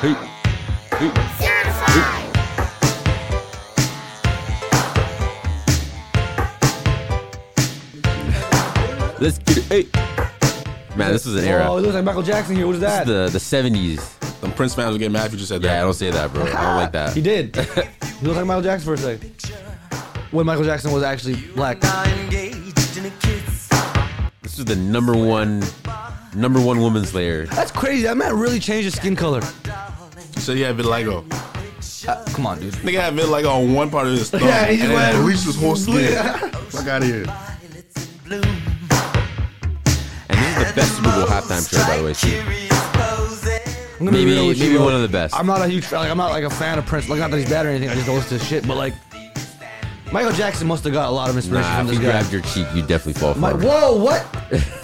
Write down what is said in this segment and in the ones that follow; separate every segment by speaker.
Speaker 1: Hey, hey, hey. Let's get it. Hey. Man, this was an era.
Speaker 2: Oh, it looks like Michael Jackson here. What is
Speaker 1: This
Speaker 2: that?
Speaker 1: is the the seventies.
Speaker 3: Some Prince fans would get mad if you just said
Speaker 1: Yeah, I
Speaker 3: that.
Speaker 1: don't say that, bro. I don't like that.
Speaker 2: he did. he looked like Michael Jackson for a second. When Michael Jackson was actually black.
Speaker 1: This is the number one, number one woman's layer.
Speaker 2: That's crazy. That man really changed his skin color.
Speaker 3: So he had vitiligo.
Speaker 2: Uh, come on, dude.
Speaker 3: Nigga had vitiligo on one part of his thumb.
Speaker 2: Yeah, he just
Speaker 3: and it
Speaker 2: went-
Speaker 3: reached his whole skin.
Speaker 2: Yeah.
Speaker 3: Fuck out of here.
Speaker 1: And this is the best Super Bowl halftime show, by the way. too.
Speaker 2: I'm gonna be
Speaker 1: Maybe-
Speaker 2: real with you,
Speaker 1: maybe
Speaker 2: bro.
Speaker 1: one of the best.
Speaker 2: I'm not a huge fan. Like, I'm not like a fan of Prince. Like, not that he's bad or anything. I just don't listen to his shit. But like, Michael Jackson must have got a lot of inspiration
Speaker 1: Nah,
Speaker 2: from
Speaker 1: if
Speaker 2: this
Speaker 1: you
Speaker 2: guy.
Speaker 1: grabbed your cheek, you definitely fall for
Speaker 2: My,
Speaker 1: it.
Speaker 2: whoa, what?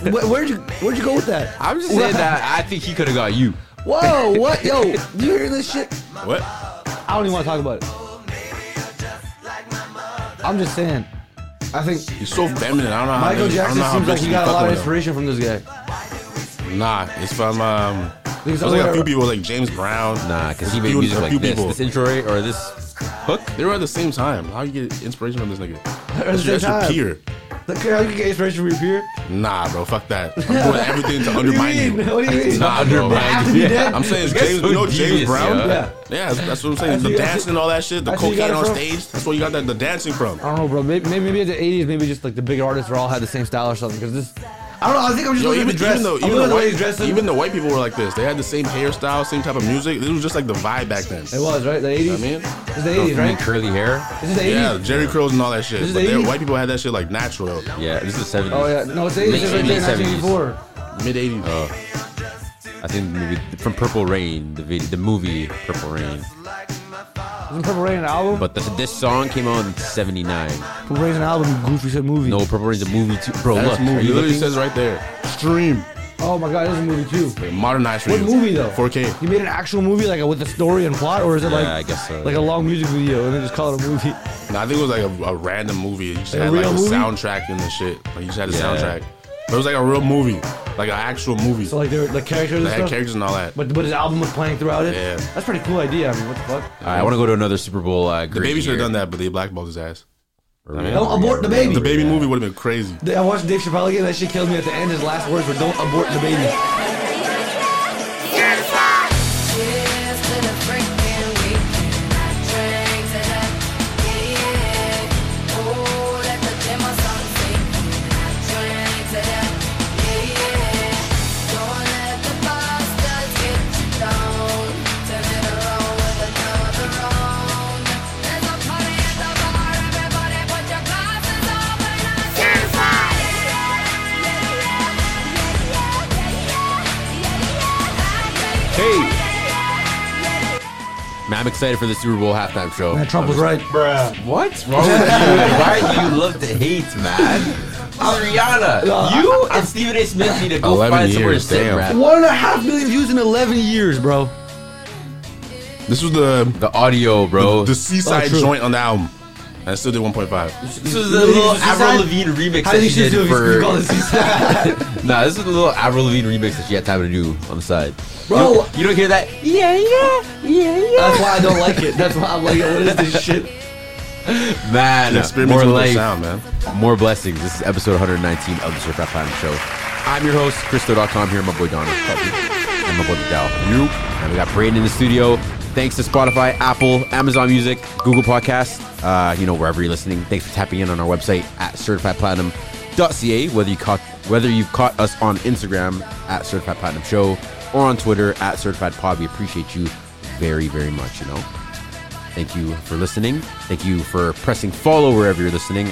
Speaker 2: Where, where'd you Where'd you go with that?
Speaker 1: I'm just saying that I think he could have got you.
Speaker 2: Whoa, what? Yo, you hear this shit?
Speaker 3: What?
Speaker 2: I don't even want to talk about it. I'm just saying. I think
Speaker 3: He's so feminine. I don't know how
Speaker 2: Michael
Speaker 3: niggas- I don't
Speaker 2: Jackson
Speaker 3: know how
Speaker 2: seems like he
Speaker 3: bitches
Speaker 2: got a
Speaker 3: be
Speaker 2: lot of
Speaker 3: fucking with
Speaker 2: inspiration from this guy.
Speaker 3: him. Nah, it's from um.
Speaker 2: Because
Speaker 3: There's like
Speaker 2: other-
Speaker 3: a few people like James Brown.
Speaker 1: Nah, because Uh, he
Speaker 3: A
Speaker 1: made
Speaker 3: few-
Speaker 1: music
Speaker 3: a
Speaker 1: like
Speaker 3: few
Speaker 1: this.
Speaker 3: people.
Speaker 1: This intro right- or this hook.
Speaker 3: They were at the same time. How you get inspiration from this nigga?
Speaker 2: the
Speaker 3: That's
Speaker 2: same
Speaker 3: your, that's
Speaker 2: time.
Speaker 3: your peer.
Speaker 2: Look how you get inspiration from your peer.
Speaker 3: Nah, bro, fuck that. I'm doing everything to
Speaker 2: What do you
Speaker 3: undermine
Speaker 2: mean? What do you mean?
Speaker 3: Nah, bro.
Speaker 1: Undermine
Speaker 2: After you
Speaker 1: you.
Speaker 2: dead?
Speaker 3: I'm saying it's
Speaker 1: That's
Speaker 3: James,
Speaker 1: so
Speaker 3: you know James
Speaker 1: devious,
Speaker 3: Brown.
Speaker 1: yo.
Speaker 2: Yeah.
Speaker 3: Yeah, that's, that's what I'm saying.
Speaker 2: I see-
Speaker 3: The
Speaker 2: I see-
Speaker 3: dancing and all that shit, the
Speaker 2: I see you got it
Speaker 3: cocaine on
Speaker 2: from-
Speaker 3: stage. That's where you got that, the dancing from.
Speaker 2: I don't know, bro. Maybe, maybe, maybe at the 80s, maybe just like the big artists were all had the same style or something. Because this, I don't know. I think I'm just
Speaker 3: Yo,
Speaker 2: looking
Speaker 3: even,
Speaker 2: at the dress.
Speaker 3: even though
Speaker 2: I'm
Speaker 3: even
Speaker 2: looking at
Speaker 3: the
Speaker 2: way he's
Speaker 3: white
Speaker 2: dressing.
Speaker 3: even the white people were like this. They had the same hairstyle, same type of music. It was just like the vibe back then.
Speaker 2: it was right. The 80s.
Speaker 3: I mean,
Speaker 2: it's the 80s,
Speaker 1: Right?
Speaker 2: right?
Speaker 1: Curly hair.
Speaker 2: This is the 80s.
Speaker 3: yeah, Jerry curls and all that
Speaker 2: This
Speaker 3: shit.
Speaker 2: is
Speaker 3: But
Speaker 2: the
Speaker 3: they-
Speaker 2: 80s.
Speaker 3: white people had that shit like natural,
Speaker 1: Yeah, this is seventies.
Speaker 2: Oh yeah, no, it's the 80s. It's right there,
Speaker 1: 1980s.
Speaker 2: 1984.
Speaker 3: mid '80s.
Speaker 2: Uh,
Speaker 1: I think the movie, from Purple Rain, the video, the movie Purple Rain.
Speaker 2: Isn't Purple Rain an album?
Speaker 1: But the, this song came out in '79.
Speaker 2: Purple Rain's an album. Goofy said movie.
Speaker 1: No, Purple Rain's a movie too, bro.
Speaker 3: That's
Speaker 1: look,
Speaker 3: movie.
Speaker 1: are
Speaker 3: It
Speaker 1: you
Speaker 3: literally
Speaker 1: looking?
Speaker 3: says right there, stream
Speaker 2: Oh my god, it is a movie too.
Speaker 3: modernized for
Speaker 2: What
Speaker 3: you.
Speaker 2: movie though?
Speaker 3: 4K.
Speaker 2: You made an actual movie like with a story and plot, or is it
Speaker 1: Yeah,
Speaker 2: like
Speaker 1: I guess so.
Speaker 2: like a long music video and then just call it a movie?
Speaker 3: No, I think it was like a, a random movie. You just
Speaker 2: Like a
Speaker 3: had like
Speaker 2: real
Speaker 3: a
Speaker 2: movie?
Speaker 3: soundtrack and the shit. Like you just had a
Speaker 1: Yeah.
Speaker 3: soundtrack. But it was like a real movie, like an actual movie.
Speaker 2: So like they're like characters and
Speaker 3: they had
Speaker 2: stuff.
Speaker 3: characters and all that.
Speaker 2: But but his album was playing throughout it.
Speaker 3: Yeah.
Speaker 2: that's a pretty cool idea. I mean, what the fuck?
Speaker 1: All right, I want to go to another Super Bowl. Uh,
Speaker 3: the baby should have done that, but they blackballed his ass.
Speaker 2: Don't abort the baby.
Speaker 3: The baby movie would have been crazy.
Speaker 2: I watched Dave Chappelle again. That shit killed me at the end. His last words were "Don't abort the baby."
Speaker 1: Hey, man, I'm excited for the Super Bowl halftime show.
Speaker 2: Man, Trump was right. Bruh.
Speaker 1: What's wrong with you? Why do you love to hate, man? I'm Rihanna.
Speaker 2: Uh,
Speaker 1: you and Stephen A. Smith need to go
Speaker 3: 11
Speaker 1: find somewhere to
Speaker 3: years,
Speaker 1: sit,
Speaker 3: damn.
Speaker 1: man.
Speaker 2: One and a half million views in 11 years, bro.
Speaker 3: This was the
Speaker 1: The audio, bro.
Speaker 3: the seaside
Speaker 2: Oh, true.
Speaker 3: joint on the album. And I still did 1.5.
Speaker 1: This was the little
Speaker 2: Is this
Speaker 1: Avril
Speaker 2: how-
Speaker 1: Lavigne remix
Speaker 2: How
Speaker 1: that
Speaker 2: did
Speaker 1: she
Speaker 2: she
Speaker 1: did
Speaker 2: do
Speaker 1: for.
Speaker 2: call this
Speaker 1: Nah, this is the little Avril Lavigne remix that she had time to do on the side.
Speaker 2: Bro.
Speaker 1: you don't, you don't hear that? Yeah, yeah, yeah,
Speaker 2: That's why I don't like it. That's why I'm like, what is this shit?
Speaker 1: yeah. Man,
Speaker 3: The experiments
Speaker 1: more
Speaker 3: with the
Speaker 1: life,
Speaker 3: sound, man.
Speaker 1: more blessings. This is episode 119 of the Surf Rap Platinum Show. I'm your host, Christo.com. Here, my boy Don, and my boy Dow.
Speaker 3: You
Speaker 1: And we got Braden in the studio. Thanks to Spotify, Apple, Amazon Music, Google Podcasts, uh, you know, wherever you're listening. Thanks for tapping in on our website at certifiedplatinum.ca, whether you caught whether you've caught us on Instagram at Certified Platinum Show or on Twitter at Certified Pod. We appreciate you very, very much, you know. Thank you for listening. Thank you for pressing follow wherever you're listening.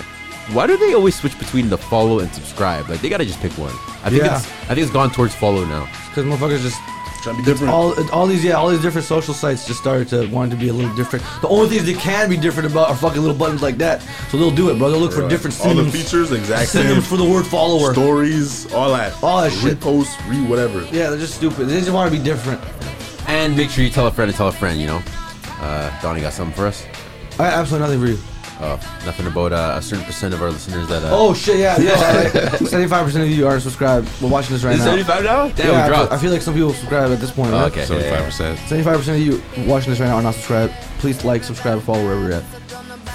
Speaker 1: Why do they always switch between the follow and subscribe? Like they gotta just pick one. I think
Speaker 2: Yeah.
Speaker 1: it's I think it's gone towards follow now.
Speaker 2: Because motherfuckers just
Speaker 3: trying to be different.
Speaker 2: all all these yeah all these different social sites just started to want to be a little different. The only things they can be different about are fucking little buttons like that. So they'll do it, bro. They'll look for different
Speaker 3: all the
Speaker 2: synonyms,
Speaker 3: features, the exact same.
Speaker 2: synonyms for the word follower.
Speaker 3: Stories, all that.
Speaker 2: All that shit.
Speaker 3: Repost, re whatever.
Speaker 2: Yeah, they're just stupid. They just want to be different.
Speaker 1: And make sure you tell a friend to tell a friend, you know. Uh, Donnie got something for us.
Speaker 2: I got absolutely nothing for you.
Speaker 1: Uh, nothing about uh, a certain percent of our listeners that. Uh,
Speaker 2: Oh shit! Yeah, yeah. Seventy-five percent of you are subscribed. We're watching this right
Speaker 1: is it
Speaker 2: now.
Speaker 1: 75 now? Damn,
Speaker 2: yeah, I
Speaker 1: we
Speaker 2: feel-
Speaker 1: dropped.
Speaker 2: I feel like some people subscribe at this point.
Speaker 1: Oh,
Speaker 2: right?
Speaker 1: okay.
Speaker 3: Seventy five percent.
Speaker 2: Seventy-five percent of you watching this right now are not subscribed. Please like, subscribe, follow wherever you're at.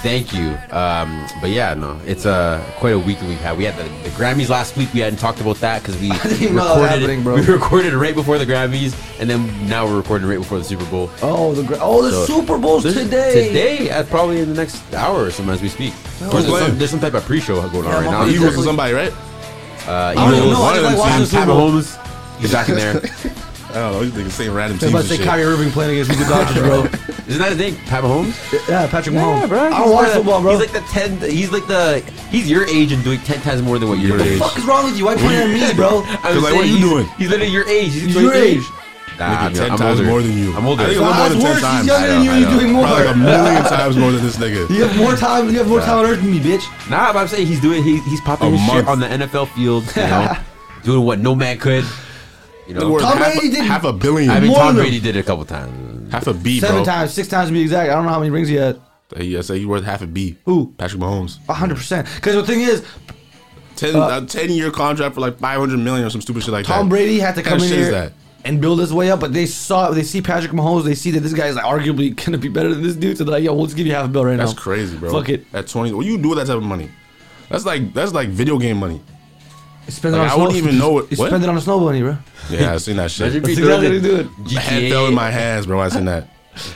Speaker 1: Thank you. Um, but yeah, no, it's uh, quite a week that we've had. We had the, the Grammys last week. We hadn't talked about that because we
Speaker 2: didn't even know
Speaker 1: recorded
Speaker 2: that was happening,
Speaker 1: it-
Speaker 2: bro.
Speaker 1: We recorded right before the Grammys, and then now we're recording right before the Super Bowl.
Speaker 2: Oh, the gra- oh, the
Speaker 1: So-
Speaker 2: Super Bowl's
Speaker 1: This-
Speaker 2: today.
Speaker 1: Today, uh, probably in the next hour or so as we speak. Of course, there's,
Speaker 3: playing?
Speaker 1: some, there's some type of pre-show going on
Speaker 2: Yeah,
Speaker 1: right now.
Speaker 2: Mahomes
Speaker 1: Eagles,
Speaker 3: Eagles
Speaker 2: definitely-
Speaker 3: and somebody, right?
Speaker 1: uh,
Speaker 2: I don't
Speaker 1: Eagles,
Speaker 2: know. I
Speaker 3: One of
Speaker 2: just like
Speaker 3: them
Speaker 2: watching the
Speaker 3: teams
Speaker 2: Super
Speaker 1: Pat
Speaker 2: Bowl.
Speaker 1: Mahomes is back in there.
Speaker 3: I don't know. He's thinking same random
Speaker 2: I'm
Speaker 3: teams
Speaker 2: about
Speaker 3: and
Speaker 2: to say
Speaker 3: shit.
Speaker 2: Kyrie Irving playing against the Dodgers, bro.
Speaker 1: Isn't that a thing? Pat Mahomes?
Speaker 2: Yeah, Patrick Mahomes.
Speaker 1: Yeah, bro.
Speaker 2: I
Speaker 1: He's
Speaker 2: don't watch
Speaker 1: the-
Speaker 2: football, bro.
Speaker 1: He's like the ten. He's like the. He's your age and doing ten times more than what you're
Speaker 3: Your
Speaker 1: doing.
Speaker 3: age.
Speaker 2: fuck is wrong with you? Why you pointing at me, bro?
Speaker 1: I was
Speaker 3: Cause, like, what
Speaker 1: saying,
Speaker 3: are you
Speaker 1: he's-
Speaker 3: doing?
Speaker 1: He's literally your age. He's
Speaker 2: Your
Speaker 1: 23.
Speaker 2: age.
Speaker 1: Nah,
Speaker 3: Nigga,
Speaker 1: I'm-
Speaker 3: 10
Speaker 1: I'm
Speaker 3: times
Speaker 1: older.
Speaker 3: more than you.
Speaker 1: I'm older.
Speaker 3: I think
Speaker 1: Nah,
Speaker 2: That's
Speaker 3: little more than 10
Speaker 2: worse. He's
Speaker 3: times.
Speaker 2: younger
Speaker 1: I
Speaker 2: than
Speaker 1: know,
Speaker 2: you.
Speaker 1: I
Speaker 2: and You're
Speaker 1: know.
Speaker 2: doing more.
Speaker 3: Probably like a million times more than this nigga.
Speaker 2: You have more time. You have more time on earth than me, bitch.
Speaker 1: Nah, but I'm saying he's doing. He, he's popping
Speaker 3: A
Speaker 1: his shit
Speaker 3: month.
Speaker 1: on the NFL field. You know, doing what no man could. You
Speaker 3: The
Speaker 1: know,
Speaker 3: word
Speaker 2: Tom
Speaker 3: half,
Speaker 2: Brady did-
Speaker 3: half a billion.
Speaker 1: I mean,
Speaker 2: more
Speaker 1: Tom
Speaker 2: than-
Speaker 1: Brady did it a couple times.
Speaker 3: half a B,
Speaker 2: Seven
Speaker 3: bro.
Speaker 2: times, six times to be exact. I don't know how many rings he had.
Speaker 3: He, I say he's worth half a B.
Speaker 2: Who?
Speaker 3: Patrick Mahomes.
Speaker 2: A hundred percent. Because the thing is,
Speaker 3: Ten, a ten-year contract for like five hundred million or some stupid shit like that.
Speaker 2: Uh, Tom Brady had to
Speaker 3: Kinda
Speaker 2: come in
Speaker 3: shit is
Speaker 2: here
Speaker 3: that?
Speaker 2: and build his way up, but they saw they see Patrick Mahomes, they see that this guy is like arguably gonna be better than this dude, so they're like, yo, we'll just give you half a bill right now.
Speaker 3: That's crazy, bro.
Speaker 2: Fuck it.
Speaker 3: At twenty, what you do with that type of money? That's like that's like video game money.
Speaker 2: Spend it on
Speaker 3: Like,
Speaker 2: a
Speaker 3: I
Speaker 2: snow-
Speaker 3: wouldn't even know it-
Speaker 2: You
Speaker 3: what?
Speaker 2: spend it on a snow bunny, bro.
Speaker 3: Yeah, I seen that shit.
Speaker 1: Imagine if
Speaker 2: That's
Speaker 1: you throw
Speaker 2: exactly
Speaker 1: the
Speaker 2: what he did.
Speaker 3: I had
Speaker 1: GTA
Speaker 3: fell in my hands, bro. When I seen that.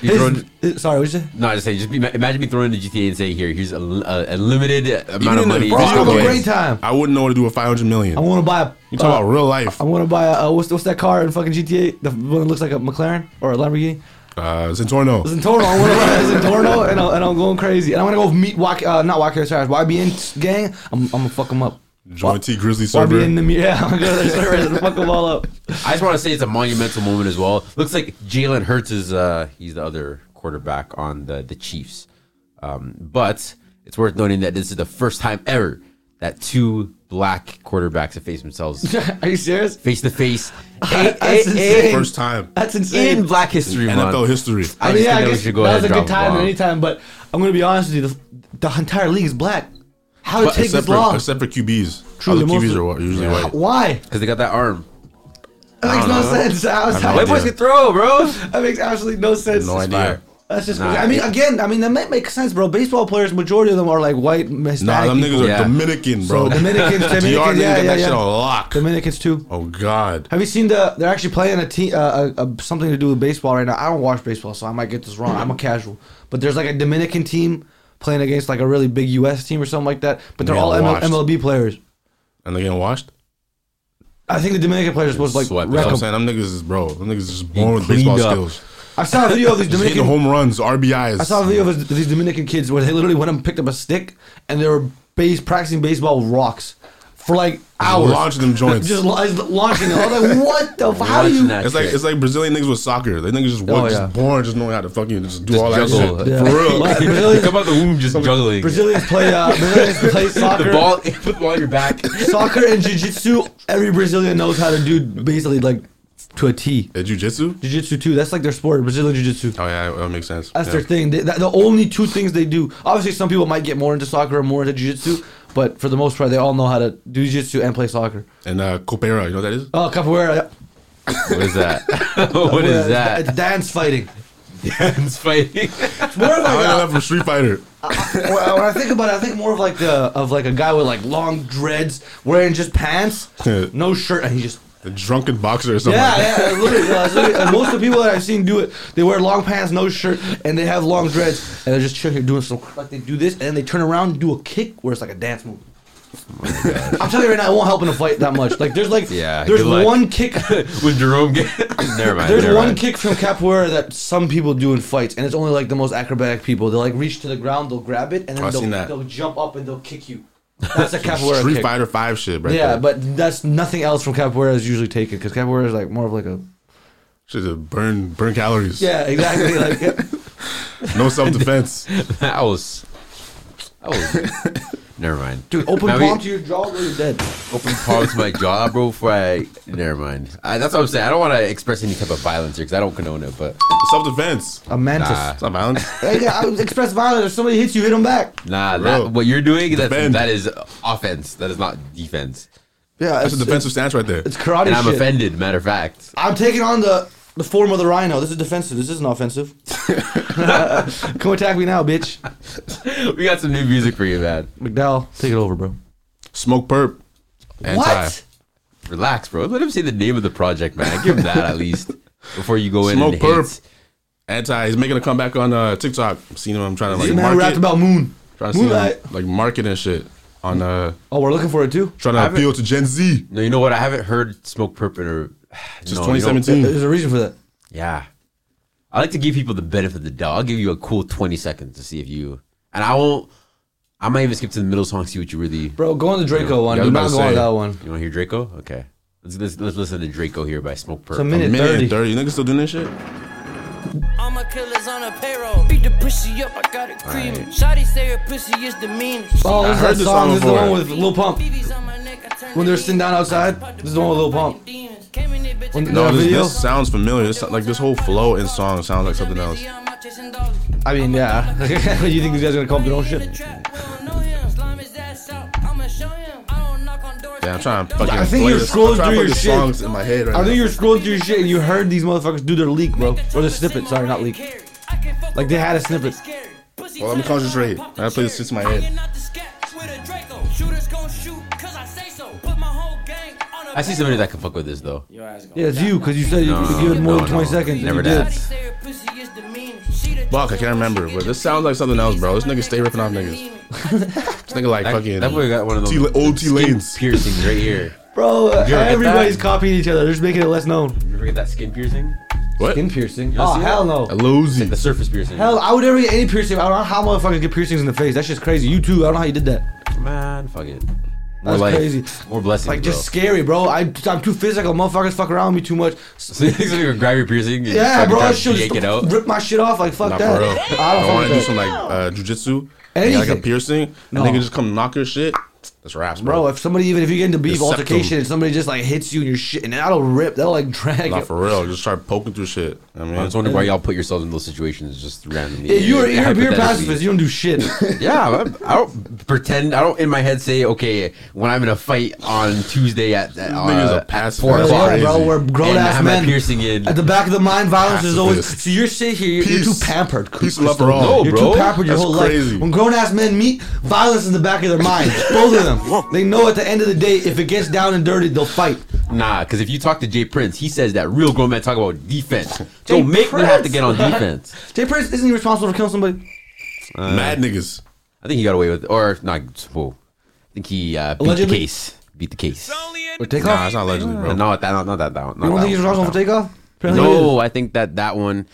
Speaker 1: You throw in-
Speaker 2: His- his- sorry, what you say?
Speaker 1: No, I just saying. Just be, imagine me throwing the GTA and saying, "Here, here's a, a, a limited
Speaker 3: Even
Speaker 1: amount of
Speaker 3: in
Speaker 1: money."
Speaker 3: the
Speaker 2: Bro,
Speaker 1: Just go
Speaker 2: I'm a
Speaker 3: video
Speaker 1: play."
Speaker 2: great
Speaker 3: games,
Speaker 2: time.
Speaker 3: I wouldn't know what to do with five hundred million.
Speaker 2: I wanna buy a
Speaker 3: You talking
Speaker 2: uh,
Speaker 3: about real life?
Speaker 2: I wanna buy a uh, what's what's that car in fucking GTA? The one that looks like a McLaren or a Lamborghini?
Speaker 3: Uh, Centorno.
Speaker 2: Zentorno. I want to buy a Zentorno, and, I'm, and I'm going crazy. And I'm gonna go meet Wak, uh, not Wacky Stars, YBN gang. I'm, I'm gonna fuck them up.
Speaker 3: Joint T Grizzly server.
Speaker 2: YBN the me- yeah. I'm gonna go to their servers and fuck them all up.
Speaker 1: I just want to say it's a monumental moment as well. Looks like Jalen Hurts is uh, he's the other quarterback on the the Chiefs, um, but it's worth noting that this is the first time ever that two black quarterbacks have faced themselves
Speaker 2: Are you serious?
Speaker 1: face to face
Speaker 2: That's insane.
Speaker 3: First time.
Speaker 2: That's insane.
Speaker 1: in Black History Month.
Speaker 3: NFL history.
Speaker 1: I
Speaker 2: I mean,
Speaker 1: just think
Speaker 2: yeah, I
Speaker 1: that we
Speaker 2: guess
Speaker 1: should go
Speaker 2: that
Speaker 1: ahead
Speaker 2: was
Speaker 1: and
Speaker 2: a
Speaker 1: drop
Speaker 2: good time
Speaker 1: bomb.
Speaker 2: at any time. But I'm gonna be honest with you, the, the entire league is black. How it
Speaker 3: But
Speaker 2: takes this
Speaker 3: except for,
Speaker 2: long?
Speaker 3: except for QBs.
Speaker 2: True,
Speaker 3: Other
Speaker 2: the most-
Speaker 3: QBs are wa- usually
Speaker 1: Yeah.
Speaker 3: white.
Speaker 2: Why?
Speaker 1: because they got that arm.
Speaker 2: That makes no
Speaker 1: know.
Speaker 2: sense. I was-
Speaker 3: don't
Speaker 1: White
Speaker 3: know.
Speaker 1: boys can throw, bro.
Speaker 2: That makes absolutely no sense.
Speaker 3: No idea.
Speaker 1: Fire.
Speaker 2: That's just.
Speaker 1: Nah,
Speaker 2: crazy. I mean,
Speaker 1: it-
Speaker 2: again, I mean that might make sense, bro. Baseball players, majority of them are like white Hispanic.
Speaker 3: Nah, them
Speaker 2: people.
Speaker 3: niggas are
Speaker 1: Yeah.
Speaker 3: Dominican, bro.
Speaker 2: So Dominicans,
Speaker 3: DR
Speaker 2: Dominicans,
Speaker 3: niggas
Speaker 2: yeah,
Speaker 3: got
Speaker 2: yeah,
Speaker 3: that shit
Speaker 2: yeah.
Speaker 3: on lock.
Speaker 2: Dominicans too.
Speaker 3: Oh God.
Speaker 2: Have you seen the? They're actually playing a team, uh, uh, uh, something to do with baseball right now. I don't watch baseball, so I might get this wrong. I'm a casual, but there's like a Dominican team playing against like a really big U.S. team or something like that. But they're
Speaker 3: Yeah,
Speaker 2: all ML-
Speaker 3: washed.
Speaker 2: MLB players.
Speaker 3: And they getting washed?
Speaker 2: I think the Dominican players are supposed to like
Speaker 1: Sweat,
Speaker 2: wreck
Speaker 3: That's what I'm
Speaker 2: 'em.
Speaker 3: saying. Them niggas is bro. Them niggas is just born with
Speaker 1: cleaned
Speaker 3: baseball
Speaker 1: up.
Speaker 3: skills.
Speaker 2: I saw a video of these
Speaker 3: Just hitting
Speaker 2: Dominican.
Speaker 3: home runs, RBIs.
Speaker 2: I saw a video of these Dominican kids where they literally went and picked up a stick and they were base practicing baseball with rocks for like hours.
Speaker 3: Launching them joints.
Speaker 2: Just, la- just launching them. I was like, what the? f- How do
Speaker 1: Launching
Speaker 2: you?
Speaker 1: that
Speaker 3: It's like
Speaker 1: shit.
Speaker 3: it's like Brazilian niggas with soccer. They niggas just, oh,
Speaker 2: yeah.
Speaker 3: just born just knowing how to fucking just do
Speaker 1: Just
Speaker 3: all
Speaker 1: juggle.
Speaker 3: that shit.
Speaker 1: Yeah.
Speaker 3: For real.
Speaker 2: Like,
Speaker 3: Like,
Speaker 1: They
Speaker 2: Brazilian-
Speaker 1: come out the womb just juggling.
Speaker 2: Brazilians play uh, Brazilians play soccer.
Speaker 1: The ball, put the ball on your back.
Speaker 2: Soccer and jiu-jitsu, every Brazilian knows how to do basically like to a T.
Speaker 3: at jiu-jitsu?
Speaker 2: Jiu-jitsu too. That's like their sport, Brazilian jiu-jitsu.
Speaker 3: Oh yeah, that makes sense.
Speaker 2: That's
Speaker 3: yeah.
Speaker 2: their thing. They, that, the only two things they do. Obviously, some people might get more into soccer or more into jiu-jitsu, but for the most part, they all know how to do jiu-jitsu and play soccer.
Speaker 3: And uh Copera, you know what that is?
Speaker 2: Oh, capoeira.
Speaker 1: What is that? what
Speaker 2: Yeah,
Speaker 1: is
Speaker 2: it's-
Speaker 1: that?
Speaker 2: It's dance fighting.
Speaker 1: It's fighting.
Speaker 2: It's more of
Speaker 3: I
Speaker 2: like
Speaker 3: learned
Speaker 2: a,
Speaker 3: that from Street Fighter.
Speaker 2: Uh, when when I think about it, I think more of like the of like a guy with like long dreads, wearing just pants, no shirt, and he just
Speaker 3: The drunken boxer or
Speaker 1: Oh
Speaker 3: something.
Speaker 2: Yeah,
Speaker 3: like that.
Speaker 2: yeah. Literally, yeah, it's literally- and most of the people that I've seen do it, they wear long pants, no shirt, and they have long dreads, and they're just chilling here doing some like they do this, and then they turn around and do a kick where it's like a dance move.
Speaker 1: Oh
Speaker 2: I'm telling you right now, it won't help in a fight that much. Like there's like
Speaker 1: Yeah,
Speaker 2: there's
Speaker 1: good luck.
Speaker 2: one kick.
Speaker 1: When Jerome get never mind.
Speaker 2: There's
Speaker 1: never
Speaker 2: one
Speaker 1: mind.
Speaker 2: kick from capoeira that some people do in fights, and it's only like the most acrobatic people. They'll like reach to the ground, they'll grab it, and then
Speaker 3: I've
Speaker 2: they'll,
Speaker 3: seen that.
Speaker 2: they'll jump up and they'll kick you. That's a capoeira
Speaker 3: Street
Speaker 2: kick.
Speaker 3: Fighter Five shit, right?
Speaker 2: Yeah,
Speaker 3: there.
Speaker 2: but that's nothing else from capoeira is usually taken because capoeira is like more of like a
Speaker 3: shit to burn burn calories.
Speaker 2: yeah exactly like yeah.
Speaker 3: No self defense.
Speaker 1: That was. That was. Never mind.
Speaker 2: Dude, open
Speaker 1: Now we-
Speaker 2: palm to your jaw, bro, you're dead.
Speaker 1: open palm to my jaw, bro. Before I, never mind. I, that's what I'm saying. I don't want to express any type of violence here because I don't condone it. But
Speaker 3: Self defense.
Speaker 2: A mantis.
Speaker 1: Nah.
Speaker 3: It's not violence.
Speaker 2: Hey, yeah, I would express violence. If somebody hits you, hit them back.
Speaker 1: nah,
Speaker 3: Bro.
Speaker 1: that, what you're doing that's,
Speaker 3: Defend.
Speaker 1: that is offense. That is not defense.
Speaker 2: Yeah,
Speaker 3: That's a
Speaker 2: it's,
Speaker 3: defensive stance right there.
Speaker 2: it's karate
Speaker 1: And I'm
Speaker 2: shit.
Speaker 1: offended. Matter of fact,
Speaker 2: I'm taking on the the form of the rhino. This is defensive. This isn't offensive. Come attack me now, bitch.
Speaker 1: we got some new music for you, man.
Speaker 2: McDowell, take it over, bro.
Speaker 3: Smoke perp.
Speaker 2: What?
Speaker 1: Relax, bro. Let him say the name of the project, man. Give him that at least before you go in.
Speaker 3: Smoke
Speaker 1: and
Speaker 3: perp.
Speaker 1: hate.
Speaker 3: Anti. He's making a comeback on uh, TikTok. I've seen him. I'm trying to
Speaker 2: This
Speaker 3: like
Speaker 2: man rapped
Speaker 3: market.
Speaker 2: about moon.
Speaker 3: trying to see him,
Speaker 2: Moonlight.
Speaker 3: like market and shit on uh
Speaker 2: Oh, we're looking for it too.
Speaker 3: trying to appeal to Gen Z.
Speaker 1: No, you know what? I haven't heard Smoke Perp in a-
Speaker 3: Since
Speaker 1: No, you don't-
Speaker 3: 2017.
Speaker 2: There's a reason for that.
Speaker 1: Yeah. I like to give people the benefit of the doubt. I'll give you a cool 20 seconds to see if you. And I won't. I might even skip to the middle song, see what you really. You
Speaker 2: Bro, go on the Draco one.
Speaker 3: yeah, I
Speaker 2: Do not
Speaker 3: was about to
Speaker 2: go on
Speaker 3: say.
Speaker 2: that one.
Speaker 1: want to hear Draco? Okay. Let's, let's, let's listen to Draco here by Smoke Perp.
Speaker 2: It's a minute,
Speaker 3: Man,
Speaker 2: 30.
Speaker 3: 30. You niggas still doing this shit?
Speaker 4: All my killers on a payroll. Beat the pussy up, I got it creaming.
Speaker 1: Alright.
Speaker 4: Shotty say her pussy is the meanest.
Speaker 2: Oh, this
Speaker 3: I heard
Speaker 2: is that
Speaker 3: this
Speaker 2: song.
Speaker 3: song
Speaker 2: This is the
Speaker 3: before.
Speaker 2: one with Lil Pump.
Speaker 4: BBs on my neck, I turn
Speaker 2: When
Speaker 4: to
Speaker 2: they're sitting down outside, this is the one with Lil Pump.
Speaker 4: demons. Came in there, bitch, I
Speaker 2: When-
Speaker 4: got
Speaker 2: No,
Speaker 3: No,
Speaker 4: a
Speaker 3: this,
Speaker 2: video?
Speaker 3: this sounds familiar. This, like this whole flow and song sounds like something else.
Speaker 4: million, I'm out chasing dogs.
Speaker 2: I mean, yeah. you think these guys are gonna come up with their own shit?
Speaker 4: Trap, we don't know him. Slime his ass out, I'ma show him. I don't knock on doors.
Speaker 3: Yeah, I'm trying to fucking.
Speaker 2: I think
Speaker 3: play
Speaker 2: you're
Speaker 3: this-
Speaker 2: scrolling
Speaker 3: I'm trying
Speaker 2: through
Speaker 3: to put
Speaker 2: your
Speaker 3: the
Speaker 2: shit.
Speaker 3: songs in my head right
Speaker 2: I think
Speaker 3: now.
Speaker 2: you're scrolling through your shit and you heard these motherfuckers do their leak, bro, or their snippet. Sorry, not leak. Like, they had a snippet.
Speaker 3: Well, let me concentrate. I gotta play this shit in my head.
Speaker 1: I see somebody that can fuck with this, though.
Speaker 4: Your ass gonna
Speaker 2: Yeah, it's you, cause you said you
Speaker 1: No,
Speaker 2: could give it more
Speaker 1: no,
Speaker 2: than 20
Speaker 1: no,
Speaker 2: seconds.
Speaker 1: never
Speaker 2: and you did.
Speaker 1: did.
Speaker 3: Fuck, I can't remember, but this sounds like something else, bro. This nigga stay ripping off niggas. This nigga like
Speaker 1: That,
Speaker 3: fucking.
Speaker 1: that boy got one of those
Speaker 3: T- old T
Speaker 1: skin
Speaker 3: lanes.
Speaker 1: piercings right here.
Speaker 2: Bro,
Speaker 1: You ever get
Speaker 2: everybody's
Speaker 1: that?
Speaker 2: copying each other. They're just making it less known.
Speaker 1: You ever get that skin piercing?
Speaker 3: What?
Speaker 2: Skin piercing?
Speaker 1: don't
Speaker 2: Oh,
Speaker 1: see
Speaker 2: hell
Speaker 1: that?
Speaker 2: no.
Speaker 3: A lozy.
Speaker 1: The surface piercing.
Speaker 2: Hell, I would never get any piercing. I don't know how motherfuckers get piercings in the face. That's just crazy. You too. I don't know how you did that.
Speaker 1: Man, fuck it. More
Speaker 2: That's
Speaker 1: life.
Speaker 2: crazy.
Speaker 1: More blessings.
Speaker 2: Like, just
Speaker 1: bro.
Speaker 2: scary, bro. I, I'm too physical. Motherfuckers fuck around with me too much.
Speaker 1: So you think you grab your piercing? And
Speaker 2: Yeah,
Speaker 1: fucking
Speaker 2: bro.
Speaker 1: try
Speaker 2: I
Speaker 1: to
Speaker 2: should
Speaker 1: yank it out.
Speaker 2: just rip my shit off. Like, fuck
Speaker 3: Not
Speaker 2: that.
Speaker 3: for real.
Speaker 2: I don't
Speaker 3: I
Speaker 2: fuck
Speaker 3: want to do
Speaker 2: that.
Speaker 3: some like uh, jujitsu. I got, Like a
Speaker 2: Anything.
Speaker 3: piercing.
Speaker 2: No.
Speaker 3: That nigga just come knock your shit. That's raps,
Speaker 2: Bro,
Speaker 3: bro.
Speaker 2: if somebody even if you get into beef
Speaker 3: Your septum.
Speaker 2: altercation and somebody just like hits you and your shit and that'll rip, that'll like drag.
Speaker 3: Not
Speaker 2: it.
Speaker 3: for real. Just start poking through shit. I mean,
Speaker 1: I was wondering why y'all put yourselves in those situations just randomly.
Speaker 2: Yeah, you're you're a pure
Speaker 1: Hypothetically.
Speaker 2: pacifist. You don't do shit.
Speaker 1: Yeah, I, I don't pretend. I don't in my head say, okay, when I'm in a fight on Tuesday at, at,
Speaker 3: nigga's a
Speaker 1: uh, at
Speaker 3: pacifist.
Speaker 1: four
Speaker 2: Bro,
Speaker 3: That's
Speaker 1: o'clock,
Speaker 2: yeah, bro,
Speaker 3: crazy.
Speaker 2: we're grown
Speaker 1: and I
Speaker 2: ass
Speaker 1: have my
Speaker 2: men.
Speaker 1: piercing in.
Speaker 2: At the back of the mind, violence is always.
Speaker 3: Pacifist.
Speaker 2: So you're sitting here, you're, you're too
Speaker 3: Peace.
Speaker 2: pampered.
Speaker 3: Peace and love
Speaker 2: Crystal.
Speaker 3: for all.
Speaker 1: No,
Speaker 2: you're
Speaker 1: bro.
Speaker 2: too pampered your
Speaker 3: That's
Speaker 2: whole
Speaker 3: crazy.
Speaker 2: life. When grown ass men meet, violence in the back of their mind. Both of them. They know at the end of the day, if it gets down and dirty, they'll fight.
Speaker 1: Nah, because if you talk to Jay Prince, he says that real grown men talk about defense. Don't make them have to get on defense.
Speaker 2: Jay Prince isn't he responsible for killing somebody?
Speaker 3: mad niggas.
Speaker 1: I think he got away with, or not. Well, I think he uh, beat
Speaker 2: Allegedly?
Speaker 1: the case. Beat the case.
Speaker 2: Or takeoff?
Speaker 3: Nah, it's not allegedly,
Speaker 1: No,
Speaker 3: bro.
Speaker 1: not that. Not, not that. That one. Not
Speaker 2: you don't
Speaker 1: that
Speaker 2: think he's
Speaker 1: one,
Speaker 2: responsible
Speaker 1: not
Speaker 2: for
Speaker 1: that
Speaker 2: takeoff? Apparently he is.
Speaker 1: No, I think that that one,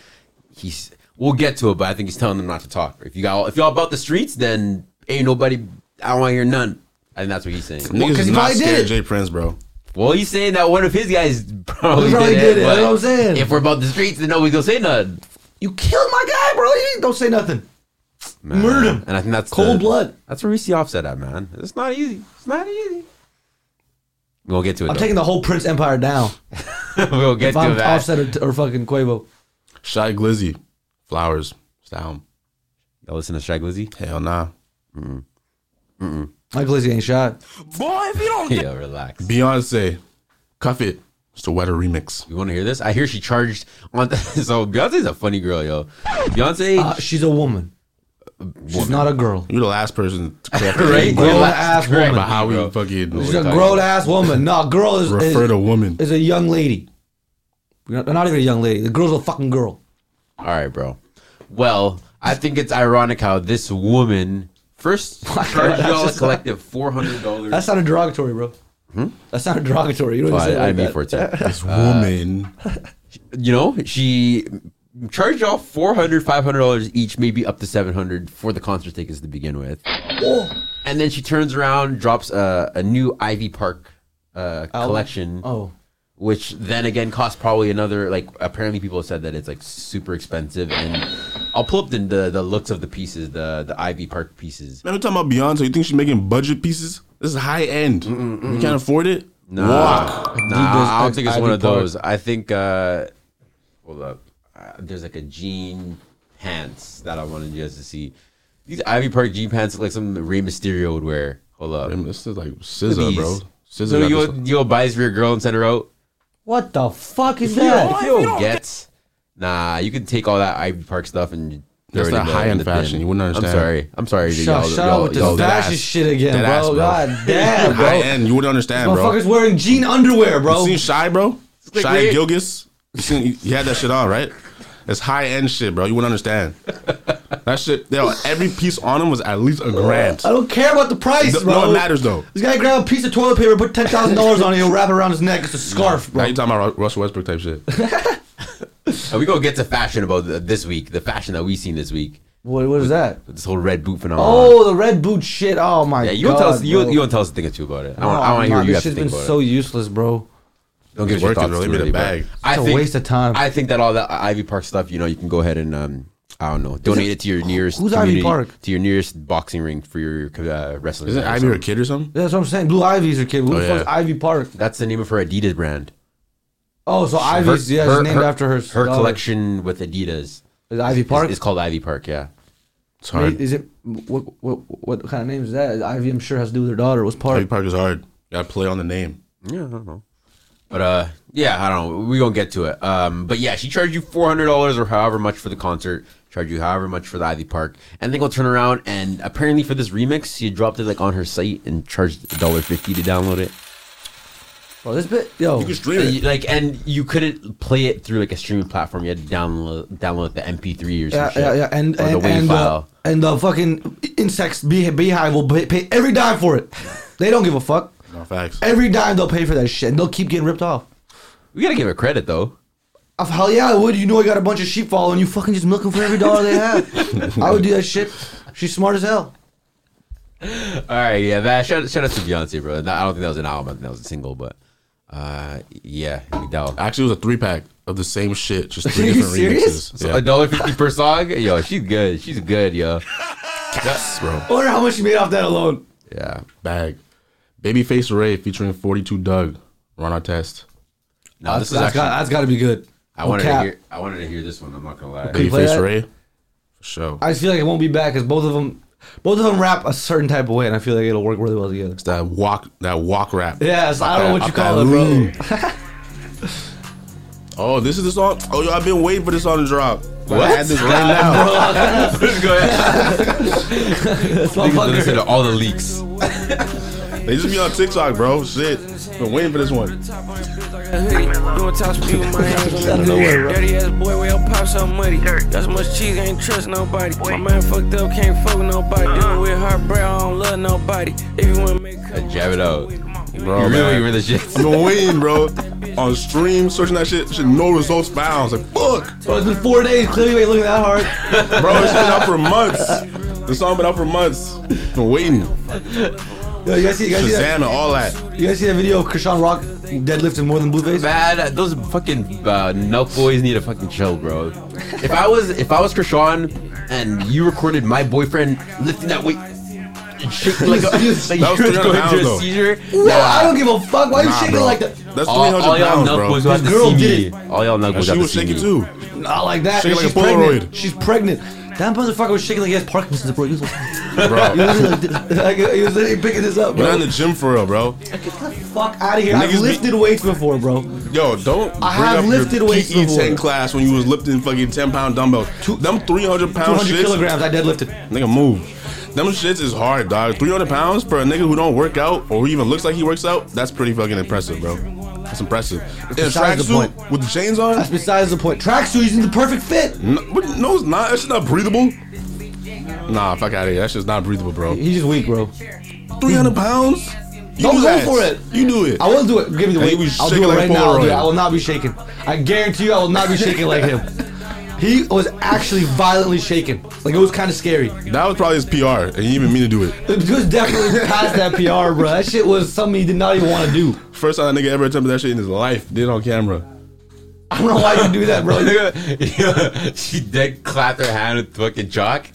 Speaker 1: he's. We'll get to it, but I think he's telling them not to talk. If you got, if y'all about the streets, then ain't nobody. I don't want to hear none. And that's what he's saying.
Speaker 2: Well,
Speaker 3: Niggas
Speaker 2: 'cause
Speaker 3: is
Speaker 2: he
Speaker 3: not
Speaker 2: probably
Speaker 3: scared
Speaker 2: did.
Speaker 3: of Jay Prince, bro.
Speaker 1: Well, he's saying that one of his guys probably,
Speaker 2: He probably
Speaker 1: did,
Speaker 2: did
Speaker 1: it.
Speaker 2: it, that's
Speaker 1: but
Speaker 2: what I'm saying.
Speaker 1: If we're about the streets, then nobody's gonna say none.
Speaker 2: You killed my guy, bro. You don't say nothing.
Speaker 1: Man.
Speaker 2: Murdered him.
Speaker 1: And I think that's
Speaker 2: Cold
Speaker 1: the-
Speaker 2: blood.
Speaker 1: That's where we see offset at, man. It's not easy. It's not easy. We'll get to it.
Speaker 2: I'm
Speaker 1: though.
Speaker 2: taking the whole Prince Empire down.
Speaker 1: we'll get
Speaker 2: If
Speaker 1: to
Speaker 2: I'm
Speaker 1: that.
Speaker 2: Offset or, or fucking Quavo.
Speaker 3: Shy Glizzy. Flowers. Sound.
Speaker 1: Y'all listen to Shaq Lizzy?
Speaker 3: Hell nah.
Speaker 2: Mike Lizzie ain't shot.
Speaker 4: Boy, if you don't
Speaker 1: yeah, relax.
Speaker 3: Beyonce. Cuff it. It's the wetter remix.
Speaker 1: You want to hear this? I hear she charged on. so Beyonce's a funny girl, yo. Beyonce,
Speaker 2: Uh, she's a woman. She's not a girl.
Speaker 3: You're the last person to correct
Speaker 1: right?
Speaker 3: me, bro,
Speaker 2: Grown
Speaker 1: You're
Speaker 2: ass
Speaker 1: correct.
Speaker 2: woman.
Speaker 3: about how
Speaker 1: Bro.
Speaker 3: we fucking
Speaker 2: She's a
Speaker 1: talking
Speaker 2: grown ass woman. No, girl is
Speaker 3: refer
Speaker 2: is,
Speaker 3: to woman.
Speaker 2: is a young lady. We're Not, not even a young lady. The girl's a fucking girl.
Speaker 1: All right, bro. Well, I think it's ironic how this woman first charged
Speaker 2: that's
Speaker 1: y'all a
Speaker 2: just-
Speaker 1: collective four hundred dollars.
Speaker 2: That sounded derogatory, bro. That sounded derogatory. You don't even say it
Speaker 1: I, I
Speaker 2: like
Speaker 1: mean
Speaker 2: that.
Speaker 1: fourteen.
Speaker 3: This woman.
Speaker 1: you know, she charged y'all 400 $500 each, maybe up to 700 for the concert tickets to begin with. And then she turns around, drops a, a new Ivy Park uh,
Speaker 2: Album?
Speaker 1: collection,
Speaker 2: Oh,
Speaker 1: which then again costs probably another, like, apparently people have said that it's like super expensive and I'll pull up the, the the looks of the pieces, the the Ivy Park pieces.
Speaker 3: Man, we're talking about Beyonce. You think she's making budget pieces? This is high end. You can't afford it.
Speaker 1: Nah,
Speaker 3: Walk.
Speaker 1: Nah,
Speaker 2: Adidas
Speaker 1: I don't think it's
Speaker 2: Ivy
Speaker 1: one of
Speaker 2: Park.
Speaker 1: those. I think uh, hold up. Uh, there's like a jean pants that I wanted you guys to see. These Ivy Park jean pants look like something Rey Mysterio would wear. Hold up.
Speaker 3: Damn, this is like scissor,
Speaker 1: These.
Speaker 3: bro. Scissor.
Speaker 1: So you'll you'll buy this for your girl and send her out.
Speaker 2: What the fuck is
Speaker 1: If
Speaker 2: that?
Speaker 1: you don't get, nah, you can take all that Ivy Park stuff and. throw it
Speaker 3: That's
Speaker 1: in
Speaker 3: not
Speaker 1: the-
Speaker 3: high-end
Speaker 1: in the bin.
Speaker 3: fashion. You wouldn't understand.
Speaker 1: I'm sorry. I'm sorry. that
Speaker 2: Shut,
Speaker 1: y'all-
Speaker 2: shut
Speaker 1: y'all-
Speaker 2: up with
Speaker 1: y'all-
Speaker 2: this
Speaker 3: that
Speaker 2: fashion
Speaker 3: ass.
Speaker 2: shit again,
Speaker 3: That
Speaker 2: bro.
Speaker 3: ass, bro.
Speaker 2: God damn,
Speaker 3: high
Speaker 2: bro.
Speaker 3: end. You wouldn't understand, bro.
Speaker 2: Motherfuckers wearing jean underwear, bro.
Speaker 3: You seen Shy, bro?
Speaker 1: like
Speaker 3: Shy
Speaker 1: weird.
Speaker 3: Gilgis? You seen, he had that shit on, right? It's high end shit, bro. You wouldn't understand. That shit, yo, every piece on him was at least a grand.
Speaker 2: I don't care about the price,
Speaker 3: No-
Speaker 2: bro.
Speaker 3: no, it matters, though.
Speaker 2: This guy grab a piece of toilet paper, put ten thousand dollars on it, and wrap it around his neck. It's a scarf,
Speaker 3: Now
Speaker 2: bro.
Speaker 3: you talking about Ru- Russell Westbrook type shit.
Speaker 1: Uh, we gonna get to fashion about th- this week. The fashion that we seen this week.
Speaker 2: What, what is that?
Speaker 1: This whole red boot phenomenon.
Speaker 2: Oh, the red boot shit. Oh my
Speaker 1: yeah.
Speaker 2: god.
Speaker 1: You gonna tell us? You
Speaker 2: bro.
Speaker 1: you gonna tell us a thing or two about it? I
Speaker 2: No,
Speaker 1: want. I want
Speaker 2: I'm
Speaker 1: to hear
Speaker 2: not.
Speaker 1: what you
Speaker 2: This
Speaker 1: have to
Speaker 2: shit's
Speaker 1: think
Speaker 2: been
Speaker 1: about
Speaker 2: so
Speaker 1: it.
Speaker 2: useless, bro.
Speaker 1: Don't give us
Speaker 3: It's
Speaker 1: your
Speaker 3: worth it,
Speaker 1: thoughts.
Speaker 3: bro. They
Speaker 1: too
Speaker 3: made a
Speaker 1: early, bro.
Speaker 3: bag.
Speaker 1: I
Speaker 2: It's a
Speaker 1: think,
Speaker 2: waste of time.
Speaker 1: I think that all that Ivy Park stuff. You know, you can go ahead and um, I don't know, donate it, to your nearest.
Speaker 2: who's Ivy
Speaker 1: community-
Speaker 2: Park?
Speaker 1: To your nearest boxing ring for your uh, wrestling.
Speaker 3: Isn't
Speaker 1: event or
Speaker 3: Ivy a
Speaker 1: something.
Speaker 3: kid or something?
Speaker 2: That's what I'm saying. Blue Ivy's her kid. Who
Speaker 3: Oh,
Speaker 2: the fuck's
Speaker 3: yeah.
Speaker 2: Ivy Park?
Speaker 1: That's the name of her Adidas brand.
Speaker 2: Oh, so
Speaker 1: Her-
Speaker 2: Ivy's yeah,
Speaker 1: her-
Speaker 2: she's named
Speaker 1: her-
Speaker 2: after her.
Speaker 1: Her
Speaker 2: daughter.
Speaker 1: collection with Adidas.
Speaker 2: Is it Ivy Park?
Speaker 1: Is, is called Ivy Park. Yeah.
Speaker 3: It's hard.
Speaker 2: Is it what what what kind of name is that? Ivy, I'm sure has to do with her daughter. What's Park?
Speaker 3: Ivy Park is hard. You gotta play on the name.
Speaker 1: Yeah, I don't know. But uh, yeah, I don't know. We gonna get to it. Um, but yeah, she charged you four hundred dollars or however much for the concert. Charge you however much for the Ivy Park, and then go turn around and apparently for this remix, she dropped it like on her site and charged a dollar fifty to download it.
Speaker 2: Bro, this bit, yo,
Speaker 3: You can stream
Speaker 1: And you-
Speaker 3: it.
Speaker 1: Like, and you couldn't play it through like a streaming platform. You had to download download the MP3 or some
Speaker 2: yeah,
Speaker 1: shit.
Speaker 2: yeah, yeah, and
Speaker 1: or
Speaker 2: and
Speaker 1: WAV
Speaker 2: and, uh, and the fucking insects bee, beehive will pay, pay every dime for it. they don't give a fuck.
Speaker 3: No facts.
Speaker 2: Every dime they'll pay for that shit, and they'll keep getting ripped off.
Speaker 1: we gotta give her credit though.
Speaker 2: Of hell yeah, I would. You know, I got a bunch of sheep following you. Fucking just milk them for every dollar they have. I would do that shit. She's smart as hell.
Speaker 1: All right, yeah, that shout, shout out to Beyonce, bro. I don't think that was an album. I think that was a single, but uh, yeah, Miguel.
Speaker 3: Actually, it was a three pack of the same shit, just
Speaker 2: Are
Speaker 3: three
Speaker 2: you
Speaker 3: different
Speaker 2: serious?
Speaker 3: remixes.
Speaker 1: So
Speaker 3: Yeah.
Speaker 1: a dollar fifty per song. Yo, she's good. She's good, yo.
Speaker 3: Yes, bro.
Speaker 2: I wonder how much she made off that alone.
Speaker 1: Yeah.
Speaker 3: Bag. Babyface Ray featuring 42 Doug. Run our test.
Speaker 1: No, this is
Speaker 2: that's
Speaker 1: actually.
Speaker 2: got, that's got to be good.
Speaker 1: I
Speaker 2: No
Speaker 1: wanted
Speaker 2: cap.
Speaker 1: to hear. I wanted to hear this one. I'm not gonna lie.
Speaker 2: you play that?
Speaker 3: Babyface Ray. For sure.
Speaker 2: I just feel like it won't be bad because both of them, both of them rap a certain type of way, and I feel like it'll work really well together.
Speaker 3: It's that walk, that walk rap.
Speaker 2: Yeah, so I don't know what you
Speaker 3: Up that-
Speaker 2: call it,
Speaker 3: up
Speaker 2: bro.
Speaker 3: that lean. oh, this is the song. Oh, yo, I've been waiting for this song to drop. What? I had this right now.
Speaker 1: Let's go ahead. Niggas listen to all the leaks.
Speaker 3: They just be on TikTok, bro. Shit, been waiting for this one.
Speaker 4: Doing top speed with my hands on the
Speaker 2: nowhere,
Speaker 4: hood. Dirty ass boy, we all pop so muddy. Got so much cheese, ain't trust nobody. My mind fucked up, can't fuck with nobody. Dealing with heartbreak, I don't love nobody. If you wanna make a
Speaker 1: jab it out.
Speaker 3: Bro,
Speaker 1: you really
Speaker 3: man.
Speaker 1: were the shit.
Speaker 3: I've been waiting, bro. On stream, searching that shit, shit, no results found. It's like, fuck,
Speaker 2: Bro, it's been four days. Clearly, you ain't looking that hard.
Speaker 3: bro. It's been out for months. The song been out for months. Been waiting.
Speaker 2: Yo, you guys see, you guys see that?
Speaker 3: Shazam and all that.
Speaker 2: You guys see that video of Krishan Rock deadlifting more than Blueface?
Speaker 1: Man, those fucking uh, Nelk boys need a fucking chill, bro. If I was if I was Krishan and you recorded my boyfriend lifting that weight and shaking like, a, like
Speaker 2: That
Speaker 1: you was
Speaker 3: was 300
Speaker 1: going
Speaker 3: pounds,
Speaker 1: through a
Speaker 3: though.
Speaker 1: seizure,
Speaker 2: No, I don't give a fuck. Why you
Speaker 3: Nah,
Speaker 2: shaking
Speaker 3: bro.
Speaker 2: like that?
Speaker 3: That's
Speaker 1: All,
Speaker 3: 300
Speaker 1: all y'all
Speaker 3: pounds,
Speaker 1: Nelk
Speaker 3: bro.
Speaker 1: boys got
Speaker 2: This
Speaker 1: to
Speaker 2: girl
Speaker 1: see
Speaker 2: did
Speaker 1: me.
Speaker 2: it.
Speaker 1: All y'all Nelk
Speaker 3: And
Speaker 1: boys
Speaker 3: she
Speaker 1: got to
Speaker 3: was
Speaker 1: see
Speaker 3: shaking
Speaker 1: me.
Speaker 3: too.
Speaker 2: Not like that. and
Speaker 3: Shaking like
Speaker 2: she's
Speaker 3: a
Speaker 2: pregnant.
Speaker 3: Polaroid.
Speaker 2: She's pregnant. That motherfucker was shaking like he has Parkinson's, bro. He was,
Speaker 3: Bro,
Speaker 2: he was like, this- like, he was literally picking this up,
Speaker 3: You're not in
Speaker 2: bro.
Speaker 3: the gym for real, bro.
Speaker 2: Fuck out of here.
Speaker 3: Niggas
Speaker 2: I've
Speaker 3: be- Oh,
Speaker 2: lifted weights before, bro.
Speaker 3: Yo, don't.
Speaker 2: I
Speaker 3: bring
Speaker 2: have
Speaker 3: up your
Speaker 2: lifted weights
Speaker 3: PE
Speaker 2: before.
Speaker 3: ten class when you was lifting fucking ten pound dumbbells. them three hundred pound
Speaker 2: 200
Speaker 3: shits.
Speaker 2: kilograms. I deadlifted.
Speaker 3: Nigga, move. Them shits is hard, dog. Three hundred pounds for a nigga who don't work out or even looks like he works out. That's pretty fucking impressive, bro. That's impressive. In a
Speaker 2: besides the
Speaker 3: tracksuit with the chains on.
Speaker 2: That's besides the point. Tracksuit is in the perfect fit.
Speaker 3: No, but no, it's not. That shit's not breathable. Nah, fuck out of here. That shit's not breathable, bro.
Speaker 2: He's just weak, bro.
Speaker 3: Three hundred pounds. You
Speaker 2: Don't go
Speaker 3: do that.
Speaker 2: for it.
Speaker 3: You do it.
Speaker 2: I will do it. Give me the
Speaker 3: Hey,
Speaker 2: weight.
Speaker 3: he was
Speaker 2: I'll do
Speaker 3: shaking
Speaker 2: it
Speaker 3: like
Speaker 2: right now. I'll do it.
Speaker 3: Polaroid.
Speaker 2: I will not be shaking. I guarantee you, I will not be shaking like him. He was actually violently shaking. Like it was kind of scary.
Speaker 3: That was probably his PR, and he didn't even mean to do it.
Speaker 2: It was definitely past that PR, bro. That shit was something he did not even want to do.
Speaker 3: First time that nigga ever attempted that shit in his life. Did it on camera.
Speaker 2: I don't know why you do that, bro.
Speaker 1: yeah, she dead clapped her hand with fucking jock.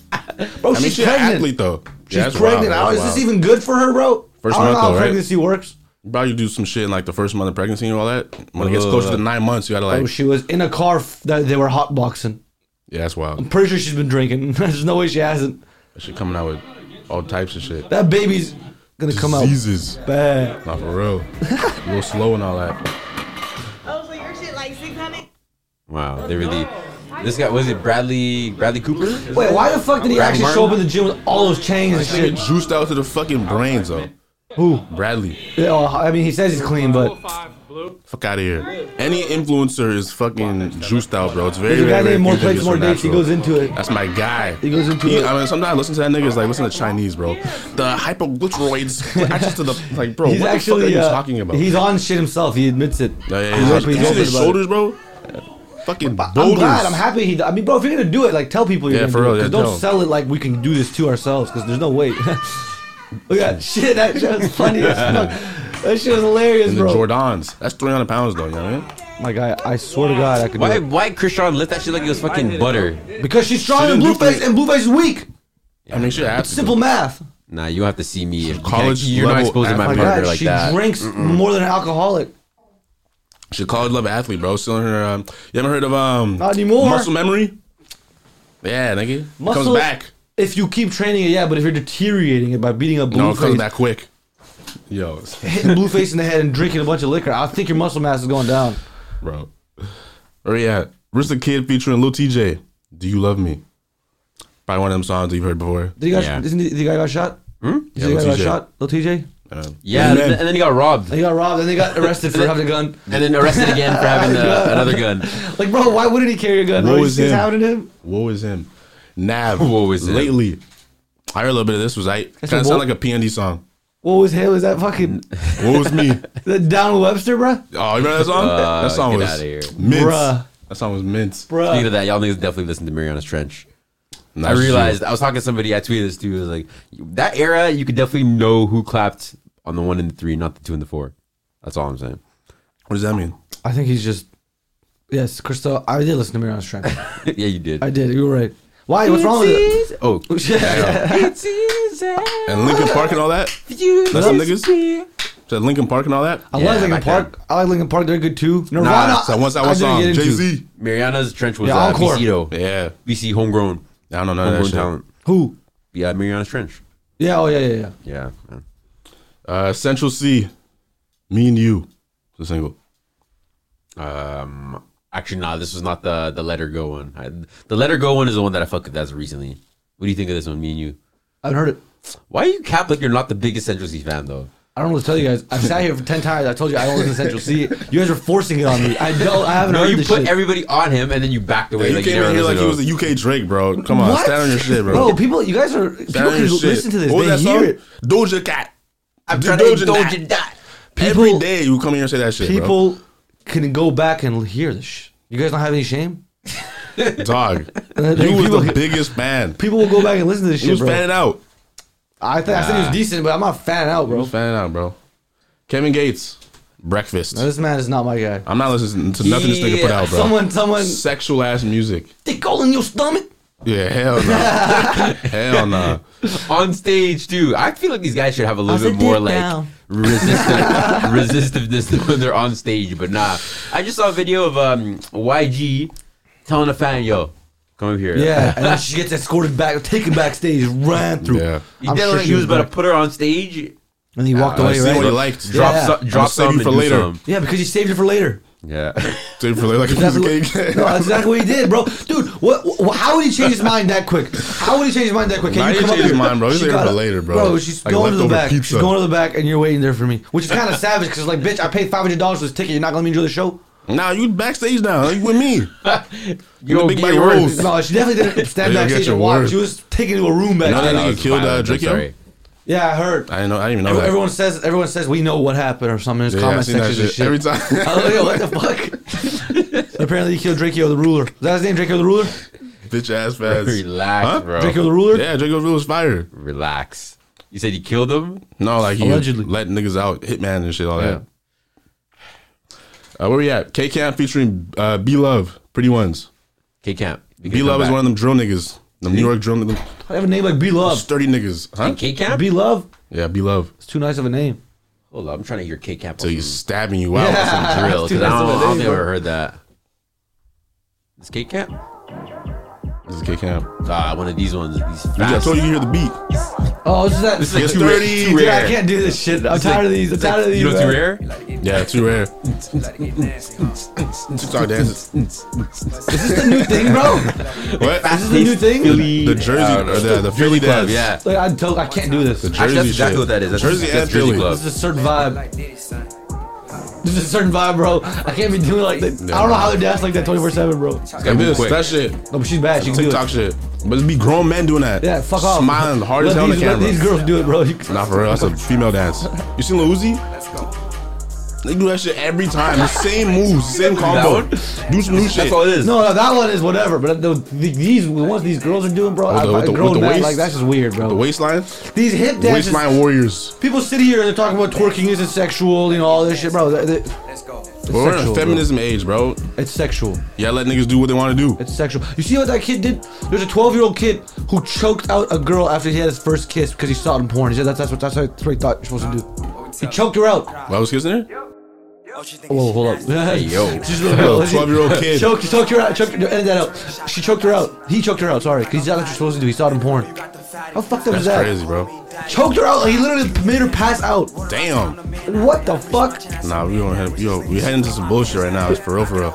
Speaker 2: Bro,
Speaker 3: I mean,
Speaker 2: she's
Speaker 3: she's an
Speaker 2: pregnant.
Speaker 3: athlete though.
Speaker 2: She's
Speaker 3: Yeah, that's
Speaker 2: pregnant.
Speaker 3: wild.
Speaker 2: I don't-
Speaker 3: That's
Speaker 2: Is this
Speaker 3: wild.
Speaker 2: even good for her, bro?
Speaker 3: First
Speaker 2: I don't
Speaker 3: month,
Speaker 2: know how
Speaker 3: though, right?
Speaker 2: pregnancy works.
Speaker 3: Bro, you do some shit in like the first month of pregnancy and all that. When it gets
Speaker 1: Ugh.
Speaker 3: closer to nine months, you gotta like,
Speaker 2: Oh, she was in a car f- that they were hot boxing.
Speaker 3: yeah, that's wild.
Speaker 2: Pretty sure she's been drinking. There's no way she hasn't.
Speaker 3: That shit coming out with all types of shit.
Speaker 2: That baby's gonna come out
Speaker 3: Diseases.
Speaker 2: bad.
Speaker 3: Not for real. Real slow and all that.
Speaker 5: Oh, so your shit like 600?
Speaker 1: Wow, they really. This guy was it Bradley Bradley Cooper?
Speaker 2: Wait, why the fuck did he
Speaker 1: Bradley
Speaker 2: actually
Speaker 1: Martin?
Speaker 2: show up in the gym with all those chains and
Speaker 3: This nigga
Speaker 2: shit?
Speaker 3: juiced out to the fucking brains though.
Speaker 2: Who?
Speaker 3: Bradley,
Speaker 2: Yeah, well, I mean, he says he's clean,
Speaker 3: Oh,
Speaker 2: but
Speaker 3: fuck out of here. Any influencer is fucking juiced out, bro. It's very,
Speaker 2: there's a guy
Speaker 3: very, very
Speaker 2: named More
Speaker 3: few that
Speaker 2: Plates,
Speaker 3: just
Speaker 2: More
Speaker 3: are
Speaker 2: Dates. He
Speaker 3: natural.
Speaker 2: goes into it.
Speaker 3: That's my guy. He
Speaker 2: goes into it.
Speaker 3: I mean, sometimes I listen to that nigga. It's like, listen to Chinese, bro. The hypoglyceroids, the access to the like, bro.
Speaker 2: He's
Speaker 3: what
Speaker 2: actually
Speaker 3: the fuck are you
Speaker 2: uh,
Speaker 3: talking about?
Speaker 2: He's on shit himself. He admits it.
Speaker 3: Yeah, yeah,
Speaker 2: He's
Speaker 3: he's
Speaker 2: open-
Speaker 3: you
Speaker 2: he's
Speaker 3: see his
Speaker 2: open about it.
Speaker 3: shoulders, bro. Fucking
Speaker 2: I'm
Speaker 3: boulders.
Speaker 2: glad. I'm happy. He. I mean, bro, if you're gonna do it, like, tell people you're
Speaker 3: Yeah,
Speaker 2: gonna
Speaker 3: for
Speaker 2: do
Speaker 3: real,
Speaker 2: it. 'cause
Speaker 3: yeah,
Speaker 2: don't
Speaker 3: tell 'em.
Speaker 2: sell it like we can do this to ourselves. Because there's no way. Look at that shit. That shit was funny as fuck. That shit was hilarious,
Speaker 3: And the
Speaker 2: bro.
Speaker 3: Jordans. That's 300 pounds, though, you know what I mean?
Speaker 2: My guy, I swear to God, I could
Speaker 1: Why
Speaker 2: do
Speaker 1: why Krishan lit that shit like it was fucking butter?
Speaker 2: it. Because she's strong
Speaker 3: She
Speaker 2: and
Speaker 3: didn't do
Speaker 2: Blueface,
Speaker 3: great.
Speaker 2: and Blueface is weak.
Speaker 3: I mean, shit happens.
Speaker 2: Simple math.
Speaker 1: Nah, you have to see me. If you
Speaker 3: College
Speaker 1: can't- you're not
Speaker 3: level
Speaker 1: exposing my
Speaker 2: Oh My
Speaker 3: athlete.
Speaker 1: partner
Speaker 2: God,
Speaker 1: like
Speaker 2: she
Speaker 1: that.
Speaker 2: drinks more than an alcoholic.
Speaker 3: She's a college level athlete, bro. Still in her. Um, you haven't heard of um
Speaker 2: Not anymore.
Speaker 3: muscle memory? Yeah, nigga. It
Speaker 2: Muscle-
Speaker 3: comes back.
Speaker 2: If you keep training it, yeah, but if you're deteriorating it by beating up
Speaker 3: No, it comes
Speaker 2: Blueface,
Speaker 3: back quick. Yo,
Speaker 2: hitting Blueface in the head and drinking a bunch of liquor, I think your muscle mass is going down.
Speaker 3: bro. Where you at? Where's the kid featuring Lil TJ? Do you love me? Probably one of them songs you've heard before.
Speaker 2: Did he got,
Speaker 1: Yeah.
Speaker 2: isn't the, the guy got shot? Hmm?
Speaker 3: Yeah,
Speaker 2: the guy
Speaker 3: Lil
Speaker 2: got
Speaker 3: TJ.
Speaker 2: shot? Little TJ?
Speaker 3: Uh,
Speaker 1: Yeah, and then, and then he got robbed,
Speaker 2: They got robbed and they got arrested for having a gun.
Speaker 1: and then arrested again for having uh, another gun.
Speaker 2: Like, bro, why wouldn't he carry a gun?
Speaker 3: Woe
Speaker 2: Bro,
Speaker 3: is
Speaker 2: he's
Speaker 3: him.
Speaker 2: hounding him.
Speaker 3: Woe is him. Nav.
Speaker 1: Woe is him.
Speaker 3: Lately. I heard a little bit of this. Was I kind of
Speaker 2: woe-
Speaker 3: sound like a PND song?
Speaker 2: What was hell? Is that fucking
Speaker 3: Woe is me.
Speaker 2: the Down with Webster, bruh?
Speaker 3: Oh, you remember that song?
Speaker 1: Uh,
Speaker 3: that song
Speaker 1: get
Speaker 3: was
Speaker 1: outta here.
Speaker 3: mints.
Speaker 2: Bruh.
Speaker 3: That song was mints.
Speaker 1: Speaking of
Speaker 2: Bruh.
Speaker 1: that, y'all niggas definitely listen to Mariana's Trench.
Speaker 3: Nah,
Speaker 1: I
Speaker 3: shit.
Speaker 1: realized I was talking to somebody. I tweeted this too. It was like that era. You could definitely know who clapped on the one and the three, not the two and the four. That's all I'm saying.
Speaker 3: What does that mean?
Speaker 2: I think he's just. Yes, Christo, I did listen to Mariana's Trench.
Speaker 1: yeah, you did.
Speaker 2: I did. You were right. Why? What's wrong with it?
Speaker 1: oh,
Speaker 2: Yeah.
Speaker 4: It's easy.
Speaker 3: And Lincoln Park and all that? That's some niggas? So Lincoln Park and all that?
Speaker 2: I
Speaker 1: Yeah,
Speaker 2: like Lincoln
Speaker 1: back
Speaker 2: Park. I like Lincoln Park. They're good too. Nirvana.
Speaker 3: Nah, so once that
Speaker 2: I
Speaker 3: one
Speaker 2: didn't
Speaker 3: song,
Speaker 2: get
Speaker 3: Jay
Speaker 2: into.
Speaker 3: Z.
Speaker 1: Mariana's Trench was
Speaker 2: Yeah,
Speaker 1: uh,
Speaker 2: Encore.
Speaker 1: BC though.
Speaker 3: Yeah.
Speaker 1: BC homegrown,
Speaker 3: I don't know none
Speaker 1: homegrown
Speaker 3: of that shit.
Speaker 1: talent.
Speaker 2: Who?
Speaker 1: Yeah, Mariana's Trench.
Speaker 2: Yeah. Oh yeah. Yeah. Yeah.
Speaker 1: Yeah, man.
Speaker 3: Uh, Central C, Me and You, the single.
Speaker 1: Um, actually, nah, this was not the the Let Her Go one. I, the Let Her Go one is the one that I fucked with as recently. What do you think of this one, me and you?
Speaker 2: I haven't heard it.
Speaker 1: Why you cap like you're not the biggest Central C fan though?
Speaker 2: I don't know what to tell you guys. I've sat here for ten times. I told you I don't listen to Central C. You guys are forcing it on me. I don't. I haven't
Speaker 1: No,
Speaker 2: heard
Speaker 1: you
Speaker 2: this
Speaker 1: put
Speaker 2: shit.
Speaker 1: everybody on him and then you backed away
Speaker 3: you
Speaker 1: like you
Speaker 3: came
Speaker 1: never
Speaker 3: in here like
Speaker 1: listened
Speaker 3: he was
Speaker 1: to him.
Speaker 3: the UK Drake, bro. Come on,
Speaker 2: What?
Speaker 3: stand on your shit, bro.
Speaker 2: Bro, people, you guys are. People
Speaker 3: stand on
Speaker 2: can
Speaker 3: your shit.
Speaker 2: listen to this.
Speaker 3: What was
Speaker 2: They
Speaker 3: that
Speaker 2: hear it.
Speaker 3: song? Doja Cat. I'm
Speaker 1: Trying to indulge in that.
Speaker 3: Every
Speaker 2: People-
Speaker 3: day you come here and say that shit, people,
Speaker 2: People can go back and hear this. Shit. You guys don't have any shame.
Speaker 3: bro. Dog,
Speaker 2: then
Speaker 3: you was
Speaker 2: people-
Speaker 3: the biggest fan.
Speaker 2: People will go back and listen to this
Speaker 3: You
Speaker 2: shit,
Speaker 3: was
Speaker 2: bro.
Speaker 3: fanning out.
Speaker 2: I think I said he was decent, but I'm not fanning out,
Speaker 3: You
Speaker 2: bro.
Speaker 3: was fanning out, bro. Kevin Gates, Breakfast.
Speaker 2: This man is not my guy.
Speaker 3: I'm not listening to nothing this nigga put
Speaker 1: Yeah,
Speaker 3: out, bro.
Speaker 2: Someone, someone,
Speaker 3: Sexual ass music.
Speaker 2: stick all in your stomach.
Speaker 3: Yeah, hell no. hell no.
Speaker 1: on stage too. I feel like these guys should have a little
Speaker 2: How's
Speaker 1: bit
Speaker 2: the
Speaker 1: more
Speaker 2: dick
Speaker 1: like
Speaker 2: down?
Speaker 1: resistive, resistiveness when they're on stage. But nah, I just saw a video of um, YG telling a fan, "Yo, come over here."
Speaker 2: Yeah, and then she gets escorted back, taken backstage, ran through.
Speaker 3: Yeah.
Speaker 1: he
Speaker 2: I'm
Speaker 1: did
Speaker 2: sure
Speaker 1: like
Speaker 2: she
Speaker 1: he was
Speaker 2: was
Speaker 1: about to
Speaker 2: back.
Speaker 1: put her on stage.
Speaker 2: And he walked
Speaker 3: I
Speaker 2: away,
Speaker 3: see what
Speaker 2: right?
Speaker 3: he liked.
Speaker 1: Drop
Speaker 2: Yeah.
Speaker 1: some,
Speaker 2: I'm
Speaker 1: drop
Speaker 3: gonna save
Speaker 1: some,
Speaker 3: you for
Speaker 1: and do
Speaker 3: later.
Speaker 1: some.
Speaker 2: Yeah, because he saved it for later.
Speaker 1: Yeah,
Speaker 3: Dude, for like a piece
Speaker 2: That's
Speaker 3: of
Speaker 2: what,
Speaker 3: cake.
Speaker 2: no, that's exactly what he did, bro. Dude, what, what? How would he change his mind that quick? How would he change his mind that quick?
Speaker 3: Nah, he
Speaker 2: come up
Speaker 3: changed his
Speaker 2: here?
Speaker 3: mind, bro. He's
Speaker 2: She
Speaker 3: there
Speaker 2: got
Speaker 3: for
Speaker 2: a-
Speaker 3: later, bro.
Speaker 2: Bro, she's
Speaker 3: Like
Speaker 2: going to the
Speaker 3: leftover
Speaker 2: back.
Speaker 3: pizza.
Speaker 2: She's going to the back, and you're waiting there for me, which is kind of savage. Because like, bitch, I paid five hundred dollars for this ticket. You're not gonna let me enjoy the show.
Speaker 3: Nah, you backstage now. You with me.
Speaker 1: you
Speaker 3: the
Speaker 1: don't
Speaker 3: big
Speaker 1: get
Speaker 3: body
Speaker 1: your
Speaker 3: rolls.
Speaker 1: worth.
Speaker 2: No, she definitely didn't stand
Speaker 3: You'll get
Speaker 2: backstage
Speaker 3: your
Speaker 2: and watch.
Speaker 3: word.
Speaker 2: She was taken to a room
Speaker 3: None of
Speaker 2: backstage.
Speaker 3: that nigga killed uh,
Speaker 1: Violent, I'm
Speaker 3: Drake yo.
Speaker 1: sorry.
Speaker 2: Yeah, I heard.
Speaker 3: I didn't know. I didn't even know that.
Speaker 2: Everyone says everyone says we know what happened or something in his
Speaker 3: Yeah, I
Speaker 2: comment
Speaker 3: seen that
Speaker 2: sections and
Speaker 3: shit.
Speaker 2: shit.
Speaker 3: Every time.
Speaker 2: I was like, yo, what the fuck? Apparently, he killed Drakeo the Ruler. Is that his name, Drakeo the Ruler?
Speaker 3: Bitch ass fans.
Speaker 1: Relax,
Speaker 3: Huh?
Speaker 1: bro.
Speaker 2: Drakeo the Ruler?
Speaker 3: Yeah, Draco Real was fire.
Speaker 1: Relax. You said you killed him.
Speaker 3: No, like he
Speaker 2: Allegedly.
Speaker 3: let niggas out, hitman and shit, all that. Uh, where we at? K Camp featuring uh, B Love, Pretty Ones.
Speaker 1: K Camp.
Speaker 3: B Love is one of them drill niggas. Them New York drill niggas.
Speaker 2: I have a name like B Love.
Speaker 3: Sturdy niggas. Huh?
Speaker 1: K Camp.
Speaker 2: B Love.
Speaker 3: Yeah, B Love.
Speaker 2: It's too nice of a name.
Speaker 1: Hold up, I'm trying to hear K Camp.
Speaker 3: So he's stabbing you out. with some
Speaker 1: some drill.
Speaker 2: That's too
Speaker 1: 'cause I
Speaker 2: nice
Speaker 1: don't,
Speaker 2: of a
Speaker 1: I don't
Speaker 2: name,
Speaker 1: think I've
Speaker 2: bro.
Speaker 1: ever heard that. It's K Camp.
Speaker 3: This is K Camp.
Speaker 1: Ah, one of these ones. These
Speaker 3: I
Speaker 1: fast.
Speaker 3: told you you hear the beat.
Speaker 2: Oh, it's just that.
Speaker 1: This is like
Speaker 3: It's
Speaker 1: too rare.
Speaker 3: 30,
Speaker 1: too
Speaker 3: dude,
Speaker 2: Yeah,
Speaker 1: rare.
Speaker 2: I can't do this shit. I'm
Speaker 1: It's
Speaker 2: tired
Speaker 1: like-
Speaker 2: of these. I'm
Speaker 1: it's like-
Speaker 2: tired of these. uh,
Speaker 1: You know what's too rare?
Speaker 2: bro.
Speaker 3: Yeah, too rare. TikTok dances.
Speaker 2: Is this the new thing, bro?
Speaker 3: What?
Speaker 2: Is this the new thing?
Speaker 1: Philly,
Speaker 3: The Jersey
Speaker 1: I don't know.
Speaker 3: or the, the Philly
Speaker 1: club.
Speaker 3: dance.
Speaker 1: Yeah.
Speaker 2: Like, I, don't, I can't do this.
Speaker 3: The
Speaker 2: This
Speaker 3: Jersey
Speaker 1: that's exactly
Speaker 3: shit.
Speaker 1: what that is. That's-
Speaker 3: Jersey
Speaker 1: that's
Speaker 3: and
Speaker 1: Jersey
Speaker 3: Philly.
Speaker 1: club.
Speaker 2: is a certain vibe. This is a certain vibe, bro. I can't be doing like that. I don't know how they dance like that 24 7, bro. No,
Speaker 1: Gotta
Speaker 3: And
Speaker 1: move
Speaker 3: this,
Speaker 1: quick.
Speaker 3: that shit.
Speaker 2: but she's bad. She can do
Speaker 3: TikTok
Speaker 2: it.
Speaker 3: shit. But it be grown men doing that.
Speaker 2: Yeah, fuck off.
Speaker 3: Smiling hard
Speaker 2: Let
Speaker 3: as hell on the
Speaker 2: these- let
Speaker 3: camera.
Speaker 2: These girls do it, bro. You can-
Speaker 3: Not for real. That's a female dance. You seen Lil Uzi? They do that shit every time. The same moves, same combo. Do some new shit.
Speaker 1: That's all it is.
Speaker 2: No, no, that one is whatever. But the, the, these the ones these girls are doing, bro,
Speaker 3: With
Speaker 2: I,
Speaker 3: the-
Speaker 2: I,
Speaker 3: with the-
Speaker 2: grown
Speaker 3: with the
Speaker 2: that,
Speaker 3: waist-
Speaker 2: like that's just weird, bro.
Speaker 3: The waistline,
Speaker 2: these hip dances,
Speaker 3: waistline warriors.
Speaker 2: people sit here and they're talking about twerking isn't sexual, you know, all this shit, bro. They- they- it's
Speaker 3: Bro, we're in
Speaker 2: sexual,
Speaker 3: a
Speaker 2: bro.
Speaker 3: feminism age, bro.
Speaker 2: It's sexual.
Speaker 3: Yeah, let niggas do what they want to do.
Speaker 2: It's sexual. You see what that kid did? There's a 12 year old kid who choked out a girl after he had his first kiss because he saw it in porn. He said that's that's what that's what he thought you're supposed to do. He choked her out.
Speaker 3: Why was kissing her?
Speaker 2: Whoa, hold up. Hey,
Speaker 1: yo.
Speaker 2: She's a little girl.
Speaker 3: 12-year-old kid.
Speaker 2: Choked, choked her out. Choked, edit that out. She choked her out. He choked her out. Sorry, because that's what you're supposed to do. He saw it in porn. How fucked up is
Speaker 3: That's
Speaker 2: that?
Speaker 3: crazy, bro.
Speaker 2: Choked her out. Like, he literally made her pass out.
Speaker 3: Damn.
Speaker 2: What the fuck?
Speaker 3: Nah, we don't have, yo, we heading to some bullshit right now. It's for real, for real.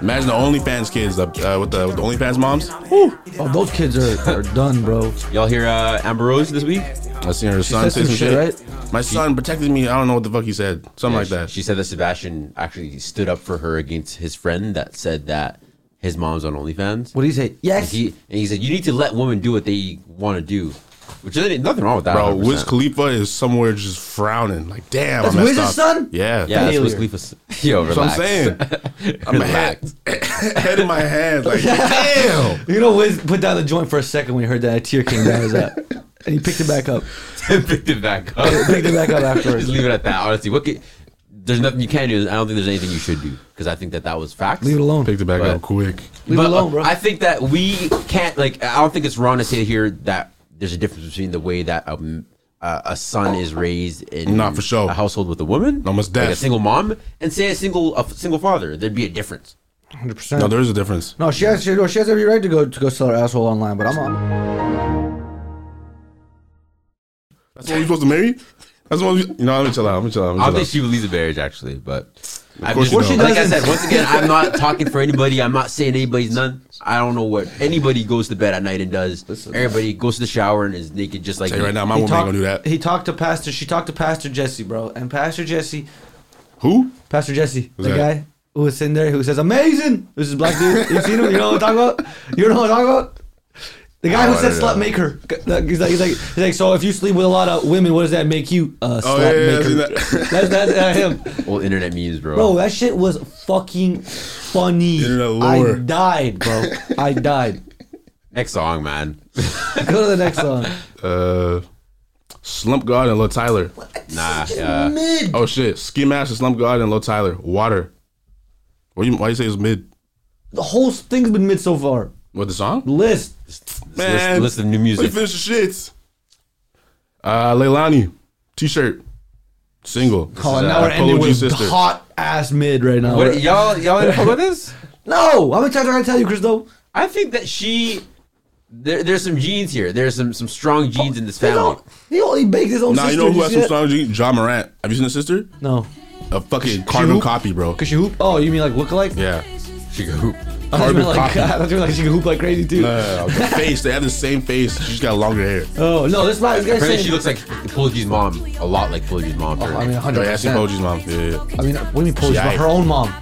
Speaker 3: Imagine the OnlyFans kids uh, uh, with, the, with the OnlyFans moms.
Speaker 2: Whew. Oh, those kids are, are done, bro.
Speaker 1: Y'all hear uh, Amber Rose this week?
Speaker 3: I seen her son
Speaker 2: said
Speaker 3: say
Speaker 2: some
Speaker 3: some
Speaker 2: shit,
Speaker 3: shit.
Speaker 2: right?
Speaker 3: My son protected me. I don't know what the fuck he said. Something like that.
Speaker 1: She said that Sebastian actually stood up for her against his friend that said that his mom's on OnlyFans.
Speaker 2: What do you say?
Speaker 1: And
Speaker 2: Yes.
Speaker 1: he and he said you need to let women do what they want to do, which is nothing wrong with that.
Speaker 3: Bro,
Speaker 1: 100%.
Speaker 3: Wiz Khalifa is somewhere just frowning. Like, damn,
Speaker 2: That's
Speaker 3: I messed
Speaker 2: Wiz's
Speaker 3: up.
Speaker 2: son?
Speaker 3: Yeah.
Speaker 1: yeah, that's
Speaker 2: failure.
Speaker 1: Wiz Khalifa's. Yo,
Speaker 3: That's
Speaker 1: relax.
Speaker 3: what I'm saying. I'm a hat. head in my hands. Like, damn.
Speaker 2: You know, Wiz put down the joint for a second when he heard that a tear came down his eye, and he picked it back up.
Speaker 1: Picked it back up.
Speaker 2: Picked it back up afterwards.
Speaker 1: Just leave it at that. Honestly, what? Can, there's nothing you can do. I don't think there's anything you should do because I think that that was facts.
Speaker 2: Leave it alone.
Speaker 3: Picked it back
Speaker 1: But-
Speaker 3: up quick.
Speaker 2: Leave it alone, bro.
Speaker 1: I think that we can't like. I don't think it's wrong to say here that there's a difference between the way that a, m- a- a son is raised in
Speaker 3: Nah, for sure.
Speaker 1: a household with a woman,
Speaker 3: Almost
Speaker 1: like a
Speaker 3: deaf.
Speaker 1: single mom, and say a single a f- single father. There'd be a difference.
Speaker 2: 100%.
Speaker 3: No, there is a difference.
Speaker 2: No, she has she, no, she has every right to go to go sell her asshole online, but I'm on.
Speaker 3: That's the one you supposed to marry? That's the one you, you know, let me chill out. Let me chill out.
Speaker 1: I
Speaker 3: Let
Speaker 1: don't think
Speaker 3: me chill out.
Speaker 1: she would leave the marriage actually, but I
Speaker 3: course
Speaker 1: just,
Speaker 3: you Well, she
Speaker 2: don't.
Speaker 1: like I
Speaker 2: doesn't.
Speaker 1: said once again, I'm not talking for anybody. I'm not saying anybody's none. I don't know what anybody goes to bed at night and does. Everybody goes to the shower and is naked just like
Speaker 3: Tell you
Speaker 1: me.
Speaker 3: right now, my woman ain't gonna do that.
Speaker 2: He talked to Pastor. She talked to Pastor Jesse, bro. And Pastor Jesse,
Speaker 3: Who?
Speaker 2: Pastor Jesse, the
Speaker 3: that?
Speaker 2: guy who was sitting there who says amazing. This is black dude. You seen him? You know what I'm talking about? You know what I'm talking about? The guy who
Speaker 3: Oh, I
Speaker 2: said slut
Speaker 3: don't know.
Speaker 2: maker. He's like, he's like, he's like, so if you sleep with a lot of women, what does that make you? Uh, slut
Speaker 3: Oh, yeah, yeah, I
Speaker 2: maker.
Speaker 3: seen that.
Speaker 2: that's that's uh, him.
Speaker 1: Old internet memes, bro.
Speaker 2: Bro, that shit was fucking funny.
Speaker 3: Internet
Speaker 2: I
Speaker 3: lore.
Speaker 2: died, bro. I died.
Speaker 1: Next song, man.
Speaker 2: Go to the next song.
Speaker 3: Uh, Slump God and Lil Tyler.
Speaker 1: Nah, yeah.
Speaker 2: Mid.
Speaker 3: Oh, shit. Ski Master, Slump God, and Lil Tyler. Water. What you, why you say it's mid?
Speaker 2: The whole thing's been mid so far.
Speaker 3: What, the song?
Speaker 2: List.
Speaker 1: list, list of new music.
Speaker 3: Let me finish the shits. Uh, Leilani, t-shirt, single.
Speaker 2: Oh,
Speaker 1: is,
Speaker 2: now
Speaker 1: uh,
Speaker 2: we're ending with
Speaker 3: Apology Sisters.
Speaker 2: hot ass mid right now.
Speaker 1: What, y'all, y'all didn't fuck with this?
Speaker 2: no, how many times I gotta tell you, Christo?
Speaker 1: I think that she, there, there's some genes here. There's some some strong genes in this
Speaker 2: He
Speaker 1: family.
Speaker 2: don't- He only baked his own
Speaker 3: Nah, you
Speaker 2: sister.
Speaker 3: know who has
Speaker 2: see
Speaker 3: some
Speaker 2: that?
Speaker 3: strong G? John Morant. Have you seen the sister?
Speaker 2: No,
Speaker 3: A fucking carbon
Speaker 2: hoop?
Speaker 3: copy, bro.
Speaker 2: cause she hoop. Oh, you mean like look alike?
Speaker 3: Yeah.
Speaker 1: She can hoop.
Speaker 2: I thought you meant like,
Speaker 3: carbon
Speaker 2: I thought you meant like she can hoop like crazy too.
Speaker 3: Uh, the face. They have the same face. She just got longer hair.
Speaker 2: Oh no, this guy, this guy's saying
Speaker 1: Apparently, she looks like Pologi's mom a lot, like Pologi's mom.
Speaker 2: Oh, I mean,
Speaker 3: Oh,
Speaker 2: hundred
Speaker 3: yeah, I seen
Speaker 2: percent.
Speaker 3: Boji's mom. Yeah, yeah, yeah.
Speaker 2: I mean, what do you mean Polish?
Speaker 3: Yeah,
Speaker 2: Her own mom.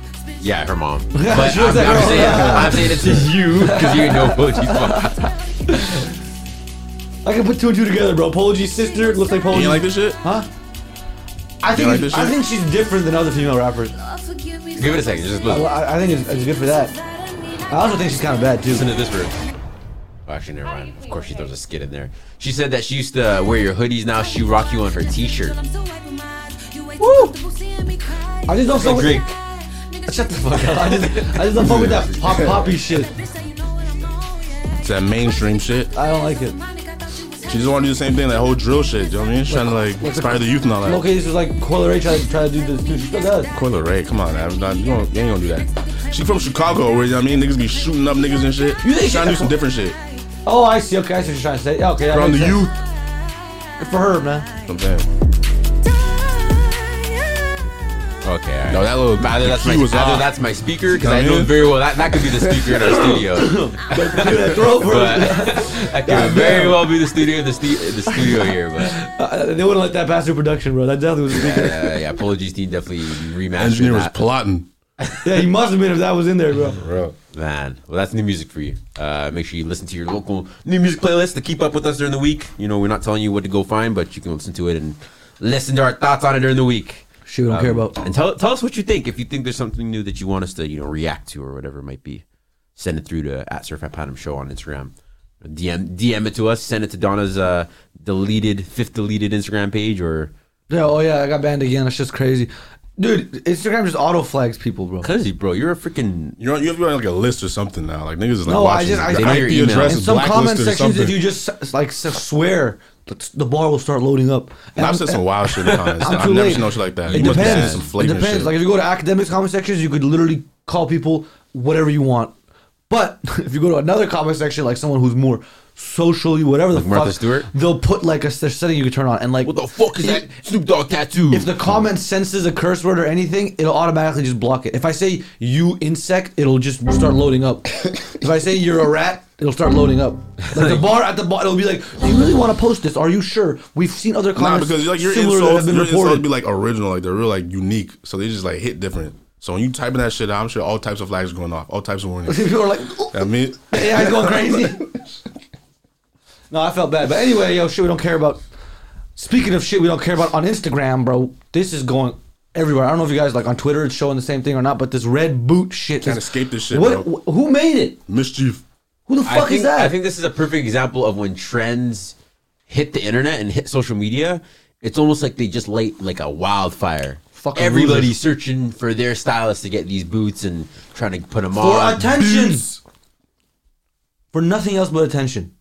Speaker 1: yeah, her mom. But
Speaker 2: Yeah, she
Speaker 1: I'm,
Speaker 2: looks like
Speaker 1: I'm
Speaker 2: her
Speaker 1: saying,
Speaker 3: "Oh."
Speaker 2: mom.
Speaker 1: I'm saying it to you because you know Pologi's mom.
Speaker 2: I can put two and two together, bro. Polish sister looks like
Speaker 3: You
Speaker 2: Polish.
Speaker 3: ain't like this shit?
Speaker 2: Huh? I think
Speaker 3: like
Speaker 2: it's-
Speaker 3: this
Speaker 2: I
Speaker 3: shit?
Speaker 2: think she's different than other female rappers.
Speaker 1: Give it a second. Just
Speaker 2: Well,
Speaker 1: listen,
Speaker 2: I, I think it's, it's good for that. I also think she's kind of bad too.
Speaker 1: listen to this verse. Oh, actually, never mind. Of course, she throws a skit in there. She said that she used to wear your hoodies. Now she rock you on her T-shirt.
Speaker 6: Woo!
Speaker 2: I just
Speaker 3: Oh,
Speaker 2: don't fuck with
Speaker 1: Drake.
Speaker 2: Shut the fuck up. I just, I just don't fuck with that pop poppy shit.
Speaker 3: It's that mainstream shit.
Speaker 2: I don't like it.
Speaker 3: She just want to do the same thing, that whole drill shit. You know what I mean? She's trying to like inspire the youth and all that.
Speaker 2: Okay, this is like Coil Ray trying to try to do this too. She still does.
Speaker 3: Coyle Ray, come on, I'm not, you, don't, you ain't gonna do that. She from Chicago, where you know what I mean niggas be shooting up niggas and shit.
Speaker 2: You think
Speaker 3: She's trying to do
Speaker 2: she-
Speaker 3: some different shit
Speaker 2: Oh, I see. Okay, I see what you're trying to say. Yeah, okay, that
Speaker 3: from the
Speaker 2: makes sense.
Speaker 3: youth.
Speaker 2: for her, man.
Speaker 3: I'm saying,
Speaker 1: Okay, all right.
Speaker 3: no, that little
Speaker 1: Either that's,
Speaker 3: the
Speaker 1: my,
Speaker 3: key was
Speaker 1: either
Speaker 3: off.
Speaker 1: that's my speaker because
Speaker 3: Come
Speaker 1: I know
Speaker 3: in.
Speaker 1: very well that, that could be the speaker in our studio,
Speaker 2: Throw for
Speaker 1: but
Speaker 2: her.
Speaker 1: that could very well be the studio the, stu- the studio here. But uh,
Speaker 2: Uh, they wouldn't let that pass through production, bro. That definitely was a big
Speaker 1: yeah, Polo G Steam definitely
Speaker 3: engineer
Speaker 1: remastered
Speaker 3: was
Speaker 1: that.
Speaker 3: plotting.
Speaker 2: Yeah, he must have been if that was in there, bro.
Speaker 1: Man, well, that's new music for you. Uh, make sure you listen to your local new music playlist to keep up with us during the week. You know, we're not telling you what to go find, but you can listen to it and listen to our thoughts on it during the week.
Speaker 2: Shit, we don't
Speaker 3: Um,
Speaker 2: care about.
Speaker 1: And tell tell us what you think. If you think there's something new that you want us to, you know, react to or whatever it might be, send it through to at Surf at Platinum Show on Instagram. DM DM it to us. Send it to Donna's uh, deleted fifth deleted Instagram page or
Speaker 2: Yeah, oh yeah, I got banned again. That's just crazy, dude. Instagram just auto flags people, bro.
Speaker 1: Cuzzy, bro, you're a freaking
Speaker 3: You're on, you have to be on like a list or something now. Like niggas is like
Speaker 2: No, I
Speaker 3: watching.
Speaker 2: just- I-
Speaker 3: Your
Speaker 2: They know
Speaker 1: your
Speaker 3: IP
Speaker 1: email.
Speaker 3: address
Speaker 2: In
Speaker 3: is
Speaker 2: some comment
Speaker 3: blacklisted or
Speaker 2: sections, if you
Speaker 3: something.
Speaker 2: just s- like s- swear, the the bar will start loading up. And
Speaker 3: I've said some wild shit in comments.
Speaker 2: I'm
Speaker 3: I've
Speaker 2: too
Speaker 3: never
Speaker 2: late.
Speaker 3: seen no shit like that.
Speaker 2: It
Speaker 3: You must be seeing
Speaker 2: depends.
Speaker 3: some
Speaker 2: it
Speaker 3: flagrant
Speaker 2: depends.
Speaker 3: shit.
Speaker 2: Like if you go to academic comment sections, you could literally call people whatever you want. But if you go to another comment section, like someone who's more socially whatever the
Speaker 1: Like Martha
Speaker 2: fuck,
Speaker 1: Stewart?
Speaker 2: they'll put like a there's setting you can turn on and like
Speaker 1: what the fuck is that Snoop Dogg tattoo?
Speaker 2: If the comment senses a curse word or anything, it'll automatically just block it. If I say you insect, it'll just start loading up. if I say you're a rat, it'll start loading up. Like the bar at the bar, it'll be like, "Do you really want to post this? Are you sure?" We've seen other
Speaker 3: Nah,
Speaker 2: comments
Speaker 3: because like your
Speaker 2: similar that have
Speaker 3: insults,
Speaker 2: been
Speaker 3: your insults
Speaker 2: reported.
Speaker 3: be like original, like they're real, like unique. So they just like hit different. So when you typing that shit out, I'm sure all types of flags going off, all types of warnings.
Speaker 2: People are like, "Oh,
Speaker 3: I mean,
Speaker 2: "AI is going crazy." no, I felt bad, but anyway, yo, shit, we don't care about. Speaking of shit, we don't care about on Instagram, bro. This is going. Everywhere. I don't know if you guys like on Twitter it's showing the same thing or not, but this red boot shit.
Speaker 3: Can't
Speaker 2: is-
Speaker 3: escape this shit,
Speaker 2: What?
Speaker 3: bro.
Speaker 2: wh- Who made it?
Speaker 3: mischief.
Speaker 2: Who the
Speaker 1: I
Speaker 2: fuck
Speaker 1: think,
Speaker 2: is that?
Speaker 1: I think this is a perfect example of when trends hit the internet and hit social media. It's almost like they just light like a wildfire.
Speaker 2: Fucking
Speaker 1: Everybody's
Speaker 2: losers.
Speaker 1: searching for their stylist to get these boots and trying to put them
Speaker 2: for
Speaker 1: on.
Speaker 2: attention. For nothing else but attention.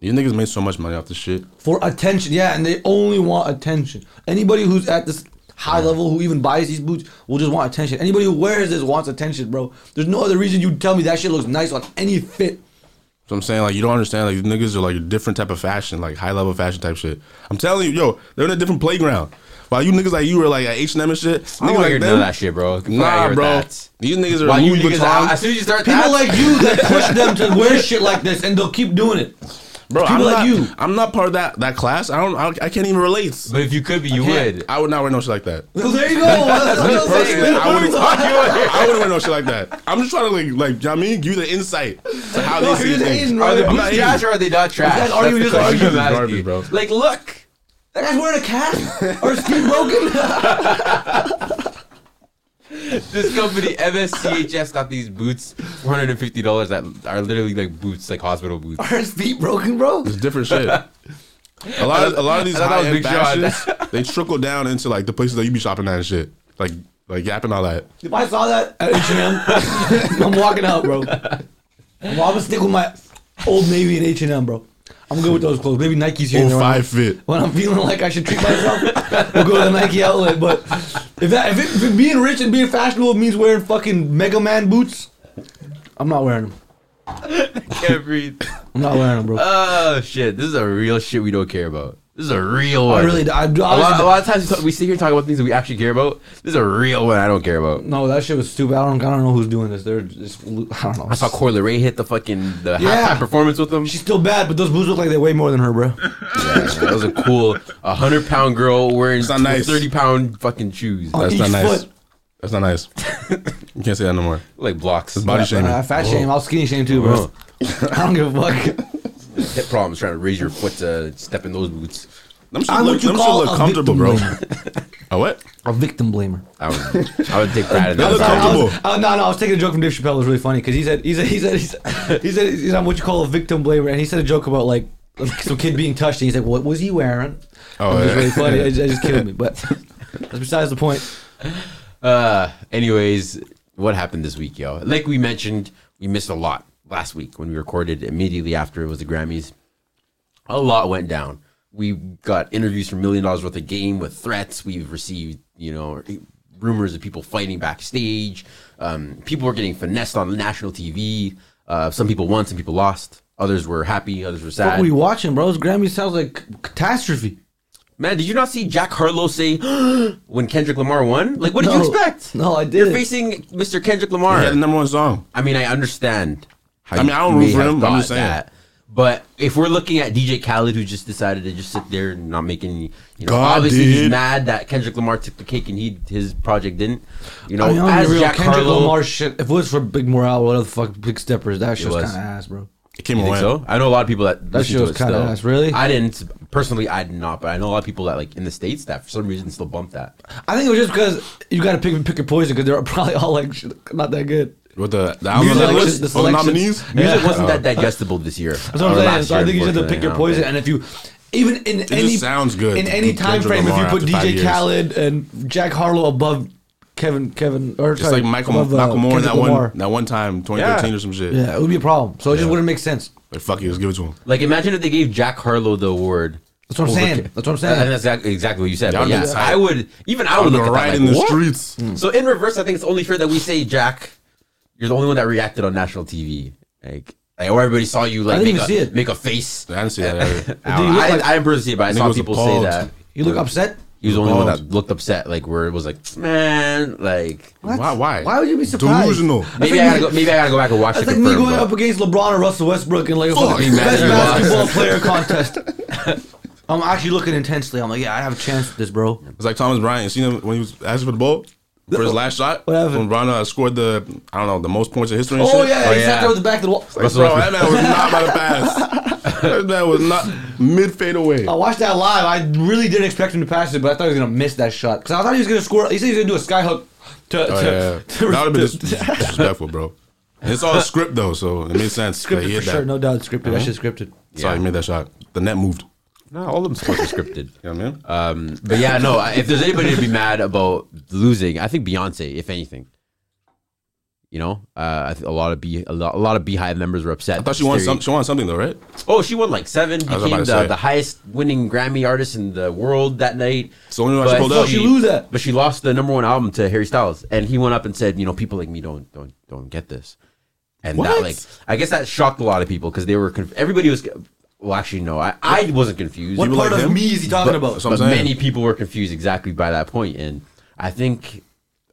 Speaker 3: These niggas made so much money off this shit.
Speaker 2: For attention. Yeah, and they only want attention. Anybody who's at this high level who even buys these boots will just want attention. Anybody who wears this wants attention, bro. There's no other reason you'd tell me that shit looks nice on any fit.
Speaker 3: So I'm saying like you don't understand like niggas are like a different type of fashion, like high level fashion type shit. I'm telling you, yo, they're in a different playground. While you niggas like you were like at H and M and
Speaker 1: I
Speaker 3: shit, niggas
Speaker 1: don't want
Speaker 3: like
Speaker 1: you to know
Speaker 3: them-
Speaker 1: that shit, bro. Get outta here
Speaker 3: Nah,
Speaker 1: with
Speaker 3: bro,
Speaker 1: that.
Speaker 3: these niggas are
Speaker 1: Why you
Speaker 3: Louis
Speaker 1: niggas out? As
Speaker 3: Vuitton.
Speaker 1: soon as you start
Speaker 2: People
Speaker 1: that,
Speaker 2: like you that push them to wear shit like this and they'll keep doing it.
Speaker 3: Bro,
Speaker 2: people
Speaker 3: I'm
Speaker 2: like
Speaker 3: not,
Speaker 2: you.
Speaker 3: I'm not part of that that class. I don't. I, I can't even relate.
Speaker 1: But if you could be, you
Speaker 2: can't.
Speaker 1: would.
Speaker 3: I would not wear no shit like that.
Speaker 2: So there you go. That's what I'm saying.
Speaker 3: Personally, I wouldn't,
Speaker 2: Fuck you.
Speaker 3: I wouldn't wear no shit like that. I'm just trying to like, like, you know what I mean, give you the insight to how they
Speaker 2: No,
Speaker 3: see
Speaker 2: you're just
Speaker 3: things.
Speaker 2: hating, bro.
Speaker 1: Are
Speaker 2: Are
Speaker 1: they
Speaker 2: they
Speaker 3: I'm
Speaker 1: boots
Speaker 3: not hating.
Speaker 1: trash or are they not trash?
Speaker 2: guys argue,
Speaker 1: That's the
Speaker 2: just argue.
Speaker 1: question I'm
Speaker 3: Garbage,
Speaker 1: asking.
Speaker 3: bro.
Speaker 1: Like, look.
Speaker 2: That guy's wearing a cat or his feet broken.
Speaker 1: this company MSCHS got these boots, four hundred and fifty dollars that are literally like boots, like hospital boots.
Speaker 2: Are his feet broken, bro?
Speaker 3: It's different shit. A lot, of, a lot of these
Speaker 1: I thought
Speaker 3: high
Speaker 1: that
Speaker 3: end
Speaker 1: was Big Sean.
Speaker 3: fashions, they trickle down into like the places that you be shopping at and shit, like, like Gap and all that.
Speaker 2: If I saw that at H&M, I'm walking out, bro. Well, I'm gonna stick with my old Navy and H&M, bro. I'm good with those clothes. Maybe Nike's here. and there
Speaker 3: Oh,
Speaker 2: when I'm-
Speaker 3: five fit.
Speaker 2: When I'm feeling like I should treat myself, we'll go to the Nike outlet. But if that, if, it, if being rich and being fashionable means wearing fucking Mega Man boots, I'm not wearing them.
Speaker 1: Can't breathe.
Speaker 2: I'm not wearing them, bro.
Speaker 3: Uh,
Speaker 1: Oh shit! This is a real shit we don't care about. This is a real one.
Speaker 2: I really, I, I
Speaker 1: A lot, a
Speaker 2: honestly,
Speaker 1: lot of times we, talk, we sit here talking about things that we actually care about. This is a real one I don't care about.
Speaker 2: no, that shit was stupid. I don't, I don't know who's doing this. They're just, I don't know.
Speaker 1: I saw Corley Ray hit the fucking the
Speaker 2: Yeah.
Speaker 1: halftime performance with them.
Speaker 2: She's still bad, but those boots look like they weigh more than her, bro.
Speaker 1: that was a cool, a hundred pound girl wearing
Speaker 3: not nice.
Speaker 1: thirty pound fucking shoes,
Speaker 2: On
Speaker 3: That's
Speaker 2: each
Speaker 3: not nice.
Speaker 2: foot.
Speaker 3: That's not nice. you can't say that no more.
Speaker 1: like blocks.
Speaker 3: Body shaming.
Speaker 2: Uh, fat
Speaker 3: Oh.
Speaker 2: shame. I'll skinny shame too, bro. I don't give a fuck.
Speaker 1: Hip problems trying to raise your foot to step in those boots.
Speaker 3: Them shit
Speaker 2: I'm
Speaker 3: look,
Speaker 2: what you
Speaker 3: them shit
Speaker 2: call
Speaker 3: look
Speaker 2: a
Speaker 3: comfortable, bro.
Speaker 2: victim
Speaker 3: A what?
Speaker 2: A victim blamer.
Speaker 1: I would, I would take pride in
Speaker 3: That
Speaker 1: that.
Speaker 3: look
Speaker 2: I
Speaker 3: comfortable.
Speaker 2: was, oh, no, no, I was taking a joke from Dave Chappelle. It was really funny because he said he said he said he said he said he's on what you call a victim blamer, and he said a joke about like some kid being touched, and he's like, "What was he wearing?"
Speaker 3: Oh,
Speaker 2: it was
Speaker 3: yeah.
Speaker 2: really funny. It, it just killed me, but that's besides the point.
Speaker 1: Uh, anyways, what happened this week, yo? Like we mentioned, we missed a lot last week when we recorded immediately after it was the Grammys. A lot went down. We got interviews for million dollars worth of game with threats. We've received, you know, rumors of people fighting backstage. Um, people were getting finessed on national TV. Uh, some people won, some people lost. Others were happy, others were sad.
Speaker 2: What we watching, bro? This Grammy sounds like c- catastrophe.
Speaker 1: Man, did you not see Jack Harlow say when Kendrick Lamar won? Like, what did you
Speaker 2: No.
Speaker 1: expect?
Speaker 2: No, I
Speaker 1: You're
Speaker 2: didn't.
Speaker 1: facing Mr. Kendrick Lamar.
Speaker 3: He had the number one song.
Speaker 1: I mean, I understand. How
Speaker 3: I mean,
Speaker 1: you
Speaker 3: I don't root
Speaker 1: may
Speaker 3: for
Speaker 1: have
Speaker 3: him, I'm just
Speaker 1: thought
Speaker 3: saying.
Speaker 1: But if we're looking at DJ Khaled, who just decided to just sit there and not make any, you know,
Speaker 3: God,
Speaker 1: obviously he's
Speaker 3: dude.
Speaker 1: mad that Kendrick Lamar took the cake and he his project didn't. You know,
Speaker 2: I mean, I'm
Speaker 1: as
Speaker 2: real,
Speaker 1: Jack
Speaker 2: Kendrick
Speaker 1: Harlow,
Speaker 2: Lamar shit. If it was for Big Morale, what the fuck, Big Steppers, that shit was,
Speaker 1: was.
Speaker 2: kind of ass, bro.
Speaker 3: It came
Speaker 1: You think
Speaker 3: away.
Speaker 1: so? I know a lot of people that that
Speaker 2: shit was kinda ass, really?
Speaker 1: I didn't personally. I did not, but I know a lot of people that like in the states that for some reason still bump that.
Speaker 2: I think it was just because you got to pick pick your poison because they're probably all like shit, not that good.
Speaker 3: With the, the album that
Speaker 2: Selection-
Speaker 3: list,
Speaker 2: the
Speaker 3: or the
Speaker 2: selections.
Speaker 3: nominees.
Speaker 1: Music
Speaker 2: Yeah.
Speaker 1: wasn't that digestible this year.
Speaker 2: That's what
Speaker 1: Or
Speaker 2: I'm saying.
Speaker 1: last
Speaker 2: So I
Speaker 1: year,
Speaker 2: think you just have to pick
Speaker 1: unfortunately.
Speaker 2: your poison, and if you even in
Speaker 3: just
Speaker 2: any
Speaker 3: sounds good
Speaker 2: in any
Speaker 3: to
Speaker 2: time
Speaker 3: Kendrick
Speaker 2: frame, if you
Speaker 3: Lamar
Speaker 2: put
Speaker 3: after five
Speaker 2: DJ
Speaker 3: years.
Speaker 2: Khaled and Jack Harlow above Kevin Kevin or
Speaker 3: Just like Michael
Speaker 2: above, uh,
Speaker 3: Michael Moore in
Speaker 2: Kendrick
Speaker 3: that one
Speaker 2: Lamar.
Speaker 3: that one time, 2013 or some shit.
Speaker 2: Yeah, it would be a problem. So it just wouldn't make sense.
Speaker 3: Like fuck it, let's give it to him.
Speaker 1: Like, imagine if they gave Jack Harlow the award.
Speaker 2: That's what I'm
Speaker 1: over
Speaker 2: saying.
Speaker 1: Ke-
Speaker 2: That's what I'm
Speaker 1: I think
Speaker 2: saying.
Speaker 1: that's exactly, exactly what you said.
Speaker 3: Y'all
Speaker 1: but
Speaker 3: been
Speaker 1: yeah,
Speaker 3: tight.
Speaker 1: I would even I
Speaker 3: I'm
Speaker 1: would
Speaker 3: gonna
Speaker 1: look at
Speaker 3: ride
Speaker 1: that
Speaker 3: in the
Speaker 1: like, "What?"
Speaker 3: streets.
Speaker 2: Hmm.
Speaker 1: So in reverse, I think it's only fair that we say Jack. You're the only one that reacted on national TV, like, like or everybody saw you like
Speaker 2: I didn't
Speaker 1: make a,
Speaker 2: even see it.
Speaker 1: make a face.
Speaker 3: I didn't see that. either.
Speaker 1: I, don't
Speaker 2: Dude,
Speaker 1: know. I,
Speaker 2: you look like-
Speaker 1: I didn't personally see it, but I
Speaker 3: Nigga
Speaker 1: saw
Speaker 3: was
Speaker 1: people
Speaker 3: appalled.
Speaker 1: say that.
Speaker 2: You look upset.
Speaker 1: He was the only one that
Speaker 3: Appalled.
Speaker 1: looked upset, like where it was like, man, like
Speaker 3: Why? Why?
Speaker 2: Why would you be surprised?
Speaker 3: Delusional.
Speaker 1: maybe
Speaker 2: think
Speaker 1: I gotta
Speaker 2: he-
Speaker 1: go. Maybe I gotta go back and watch.
Speaker 2: That's
Speaker 1: to
Speaker 2: like me
Speaker 1: confirm,
Speaker 2: going
Speaker 1: but-
Speaker 2: up against LeBron or Russell Westbrook in like a fucking
Speaker 1: man.
Speaker 2: best
Speaker 1: Yeah.
Speaker 2: basketball player contest. I'm actually looking intensely. I'm like, yeah, I have a chance at this, bro.
Speaker 3: It's like Thomas Bryant. You seen him when he was asking for the ball for his last shot.
Speaker 2: What happened?
Speaker 3: When Bron uh, scored the I don't know the most points in history. And
Speaker 2: Oh
Speaker 3: shit.
Speaker 2: yeah,
Speaker 1: Oh,
Speaker 2: he
Speaker 1: yeah.
Speaker 2: sat there with the back of the wall.
Speaker 1: Russell
Speaker 3: bro, that
Speaker 1: Westbrook.
Speaker 3: man was not about to pass. that man was not mid fade away.
Speaker 2: I watched that live. I really didn't expect him to pass it, but I thought he was gonna miss that shot because I thought he was gonna score. He said he was gonna do a sky hook to,
Speaker 3: Oh,
Speaker 2: to,
Speaker 3: yeah.
Speaker 2: to-
Speaker 3: that would have been
Speaker 2: to-
Speaker 3: dis- disrespectful, bro. And It's all script though, so it made sense.
Speaker 2: scripted
Speaker 3: that he
Speaker 2: for
Speaker 3: hit that. Uh-huh.
Speaker 2: sure, no doubt. Scripted. That shit scripted.
Speaker 3: Sorry, he made that shot. The net moved.
Speaker 1: No, all of them sports are scripted.
Speaker 3: You know what I mean?
Speaker 1: Um, but yeah, no. I- If there's anybody to be mad about losing, I think Beyonce. If anything, you know, uh, I think a lot of be a lot, a lot of Beehive members were upset.
Speaker 3: I thought she won
Speaker 1: Theory-
Speaker 3: some. She won something though, right?
Speaker 1: Oh, she won like seven.
Speaker 3: was
Speaker 1: Became
Speaker 3: about to
Speaker 1: the,
Speaker 3: say.
Speaker 1: the highest winning Grammy artist in the world that night.
Speaker 3: It's the only one she
Speaker 1: But
Speaker 3: pulled
Speaker 2: How
Speaker 3: out.
Speaker 2: she lose that?
Speaker 1: But she lost the number one album to Harry Styles, and he went up and said, "You know, people like me don't don't don't get this." And that
Speaker 3: What?
Speaker 1: like, I guess that shocked a lot of people because they were conf- everybody was. Well, actually, no, I, I wasn't confused.
Speaker 2: What
Speaker 1: You were
Speaker 2: part
Speaker 3: like
Speaker 2: of
Speaker 3: him?
Speaker 2: me is he talking
Speaker 3: But-
Speaker 2: about?
Speaker 3: so- what I'm
Speaker 1: but
Speaker 3: saying.
Speaker 1: many people were confused exactly by that point, and I think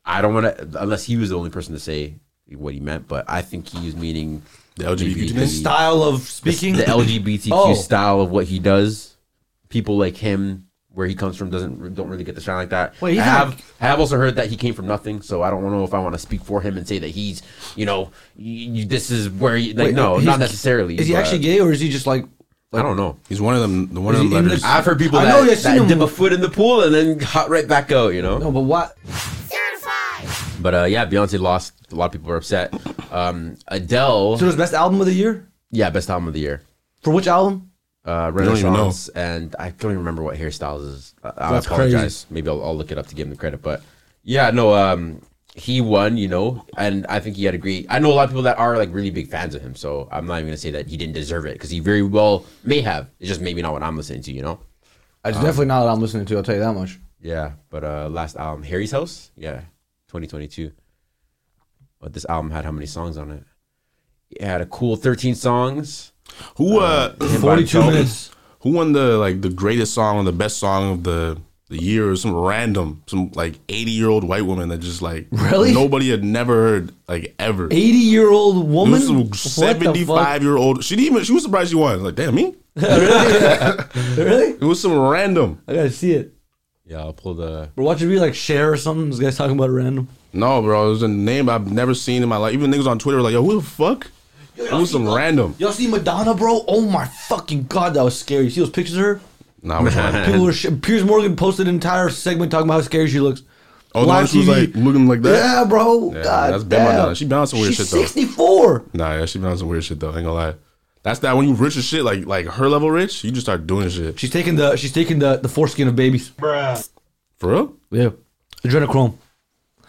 Speaker 1: I don't want to unless he was the only person to say what he meant, but I think he was meaning
Speaker 3: The LGBTQ
Speaker 1: maybe
Speaker 3: community?
Speaker 2: Style of speaking.
Speaker 1: the LGBTQ
Speaker 2: Oh.
Speaker 1: style of what he does. People like him, where he comes from, doesn't don't really get the shine like that.
Speaker 2: Wait, he's
Speaker 1: I
Speaker 2: not-
Speaker 1: have I have also heard that he came from nothing, so I don't know if I want to speak for him and say that he's you know you, you- this is where you, like
Speaker 2: Wait,
Speaker 1: no
Speaker 2: he's-
Speaker 1: not necessarily.
Speaker 2: Is he
Speaker 1: but
Speaker 2: actually gay or is he just like?
Speaker 1: I don't know.
Speaker 3: He's one of them. The one of
Speaker 2: Is
Speaker 3: them
Speaker 2: he in the-
Speaker 3: letters.
Speaker 1: I've heard people
Speaker 2: I
Speaker 1: that,
Speaker 2: know, I've seen
Speaker 1: that
Speaker 2: him.
Speaker 1: dip a foot in the pool and then hot right back out, you know.
Speaker 2: No, but what?
Speaker 1: But uh, yeah, Beyonce lost. A lot of people were upset. Um, Adele,
Speaker 2: So his best album of the year
Speaker 1: yeah, best album of the year.
Speaker 2: for which album?
Speaker 1: Uh,
Speaker 3: don't even know.
Speaker 1: Renaissance, and I don't even remember what hairstyles is. I, I
Speaker 2: That's
Speaker 1: apologize. Maybe I'll, I'll look it up to give him the credit. But yeah, no, um, he won, you know, and I think he had a great. I know a lot of people that are like really big fans of him, so I'm not even gonna say that he didn't deserve it because he very well may have. It's just maybe not what I'm listening to, you know.
Speaker 2: It's
Speaker 3: Uh-huh.
Speaker 2: definitely not what I'm listening to. I'll tell you that much.
Speaker 1: Yeah, but uh last album, Harry's House, yeah, 2022. But this album had how many songs on it? It had a cool 13 songs.
Speaker 3: Who uh,
Speaker 2: Forty-two
Speaker 3: Bartolo-
Speaker 2: minutes.
Speaker 3: Who won the like the greatest song or the best song of the the year or some random some like eighty year old white woman that just like
Speaker 2: Really?
Speaker 3: nobody had never heard like ever. It
Speaker 2: Eighty-year-old woman.
Speaker 3: was
Speaker 2: What
Speaker 3: some
Speaker 2: the fuck?
Speaker 3: seventy five year old. She didn't even. She was surprised she won. Like damn me.
Speaker 2: Really?
Speaker 3: It was some random.
Speaker 2: I gotta see it.
Speaker 1: Yeah, I'll pull the
Speaker 2: But watch it be like share or something. This guy's talking about random.
Speaker 3: No, bro. It was a name I've never seen in my life. Even niggas on Twitter were like, yo, who the fuck? It was some random.
Speaker 2: Y'all see Madonna, bro? Oh my fucking god, that was scary. See those pictures of her?
Speaker 3: Nah, it was random.
Speaker 2: People were sh- Piers Morgan posted an entire segment talking about how scary she looks.
Speaker 3: Oh, the one
Speaker 2: Live
Speaker 3: she was
Speaker 2: TV.
Speaker 3: like looking like that.
Speaker 2: Yeah, bro.
Speaker 3: Yeah,
Speaker 2: god
Speaker 3: that's been
Speaker 2: damn.
Speaker 3: Madonna. She bounced some weird
Speaker 2: She's
Speaker 3: shit, though.
Speaker 2: 64.
Speaker 3: Nah, yeah, she been on some weird shit though. I ain't gonna lie. That's that when you rich as shit, like like her level rich, you just start doing shit.
Speaker 2: She's taking the she's taking the the foreskin of babies.
Speaker 3: For real?
Speaker 2: Yeah. Adrenochrome.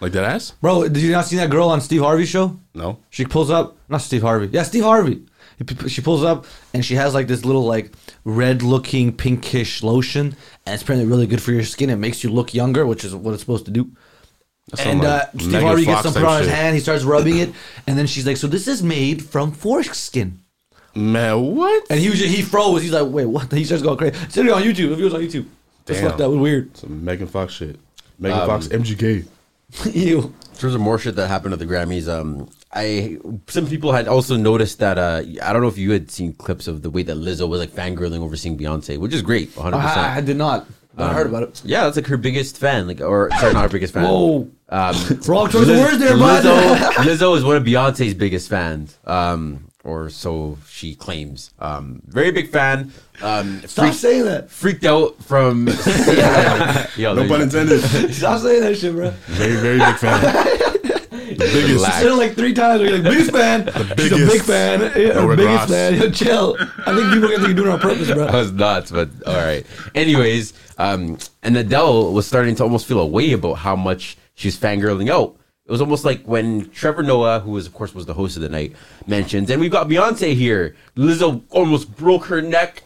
Speaker 3: Like that ass?
Speaker 2: Bro, did you not see that girl on Steve Harvey's show?
Speaker 3: No.
Speaker 2: She pulls up, not Steve Harvey. Yeah, Steve Harvey. He p- She pulls up and she has like this little like red-looking pinkish lotion, and it's apparently really good for your skin. It makes you look younger, which is what it's supposed to do.
Speaker 3: sound
Speaker 2: and uh,
Speaker 3: like
Speaker 2: Steve
Speaker 3: Megan
Speaker 2: Harvey gets
Speaker 3: Fox
Speaker 2: some
Speaker 3: type
Speaker 2: put on his
Speaker 3: shit.
Speaker 2: hand. He starts rubbing it, and then she's like, "So this is made from foreskin."
Speaker 3: Man, what?
Speaker 2: And he was just, he froze. He's like, "Wait, what?" He starts going crazy. It's literally on YouTube. If it was on YouTube, just
Speaker 3: Damn.
Speaker 2: like that was weird.
Speaker 3: Some Megan Fox shit. Megan
Speaker 1: Um,
Speaker 3: Fox, MGK.
Speaker 2: Ew.
Speaker 1: In terms of more shit that happened at the Grammys, um, I some people had also noticed that uh, I don't know if you had seen clips of the way that Lizzo was like fangirling over seeing Beyonce, which is great, 100.
Speaker 2: Oh, I, I
Speaker 1: percent
Speaker 2: did not. But I
Speaker 3: Um,
Speaker 2: heard about it.
Speaker 1: Yeah, that's like her biggest fan, like or sorry, not her biggest fan.
Speaker 2: Whoa.
Speaker 1: um,
Speaker 2: Wrong choice of
Speaker 1: Liz-
Speaker 2: words there, bud.
Speaker 1: Lizzo, Lizzo is one of Beyonce's biggest fans, um, or so she claims. Um, very big fan. Um,
Speaker 2: Stop
Speaker 1: freaked,
Speaker 2: saying that.
Speaker 1: freaked out from. Yo,
Speaker 3: No
Speaker 1: there
Speaker 3: pun
Speaker 1: you go.
Speaker 3: intended.
Speaker 2: Stop saying that shit, bro.
Speaker 3: very, very big fan. biggest.
Speaker 1: Relax.
Speaker 2: Said it like three times. We're like, biggest fan. She's a
Speaker 3: biggest.
Speaker 2: big fan. Yeah,
Speaker 3: Or
Speaker 2: or biggest
Speaker 3: Ross.
Speaker 2: fan. Yo, chill. I think people are gonna think you're doing it on purpose,
Speaker 1: I
Speaker 2: bro.
Speaker 1: was nuts, but all right. Anyways, um, and Adele was starting to almost feel a way about how much she's fangirling out. It was almost like when Trevor Noah, who was of course was the host of the night, mentions, and we've got Beyonce here. Lizzo almost broke her neck.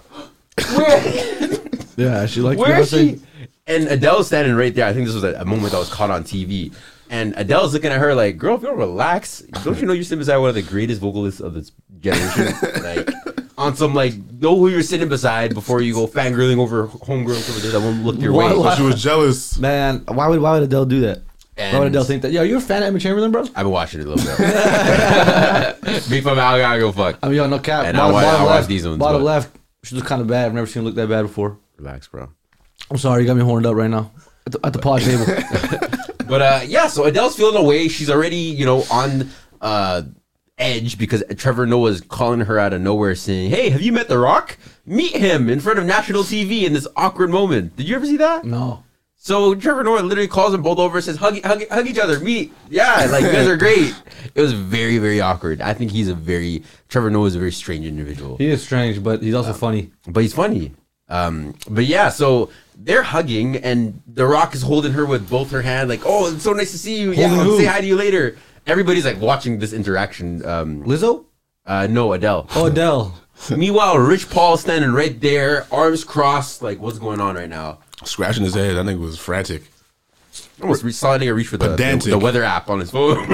Speaker 1: Where,
Speaker 2: Yeah, she likes
Speaker 1: where is she? And Adele's standing right there. I think this was a, a moment that was caught on TV. And Adele's looking at her like, "Girl, if you don't relax, don't you know you're sitting beside one of the greatest vocalists of this generation?" like, on some like, know who you're sitting beside before you go fangirling over homegirl over there that won't look your
Speaker 2: Why-
Speaker 1: way.
Speaker 2: why-
Speaker 3: She was jealous.
Speaker 2: Man, why would why would Adele do that? why
Speaker 1: And-
Speaker 2: would Adele think that? Yo, you're a fan of Emma Chamberlain, bro?
Speaker 1: I've been watching it a little bit. Beef him out, I go fuck.
Speaker 2: I mean, yo, no cap.
Speaker 1: And I wa- I watch
Speaker 2: left,
Speaker 1: these ones,
Speaker 2: bottom
Speaker 1: but-
Speaker 2: left. She looks kind of bad. I've never seen her look that bad before.
Speaker 1: Relax, bro.
Speaker 2: I'm sorry, you got me horned up right now at the, at the pod table.
Speaker 1: But uh, yeah, so Adele's feeling away. She's already, you know, on uh, edge because Trevor Noah's calling her out of nowhere, saying, "Hey, have you met The Rock? Meet him in front of national TV in this awkward moment. Did you ever see that?"
Speaker 2: No,
Speaker 1: So Trevor Noah literally calls them both over, says, "Hug, hug, hug each other, meet. Yeah, like you guys are great." It was very, very awkward. I think he's a very Trevor Noah is a very strange individual
Speaker 2: he is strange, but he's also funny.
Speaker 1: but he's funny. Um, but yeah, so they're hugging, and The Rock is holding her with both her hand, like, "Oh, it's so nice to see you. Yeah,
Speaker 2: Holding
Speaker 1: I'll
Speaker 2: who?
Speaker 1: say hi to you later." Everybody's like watching this interaction. Um,
Speaker 2: Lizzo,
Speaker 1: uh, no, Adele.
Speaker 2: oh, Adele.
Speaker 1: Meanwhile, Rich Paul standing right there, arms crossed, like, "What's going on right now?"
Speaker 3: Scratching his head. That nigga was frantic.
Speaker 1: Almost re- saw a nigga reach for the, the
Speaker 3: Pedantic.
Speaker 1: the weather app on his phone.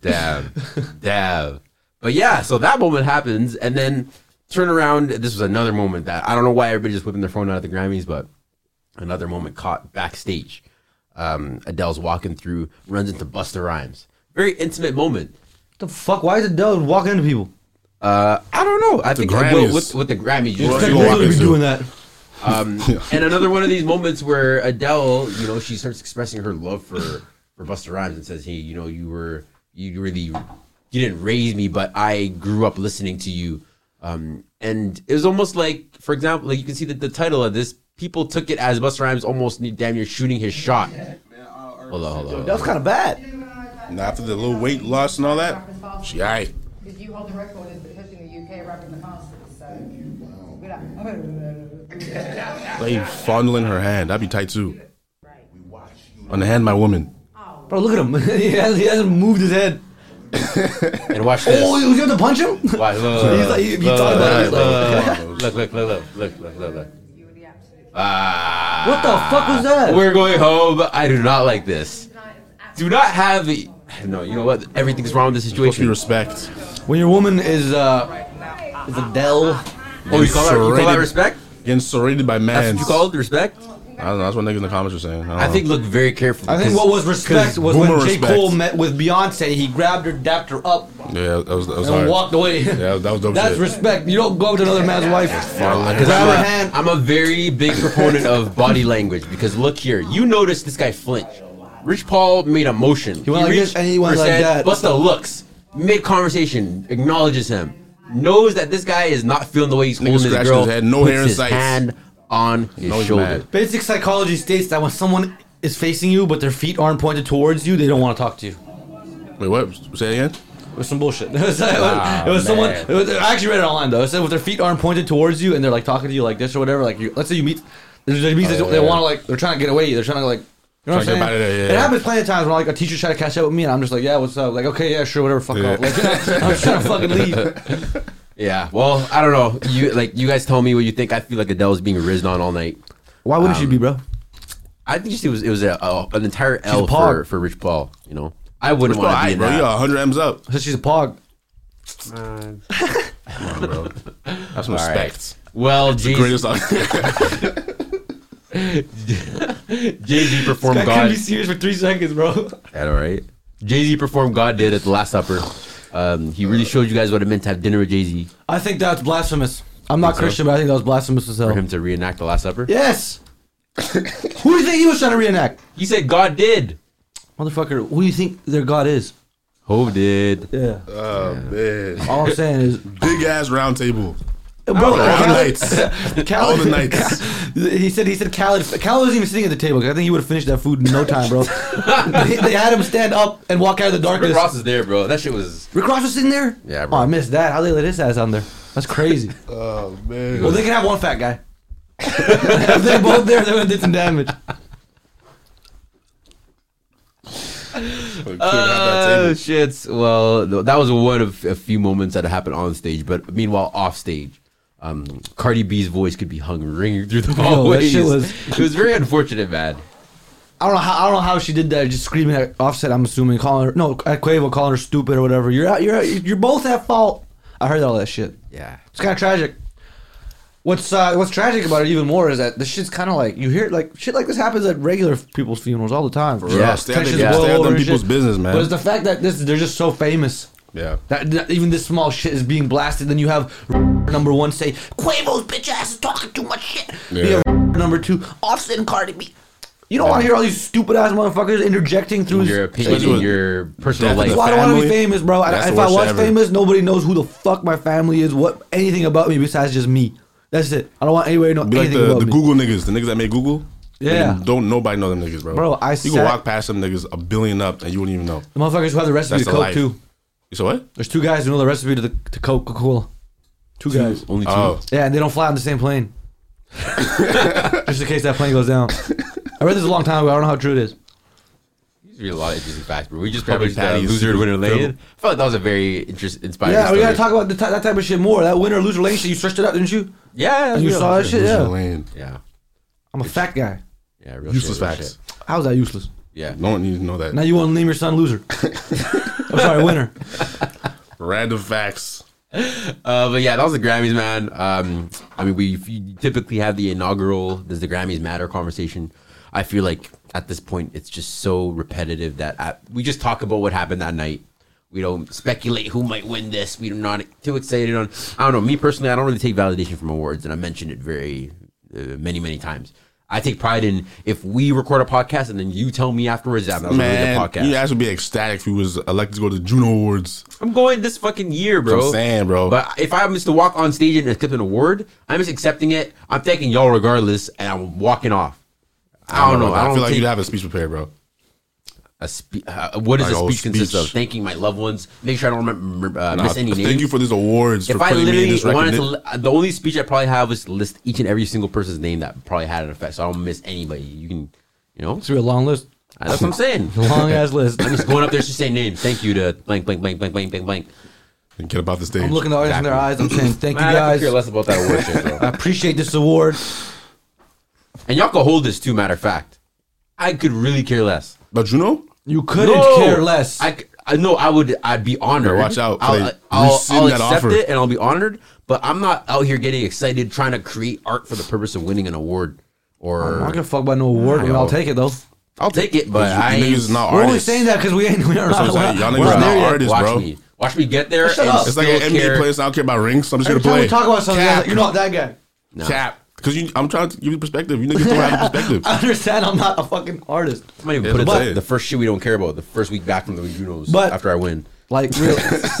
Speaker 1: Damn, damn. But yeah, so that moment happens, and then turn around. This was another moment that I don't know why everybody's just whipping their phone out at the Grammys, but another moment caught backstage. Um, Adele's walking through, runs into Buster Rhymes. Very intimate moment.
Speaker 2: What the fuck? Why is Adele walking into people?
Speaker 1: Uh, I don't know. I think
Speaker 3: Grammys.
Speaker 1: with, with, with the Grammys, you
Speaker 3: Well,
Speaker 1: just-
Speaker 3: you gonna walk
Speaker 2: Regularly
Speaker 3: into?
Speaker 2: doing that.
Speaker 1: and another one of these moments where Adele, you know, she starts expressing her love for for Buster Rhymes and says, "Hey, you know, you were you really you didn't raise me, but I grew up listening to you." Um, and it was almost like, for example, like you can see that the title of this, people took it as Buster Rhymes almost ne- damn near shooting his shot. Hold on, hold on.
Speaker 2: That was kind of bad.
Speaker 3: And after the little weight loss and all that, she alright.
Speaker 6: Because you hold the record as the hosting the UK rap in the concerts, so. we're not-
Speaker 3: Like fondling her hand. That'd be tight too. On the hand, my woman.
Speaker 2: Bro, look at him. he, hasn't, he hasn't moved his head.
Speaker 1: And watch
Speaker 2: Oh,
Speaker 1: this.
Speaker 2: was you have to punch him?
Speaker 1: Watch, look,
Speaker 2: He's like, he, he talked about it. He's like,
Speaker 1: look, look, look, look, look, look, look, look.
Speaker 6: You were the absolute.
Speaker 1: Ah.
Speaker 2: what the fuck was that?
Speaker 1: We're going home. I do not like this. Do not have. No, you know what? Everything's wrong with the
Speaker 3: Supposed to be
Speaker 1: situation.
Speaker 3: respect.
Speaker 2: when your woman is uh, is Adele,
Speaker 1: Oh, you call that, you call that
Speaker 3: Serrated-
Speaker 1: respect?
Speaker 3: Getting serrated by
Speaker 1: That's
Speaker 3: man.
Speaker 1: what you call it, respect?
Speaker 3: I don't know. That's what niggas in the comments were saying.
Speaker 1: I think look very carefully.
Speaker 2: I think
Speaker 1: 'cause-
Speaker 2: what was respect was
Speaker 3: boomer
Speaker 2: when J.
Speaker 3: respect.
Speaker 2: Cole met with Beyonce, he grabbed her, dapped her up,
Speaker 3: Yeah, that was that was
Speaker 2: and
Speaker 3: hard.
Speaker 2: walked away.
Speaker 3: Yeah, that was dope
Speaker 2: That's
Speaker 3: shit.
Speaker 2: respect. You don't go up to another man's wife.
Speaker 3: Fondling her
Speaker 1: Because I'm,
Speaker 2: Grab
Speaker 1: a-
Speaker 2: her hand.
Speaker 1: I'm a very big proponent of body language. Because look here, you notice this guy flinch. Rich Paul made a motion. He
Speaker 2: went like this and he went like that.
Speaker 1: Busta looks mid conversation, acknowledges him, knows that this guy is not feeling the way he's holding his
Speaker 3: scratched
Speaker 1: girl.
Speaker 3: his head, no
Speaker 1: puts
Speaker 3: hair in
Speaker 1: his
Speaker 3: sights.
Speaker 1: hand on his
Speaker 3: No, he's
Speaker 1: shoulder.
Speaker 3: mad.
Speaker 2: Basic psychology states that when someone is facing you but their feet aren't pointed towards you, they don't want to talk to you.
Speaker 3: Wait, what? Say it again.
Speaker 2: It was some bullshit. It was, it was- it was someone. It was, I actually read it online though. It said if their feet aren't pointed towards you and they're like talking to you like this or whatever, like you, let's say you meet, there's, there's, they, they want to like they're trying to get away. They're trying to like You know what I'm
Speaker 3: Talking
Speaker 2: saying?
Speaker 3: about it, yeah, yeah,
Speaker 2: It
Speaker 3: yeah.
Speaker 2: happens plenty of times when like a teacher try to catch up with me, and I'm just like, "Yeah, what's up?" Like, "Okay, yeah, sure, whatever, fuck
Speaker 3: Yeah.
Speaker 2: off." Like, I'm just trying to fucking leave.
Speaker 1: Yeah. Well, I don't know. You like you guys tell me what you think. I feel like Adele was being rizzed on all night.
Speaker 2: Why wouldn't you be, bro?
Speaker 1: I think just it was it was a, a, an entire L
Speaker 2: a pog.
Speaker 1: for, for Rich Paul. You know, I wouldn't
Speaker 3: Bro,
Speaker 1: want to be
Speaker 3: aight,
Speaker 1: in
Speaker 3: bro,
Speaker 1: that.
Speaker 3: you got 100 M's up.
Speaker 2: Because she's a pog.
Speaker 3: Come on, bro. Have some
Speaker 1: All right.
Speaker 3: respect.
Speaker 1: Well, Jay
Speaker 3: Greatest. I
Speaker 1: Z performed God.
Speaker 2: serious for three seconds, bro.
Speaker 1: That all right. Jay Z performed God did at the Last Supper. Um, he really showed you guys what it meant to have dinner with Jay Z
Speaker 2: I think that's blasphemous. I'm not Christian, but I think that was blasphemous as
Speaker 1: for
Speaker 2: hell.
Speaker 1: him to reenact the Last Supper.
Speaker 2: Yes. who do you think he was trying to reenact,
Speaker 1: He said God did.
Speaker 2: motherfucker? Who do you think their god is?
Speaker 1: Hove did.
Speaker 2: Yeah.
Speaker 3: oh man,
Speaker 2: All I'm saying is,
Speaker 3: big ass round table.
Speaker 2: bro,
Speaker 3: All the
Speaker 2: Khaled-
Speaker 3: nights. All the nights.
Speaker 2: He said he said Khaled. Khaled wasn't even sitting at the table. 'cause I think he would have finished that food in no time, bro. they, they had him stand up and walk out of the darkness.
Speaker 1: Rick Ross is there, bro. That shit was.
Speaker 2: Rick Ross was sitting there.
Speaker 1: Yeah, bro.
Speaker 2: Oh, I missed that. How they let his ass on there? That's crazy.
Speaker 3: Oh man.
Speaker 2: well, they can have one fat guy. if they're both there, they would have did some damage.
Speaker 3: Couldn't have that
Speaker 1: Oh
Speaker 3: table.
Speaker 1: shit! Well, th- that was one of a few moments that happened on stage. But meanwhile, off stage, um, Cardi B's voice could be hung ringing through the hallways.
Speaker 2: shit was-
Speaker 1: it was very unfortunate, man.
Speaker 2: I don't know how I don't know how she did that. Just screaming at Offset. I'm assuming calling her no at Quavo calling her stupid or whatever. You're out. You're out, you're both at fault. I heard all that shit.
Speaker 1: Yeah,
Speaker 2: It's kind of tragic. What's uh, what's tragic about it even more is that the shit's kind of like you hear like shit like this happens at regular people's funerals all the time. For
Speaker 1: real. Yeah,
Speaker 3: stay out
Speaker 2: Tensions
Speaker 3: them,
Speaker 1: yeah.
Speaker 2: blow
Speaker 3: stay out
Speaker 2: over
Speaker 3: them
Speaker 2: and
Speaker 3: people's
Speaker 2: shit.
Speaker 3: business,
Speaker 2: But it's
Speaker 3: man.
Speaker 2: the fact that this they're just so famous.
Speaker 3: Yeah.
Speaker 2: That, that even this small shit is being blasted, then you have number one say Quavo's bitch ass is talking too much shit.
Speaker 3: Yeah.
Speaker 2: You have number two Offset and Cardi B. You don't want to hear all these stupid ass motherfuckers interjecting through
Speaker 1: your
Speaker 2: his
Speaker 1: opinion,
Speaker 3: Especially with
Speaker 1: your personal
Speaker 3: death
Speaker 1: life.
Speaker 3: in
Speaker 2: that's why I don't want to be
Speaker 3: family?
Speaker 2: famous, bro. And
Speaker 3: That's the
Speaker 2: if I
Speaker 3: worst
Speaker 2: was
Speaker 3: ever.
Speaker 2: famous, nobody knows who the fuck my family is, what anything about me besides just me. That's it. I don't want anybody to know
Speaker 3: Be like
Speaker 2: anything
Speaker 3: the,
Speaker 2: about
Speaker 3: the
Speaker 2: me.
Speaker 3: Google niggas, the niggas that made Google.
Speaker 2: Yeah.
Speaker 3: Nigga, Don't nobody know them niggas, bro.
Speaker 2: Bro, I
Speaker 3: you can
Speaker 2: sat-
Speaker 3: walk past them niggas a billion up and you wouldn't even know.
Speaker 2: The motherfuckers who have the recipe
Speaker 3: That's
Speaker 2: to
Speaker 3: the
Speaker 2: Coke
Speaker 3: life.
Speaker 2: too.
Speaker 3: You said what?
Speaker 2: There's two guys who know the recipe to the to Coca Cola. Two guys.
Speaker 1: Only two.
Speaker 3: Oh,
Speaker 2: Yeah, and they don't fly on the same plane. just in case that plane goes down. I read this a long time ago. I don't know how true it is.
Speaker 1: These are a lot of interesting facts, bro. We just
Speaker 3: Probably
Speaker 1: probably uh,
Speaker 3: Patty's
Speaker 1: loser and winner lane.
Speaker 3: dribble.
Speaker 1: I felt like that was a very interest inspiring.
Speaker 2: Yeah, we
Speaker 1: story.
Speaker 2: gotta talk about the ty- that type of shit more. That winner loser lane shit. You stretched it out, didn't you?
Speaker 1: Yeah, that's
Speaker 2: And you
Speaker 1: real.
Speaker 2: saw that shit. Yeah.
Speaker 3: Land.
Speaker 1: Yeah,
Speaker 2: I'm a fat guy.
Speaker 1: yeah, real
Speaker 3: Useless
Speaker 1: shit, real
Speaker 3: facts.
Speaker 1: shit.
Speaker 2: How's that useless?
Speaker 1: Yeah,
Speaker 3: No one needs to know that.
Speaker 2: Now you want to name your son loser. I'm sorry, winner.
Speaker 3: Random facts.
Speaker 1: Uh, but yeah, that was the Grammys, man. Um, I mean, we you typically have the inaugural "Does the Grammys Matter?" conversation. I feel like at this point, it's just so repetitive that I, we just talk about what happened that night. We don't speculate who might win this. We're not too excited on. I don't know. Me personally, I don't really take validation from awards, and I mentioned it very uh, many, many times. I take pride in if we record a podcast and then you tell me afterwards that that was
Speaker 3: Man,
Speaker 1: a really good podcast.
Speaker 3: you guys would be ecstatic if you was elected to go to the Juno Awards.
Speaker 1: I'm going this fucking year, bro.
Speaker 3: That's what I'm saying, bro.
Speaker 1: But if I miss to walk on stage and accept an award, I'm just accepting it. I'm thanking y'all regardless, and I'm walking off. I don't know. I
Speaker 3: I
Speaker 1: don't
Speaker 3: feel like
Speaker 1: take
Speaker 3: you'd have a speech prepared, bro.
Speaker 1: a spe- uh, what does
Speaker 3: Like
Speaker 1: a
Speaker 3: a whole
Speaker 1: speech, consist of?
Speaker 3: speech.
Speaker 1: Thanking my loved ones. Make sure I don't remember, uh,
Speaker 3: Nah,
Speaker 1: miss any names.
Speaker 3: thank you for these awards.
Speaker 1: if
Speaker 3: for
Speaker 1: I
Speaker 3: putting me in
Speaker 1: literally
Speaker 3: this
Speaker 1: wanted to,
Speaker 3: recogni-
Speaker 1: li- uh, the only speech I probably have was to list each and every single person's name that probably had an effect. So I don't miss anybody. You can, you know,
Speaker 2: It's a real long list.
Speaker 1: that's what I'm saying.
Speaker 2: Long ass list.
Speaker 1: I'm just going up there just saying names. Thank you to blank, blank, blank, blank, blank, blank, blank.
Speaker 3: and get about the stage.
Speaker 2: I'm looking the audience in their eyes. I'm saying, thank you
Speaker 1: Man, I could
Speaker 2: guys.
Speaker 1: care less about that award shit, bro.
Speaker 2: I appreciate this award.
Speaker 1: And y'all could hold this too, matter of fact. I could really care less.
Speaker 3: But Juno,
Speaker 2: You couldn't care less.
Speaker 1: I, c- I know I would I'd be honored.
Speaker 3: watch out,
Speaker 1: I'll,
Speaker 3: Clay.
Speaker 1: I'll,
Speaker 3: Rescind
Speaker 1: I'll
Speaker 3: that
Speaker 1: accept
Speaker 3: offer.
Speaker 1: it and I'll be honored, but I'm not out here getting excited trying to create art for the purpose of winning an award. Or
Speaker 2: I'm not gonna fuck about no award. but I'll take it though.
Speaker 1: I'll take it, but I
Speaker 3: niggas
Speaker 1: ain't-
Speaker 3: is not
Speaker 2: We're only
Speaker 3: artists.
Speaker 2: saying that because we ain't. We're
Speaker 3: what
Speaker 2: not.
Speaker 3: I'm saying. Y'all
Speaker 2: we're
Speaker 3: niggas
Speaker 1: Bro,
Speaker 2: not
Speaker 3: are not
Speaker 2: there yet.
Speaker 3: artists,
Speaker 1: watch
Speaker 3: bro.
Speaker 1: me. Watch me get there.
Speaker 2: Shut
Speaker 1: and
Speaker 2: up.
Speaker 3: It's like an
Speaker 1: still
Speaker 3: NBA
Speaker 1: care.
Speaker 3: player. So I don't care about rings. So I'm just
Speaker 2: Every
Speaker 3: gonna
Speaker 2: time
Speaker 3: play.
Speaker 2: we talk about something,
Speaker 3: Cap.
Speaker 2: like, you're not that guy.
Speaker 3: Cap. Because you, I'm trying to give you perspective. You niggas don't have a perspective.
Speaker 2: I understand. I'm not a fucking artist.
Speaker 1: I'm not even
Speaker 3: Yeah,
Speaker 1: put it
Speaker 3: but-
Speaker 1: to the first shit we don't care about. The first week back from the Junos
Speaker 2: But-
Speaker 1: after I win.
Speaker 2: Like, really.
Speaker 3: I was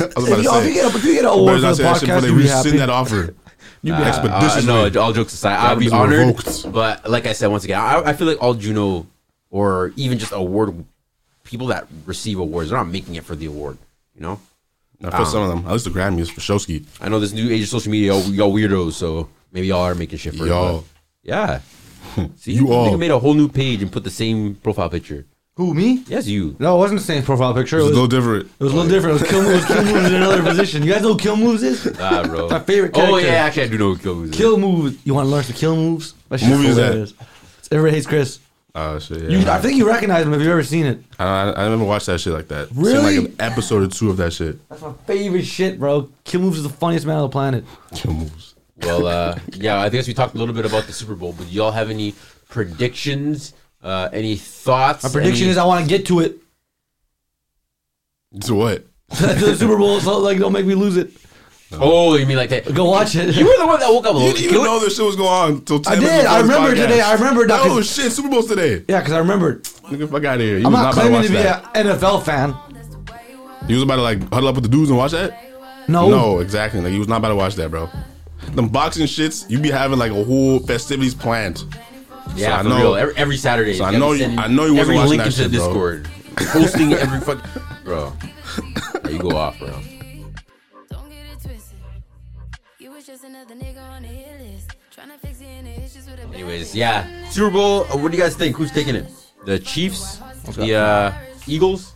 Speaker 2: if,
Speaker 3: about to
Speaker 2: y'all- if you
Speaker 3: say.
Speaker 2: get a, if you get an
Speaker 3: Better
Speaker 2: award for
Speaker 3: not
Speaker 2: the
Speaker 3: say that shit before
Speaker 2: podcast,
Speaker 3: they
Speaker 2: you be happy.
Speaker 3: rescind that offer. You be
Speaker 1: Uh,
Speaker 3: expeditiously.
Speaker 1: no, all jokes aside, I'll be
Speaker 3: was
Speaker 1: honored.
Speaker 3: revoked.
Speaker 1: But like I said, once again, I, I feel like all Juno or even just award people that receive awards, they're not making it for the award. You know,
Speaker 3: Not for some of them. At least the Grammys for Showski.
Speaker 1: I know this new age of social media, y'all, y'all weirdos, so maybe y'all are making shit for it,
Speaker 3: Y'all.
Speaker 1: but- Yeah, See,
Speaker 3: You
Speaker 1: this nigga
Speaker 3: all.
Speaker 1: made a whole new page and put the same profile picture.
Speaker 2: Who me?
Speaker 1: Yes, you.
Speaker 2: No, it wasn't the same profile picture. It
Speaker 3: It's a
Speaker 2: was,
Speaker 3: little different.
Speaker 2: it was a little different. It was Kill Moves. Kill Moves in another position. You guys know what Kill Moves is?
Speaker 1: Ah, bro.
Speaker 2: My favorite
Speaker 1: Oh
Speaker 2: character.
Speaker 1: yeah, actually, I do know what Kill was.
Speaker 2: Kill Moves. You want to learn some Kill Moves? That
Speaker 3: Movie is that?
Speaker 2: hilarious. Everybody hates Chris.
Speaker 3: Oh shit.
Speaker 2: You,
Speaker 3: yeah.
Speaker 2: I think you recognize him if you've ever seen it.
Speaker 3: I, I, I never watched that shit like that. Seen,
Speaker 2: Really?
Speaker 3: like an episode or two of that shit.
Speaker 2: That's my favorite shit, bro. Kill Moves is the funniest man on the planet.
Speaker 3: Kill moves.
Speaker 1: Well, uh, yeah, I guess we talked a little bit about the Super Bowl, but do y'all have any predictions? Uh, any thoughts?
Speaker 2: My prediction
Speaker 1: Any-
Speaker 2: is I want to get to it
Speaker 3: To what?
Speaker 2: to the Super Bowl. So like, don't make me lose it.
Speaker 1: oh, you mean like that?
Speaker 2: Go watch it.
Speaker 1: You were the one that woke up.
Speaker 3: You didn't even know this shit was going on until 10
Speaker 2: I
Speaker 3: minutes
Speaker 2: did.
Speaker 3: before
Speaker 2: I
Speaker 3: this
Speaker 2: remember
Speaker 3: podcast.
Speaker 2: today. I remember now,
Speaker 3: Oh
Speaker 2: 'cause-
Speaker 3: shit! Super Bowl's today.
Speaker 2: yeah, because I remembered.
Speaker 3: Nigga, fuck out of here. You
Speaker 2: I'm not
Speaker 3: was about to
Speaker 2: claiming
Speaker 3: watch
Speaker 2: to be
Speaker 3: that.
Speaker 2: an NFL fan.
Speaker 3: You was about to like huddle up with the dudes and watch that?
Speaker 2: No.
Speaker 3: No, exactly. Like you was not about to watch that, bro. Them boxing shits, you be having like a whole festivities planned.
Speaker 1: Yeah,
Speaker 3: I
Speaker 1: for
Speaker 3: know-
Speaker 1: real. Every, every Saturday.
Speaker 3: So I
Speaker 1: gotta
Speaker 3: know you-
Speaker 1: send
Speaker 3: I know you wasn't
Speaker 1: every
Speaker 3: watching
Speaker 1: link
Speaker 3: that
Speaker 1: into
Speaker 3: shit, bro.
Speaker 1: Discord, posting every fuck, bro. Yeah, you go off, bro.
Speaker 7: Don't get it twisted. You was just another nigga on the hit list. Tryna fix any issues with a bad
Speaker 1: Anyways,
Speaker 7: bitch.
Speaker 1: yeah, Super Bowl. uh, What do you guys think? Who's taking it? The Chiefs, the uh, Eagles.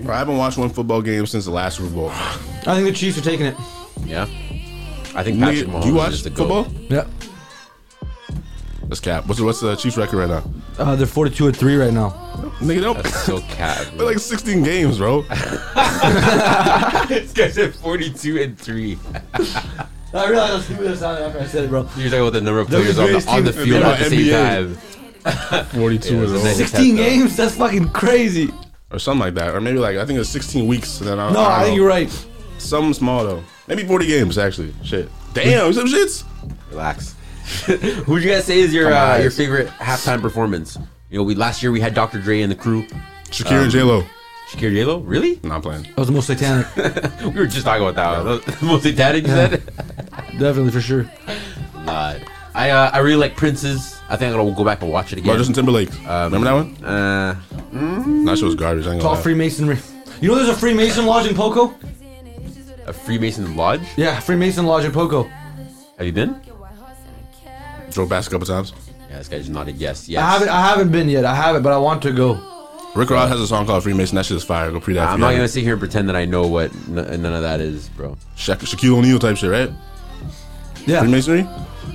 Speaker 3: Bro, I haven't watched one football game since the last Super Bowl.
Speaker 2: I think the Chiefs are taking it.
Speaker 1: Yeah, I think Patrick
Speaker 3: Nigga,
Speaker 1: Mahomes
Speaker 3: you
Speaker 1: is
Speaker 3: watch
Speaker 1: the
Speaker 3: football?
Speaker 1: goat.
Speaker 2: Yeah.
Speaker 3: Let's cap. What's the, what's the Chiefs record right now?
Speaker 2: Uh, they're 42 and 3 right now.
Speaker 3: Nigga, don't.
Speaker 1: That's so cat.
Speaker 3: They're like 16 games, bro.
Speaker 1: this guy said forty-two and three.
Speaker 2: I realized I was screwing this out after I said it, bro.
Speaker 1: You're talking about the number of
Speaker 3: They're the
Speaker 1: players on the,
Speaker 3: greatest
Speaker 1: on the
Speaker 3: team
Speaker 1: field
Speaker 3: in
Speaker 1: at the same
Speaker 3: NBA.
Speaker 1: time.
Speaker 3: 42
Speaker 1: Yeah,
Speaker 3: is
Speaker 1: that's
Speaker 3: old.
Speaker 1: nice.
Speaker 2: 16
Speaker 1: though.
Speaker 2: games? That's fucking crazy.
Speaker 3: Or something like that. Or maybe like, I think it's 16 weeks. And then I,
Speaker 2: No, I think you're right.
Speaker 3: right. Something small, though. Maybe 40 games, actually. Shit. Damn, some shits.
Speaker 1: Relax. Who'd you guys say is your
Speaker 3: Come on,
Speaker 1: uh, your
Speaker 3: guys.
Speaker 1: favorite halftime performance? You know, we last year we had Dr. Dre and the crew.
Speaker 3: Shakira
Speaker 1: Um,
Speaker 3: and J-Lo.
Speaker 1: Shakira Yellow, really?
Speaker 3: Not playing.
Speaker 2: That was the most satanic.
Speaker 1: We were just talking about that. one. The most satanic you said.
Speaker 2: Definitely, for sure.
Speaker 1: Uh, I uh, I really like Prince's. I think I'm gonna go back and watch it again.
Speaker 3: Bro, Justin Timberlake.
Speaker 1: Um,
Speaker 3: Remember that one?
Speaker 1: uh,
Speaker 3: That shit was garbage. I ain't
Speaker 2: It's all
Speaker 3: gonna lie.
Speaker 2: Freemasonry. You know there's a Freemason lodge in Poco?
Speaker 1: a Freemason Lodge.
Speaker 2: Yeah, Freemason lodge in Poco.
Speaker 1: Have you been?
Speaker 3: Drove past a couple times.
Speaker 1: Yeah, this guy just nodded yes.
Speaker 2: I haven't
Speaker 1: Yes.
Speaker 2: I haven't been yet. I haven't, but I want to go.
Speaker 3: Rick Ross has a song called Freemason. That shit is fire. Go pre that. if
Speaker 1: I'm
Speaker 3: you
Speaker 1: not gonna
Speaker 3: haven't.
Speaker 1: sit here and pretend that I know what n- none of that is, bro.
Speaker 3: Sha- Shaquille O'Neal type shit, right?
Speaker 2: Yeah.
Speaker 3: Freemasonry?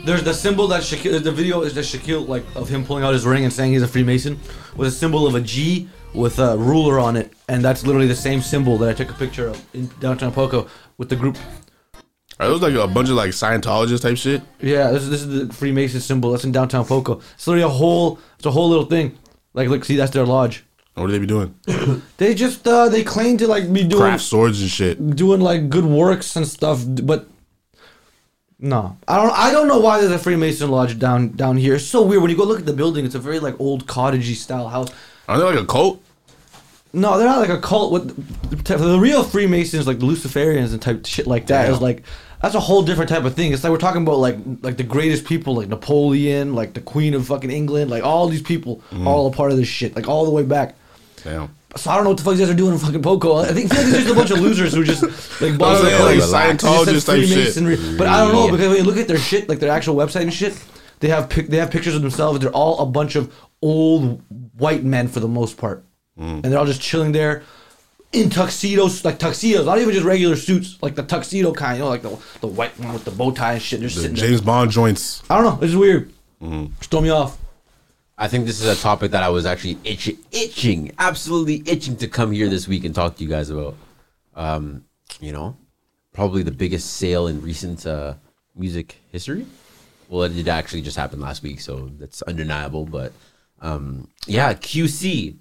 Speaker 2: There's the symbol that Shaquille the video is that Shaquille like of him pulling out his ring and saying he's a Freemason with a symbol of a G with a ruler on it. And that's literally the same symbol that I took a picture of in downtown Poco with the group.
Speaker 3: Are those like a bunch of like Scientologist type shit?
Speaker 2: Yeah, this is this is the Freemason symbol. That's in downtown Poco. It's literally a whole it's a whole little thing. Like look, see that's their lodge.
Speaker 3: What do they be doing?
Speaker 2: They just uh they claim to like be doing
Speaker 3: Craft swords and shit.
Speaker 2: doing like good works and stuff, d- but no, I don't. I don't know why there's a Freemason lodge down down here. It's so weird when you go look at the building. It's a very like old cottagey style house.
Speaker 3: Are they like a cult?
Speaker 2: No, they're not like a cult. What the, the- the real Freemasons, like the Luciferians and type shit like that, is
Speaker 3: Yeah.
Speaker 2: like that's a whole different type of thing. It's like we're talking about like like the greatest people, like Napoleon, like the Queen of fucking England, like all these people, all a part of this shit, like all the way back.
Speaker 3: Damn.
Speaker 2: So I don't know what the fuck you guys are doing in fucking Poco. I think, I feel like there's just a bunch of losers who just like bought
Speaker 3: saying,
Speaker 2: the
Speaker 3: like,
Speaker 2: place.
Speaker 3: Scientologist
Speaker 2: They just said
Speaker 3: type shit.
Speaker 2: Freemasonry. But I don't know because when you look at their shit, like their actual website and shit, they have pic- they have pictures of themselves. They're all a bunch of old white men for the most part, and
Speaker 3: Mm.
Speaker 2: they're all just chilling there in tuxedos, like tuxedos, not even just regular suits, like the tuxedo kind, you know, like the the white one with the bow tie and shit. They're
Speaker 3: The Mm.
Speaker 2: sitting. there.
Speaker 3: James Bond joints.
Speaker 2: I don't know. This is weird. Just throw me off.
Speaker 1: I think this is a topic that I was actually itching, itching, absolutely itching to come here this week and talk to you guys about. Um, you know, probably the biggest sale in recent uh, music history. Well, it did actually just happen last week, so that's undeniable. But um, yeah, QC,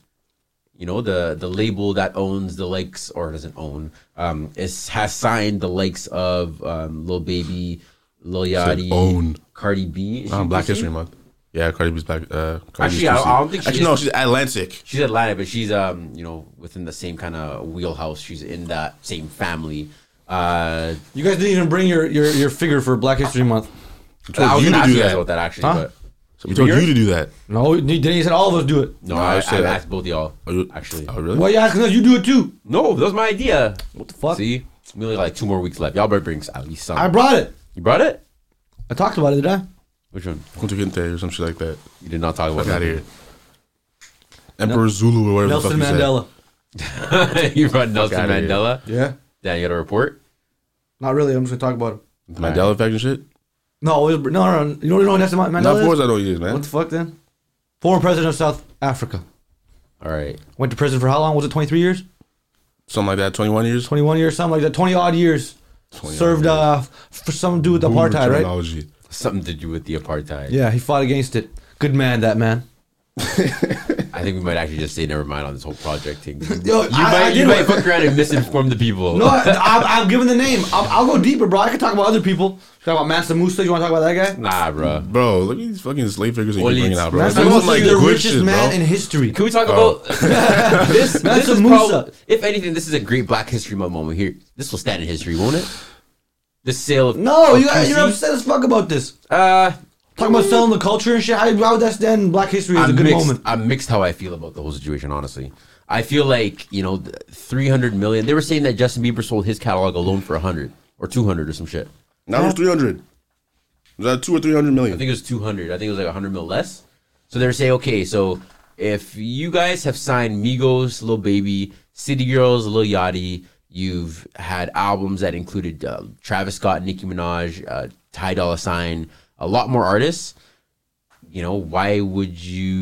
Speaker 1: you know the the label that owns the likes or doesn't own, um, is has signed the likes of um, Lil Baby, Lil
Speaker 3: Said
Speaker 1: Yachty,
Speaker 3: own.
Speaker 1: Cardi B. Is she
Speaker 3: Um, Black
Speaker 1: QC?
Speaker 3: History Month. Yeah, Cardi B's Black. Uh, Cardi
Speaker 1: Actually, I- I don't think she
Speaker 3: Actually,
Speaker 1: is.
Speaker 3: no, she's Atlantic.
Speaker 1: she's Atlanta, but she's um you know within the same kind of wheelhouse. She's in that same family. Uh,
Speaker 2: You guys didn't even bring your your, your figure for Black History Month.
Speaker 1: I was gonna
Speaker 3: you to
Speaker 1: ask
Speaker 3: do
Speaker 1: you guys
Speaker 3: that.
Speaker 1: about that actually,
Speaker 2: Huh?
Speaker 1: but
Speaker 3: We told
Speaker 1: You're-
Speaker 3: you to do that.
Speaker 2: No, you didn't. You said all of us do it.
Speaker 1: no,
Speaker 3: No,
Speaker 1: I,
Speaker 3: I
Speaker 1: I,
Speaker 3: said that.
Speaker 1: asked both y'all
Speaker 3: Are you-
Speaker 1: actually.
Speaker 3: Oh, really?
Speaker 2: Why you asking us? You do it too.
Speaker 1: No, that was my idea.
Speaker 2: What the fuck?
Speaker 1: See, we only got like two more weeks left. Y'all better bring at least some.
Speaker 2: I brought it.
Speaker 1: you brought it.
Speaker 2: I talked about it, did I?
Speaker 1: Which one?
Speaker 3: Kunta Kinte or some shit like that.
Speaker 1: You did not talk about
Speaker 3: Fuck out
Speaker 1: that.
Speaker 3: of here. Emperor Zulu or whatever
Speaker 2: Nelson
Speaker 3: the fuck he said.
Speaker 2: Mandela.
Speaker 1: you brought Nelson
Speaker 3: outta here.
Speaker 1: Mandela.
Speaker 2: Yeah.
Speaker 1: Dan, you got a report?
Speaker 2: Not really. I'm just gonna talk about him.
Speaker 3: The Mandela effect and shit.
Speaker 2: No, it was, no, no, no. You don't know who Nelson Mandela
Speaker 3: Now,
Speaker 2: is?
Speaker 3: of course I know he is,
Speaker 2: What
Speaker 3: man.
Speaker 2: the fuck then? Former president of South Africa.
Speaker 1: All right.
Speaker 2: Went to prison for how long? Was it 23 years?
Speaker 3: Something like that. Twenty-one years.
Speaker 2: 21 years? Something like that. 20 odd years.
Speaker 3: 20 odd
Speaker 2: Served uh, f- for some dude with
Speaker 3: Boom
Speaker 2: apartheid, right?
Speaker 3: terminology.
Speaker 1: Something to do with the apartheid.
Speaker 2: Yeah, he fought against it. Good man, that man.
Speaker 1: I think we might actually just say never mind on this whole project thing.
Speaker 2: Yo,
Speaker 1: you
Speaker 2: I-
Speaker 1: might,
Speaker 2: I
Speaker 1: you
Speaker 2: did
Speaker 1: might
Speaker 2: it.
Speaker 1: fuck around and misinform the people.
Speaker 2: No, I, I'm, I'm giving the name. I'll, I'll go deeper, bro. I can talk about other people. Talk about Mansa Musa. You want to talk about that guy?
Speaker 1: nah, bro.
Speaker 3: Bro, look at these fucking slave figures that you
Speaker 1: Well,
Speaker 3: keep bringing
Speaker 1: it's-
Speaker 3: out, bro.
Speaker 1: that's
Speaker 2: Mansa
Speaker 1: the
Speaker 3: Bring
Speaker 2: Musa,
Speaker 3: some, like,
Speaker 2: the
Speaker 3: good
Speaker 2: richest
Speaker 3: shit,
Speaker 2: man
Speaker 3: bro.
Speaker 2: in history.
Speaker 1: Can we talk
Speaker 3: Oh.
Speaker 1: about this? this
Speaker 2: Mansa
Speaker 1: is
Speaker 2: Musa.
Speaker 1: prob- if anything, this is a great Black History Month moment here. This will stand in history, won't it? The sale of
Speaker 2: No,
Speaker 1: of
Speaker 2: you guys,
Speaker 1: QC?
Speaker 2: you're upset as fuck about this.
Speaker 1: Uh,
Speaker 2: Talk about selling the culture and shit. How, how would that stand in Black History as a
Speaker 1: I'm
Speaker 2: good
Speaker 1: mixed.
Speaker 2: moment?
Speaker 1: I'm mixed how I feel about the whole situation. Honestly, I feel like you know, th- 300 million. They were saying that Justin Bieber sold his catalog alone for 100 or 200 or some shit.
Speaker 3: Now it's 300. Is that two or 300 million?
Speaker 1: I think it was 200. I think it was like 100 mil less. So they're saying, okay, so if you guys have signed Migos, Lil Baby, City Girls, Lil Yachty, you've had albums that included uh, Travis Scott, Nicki Minaj, uh, Ty Dolla Sign, a lot more artists. You know, why would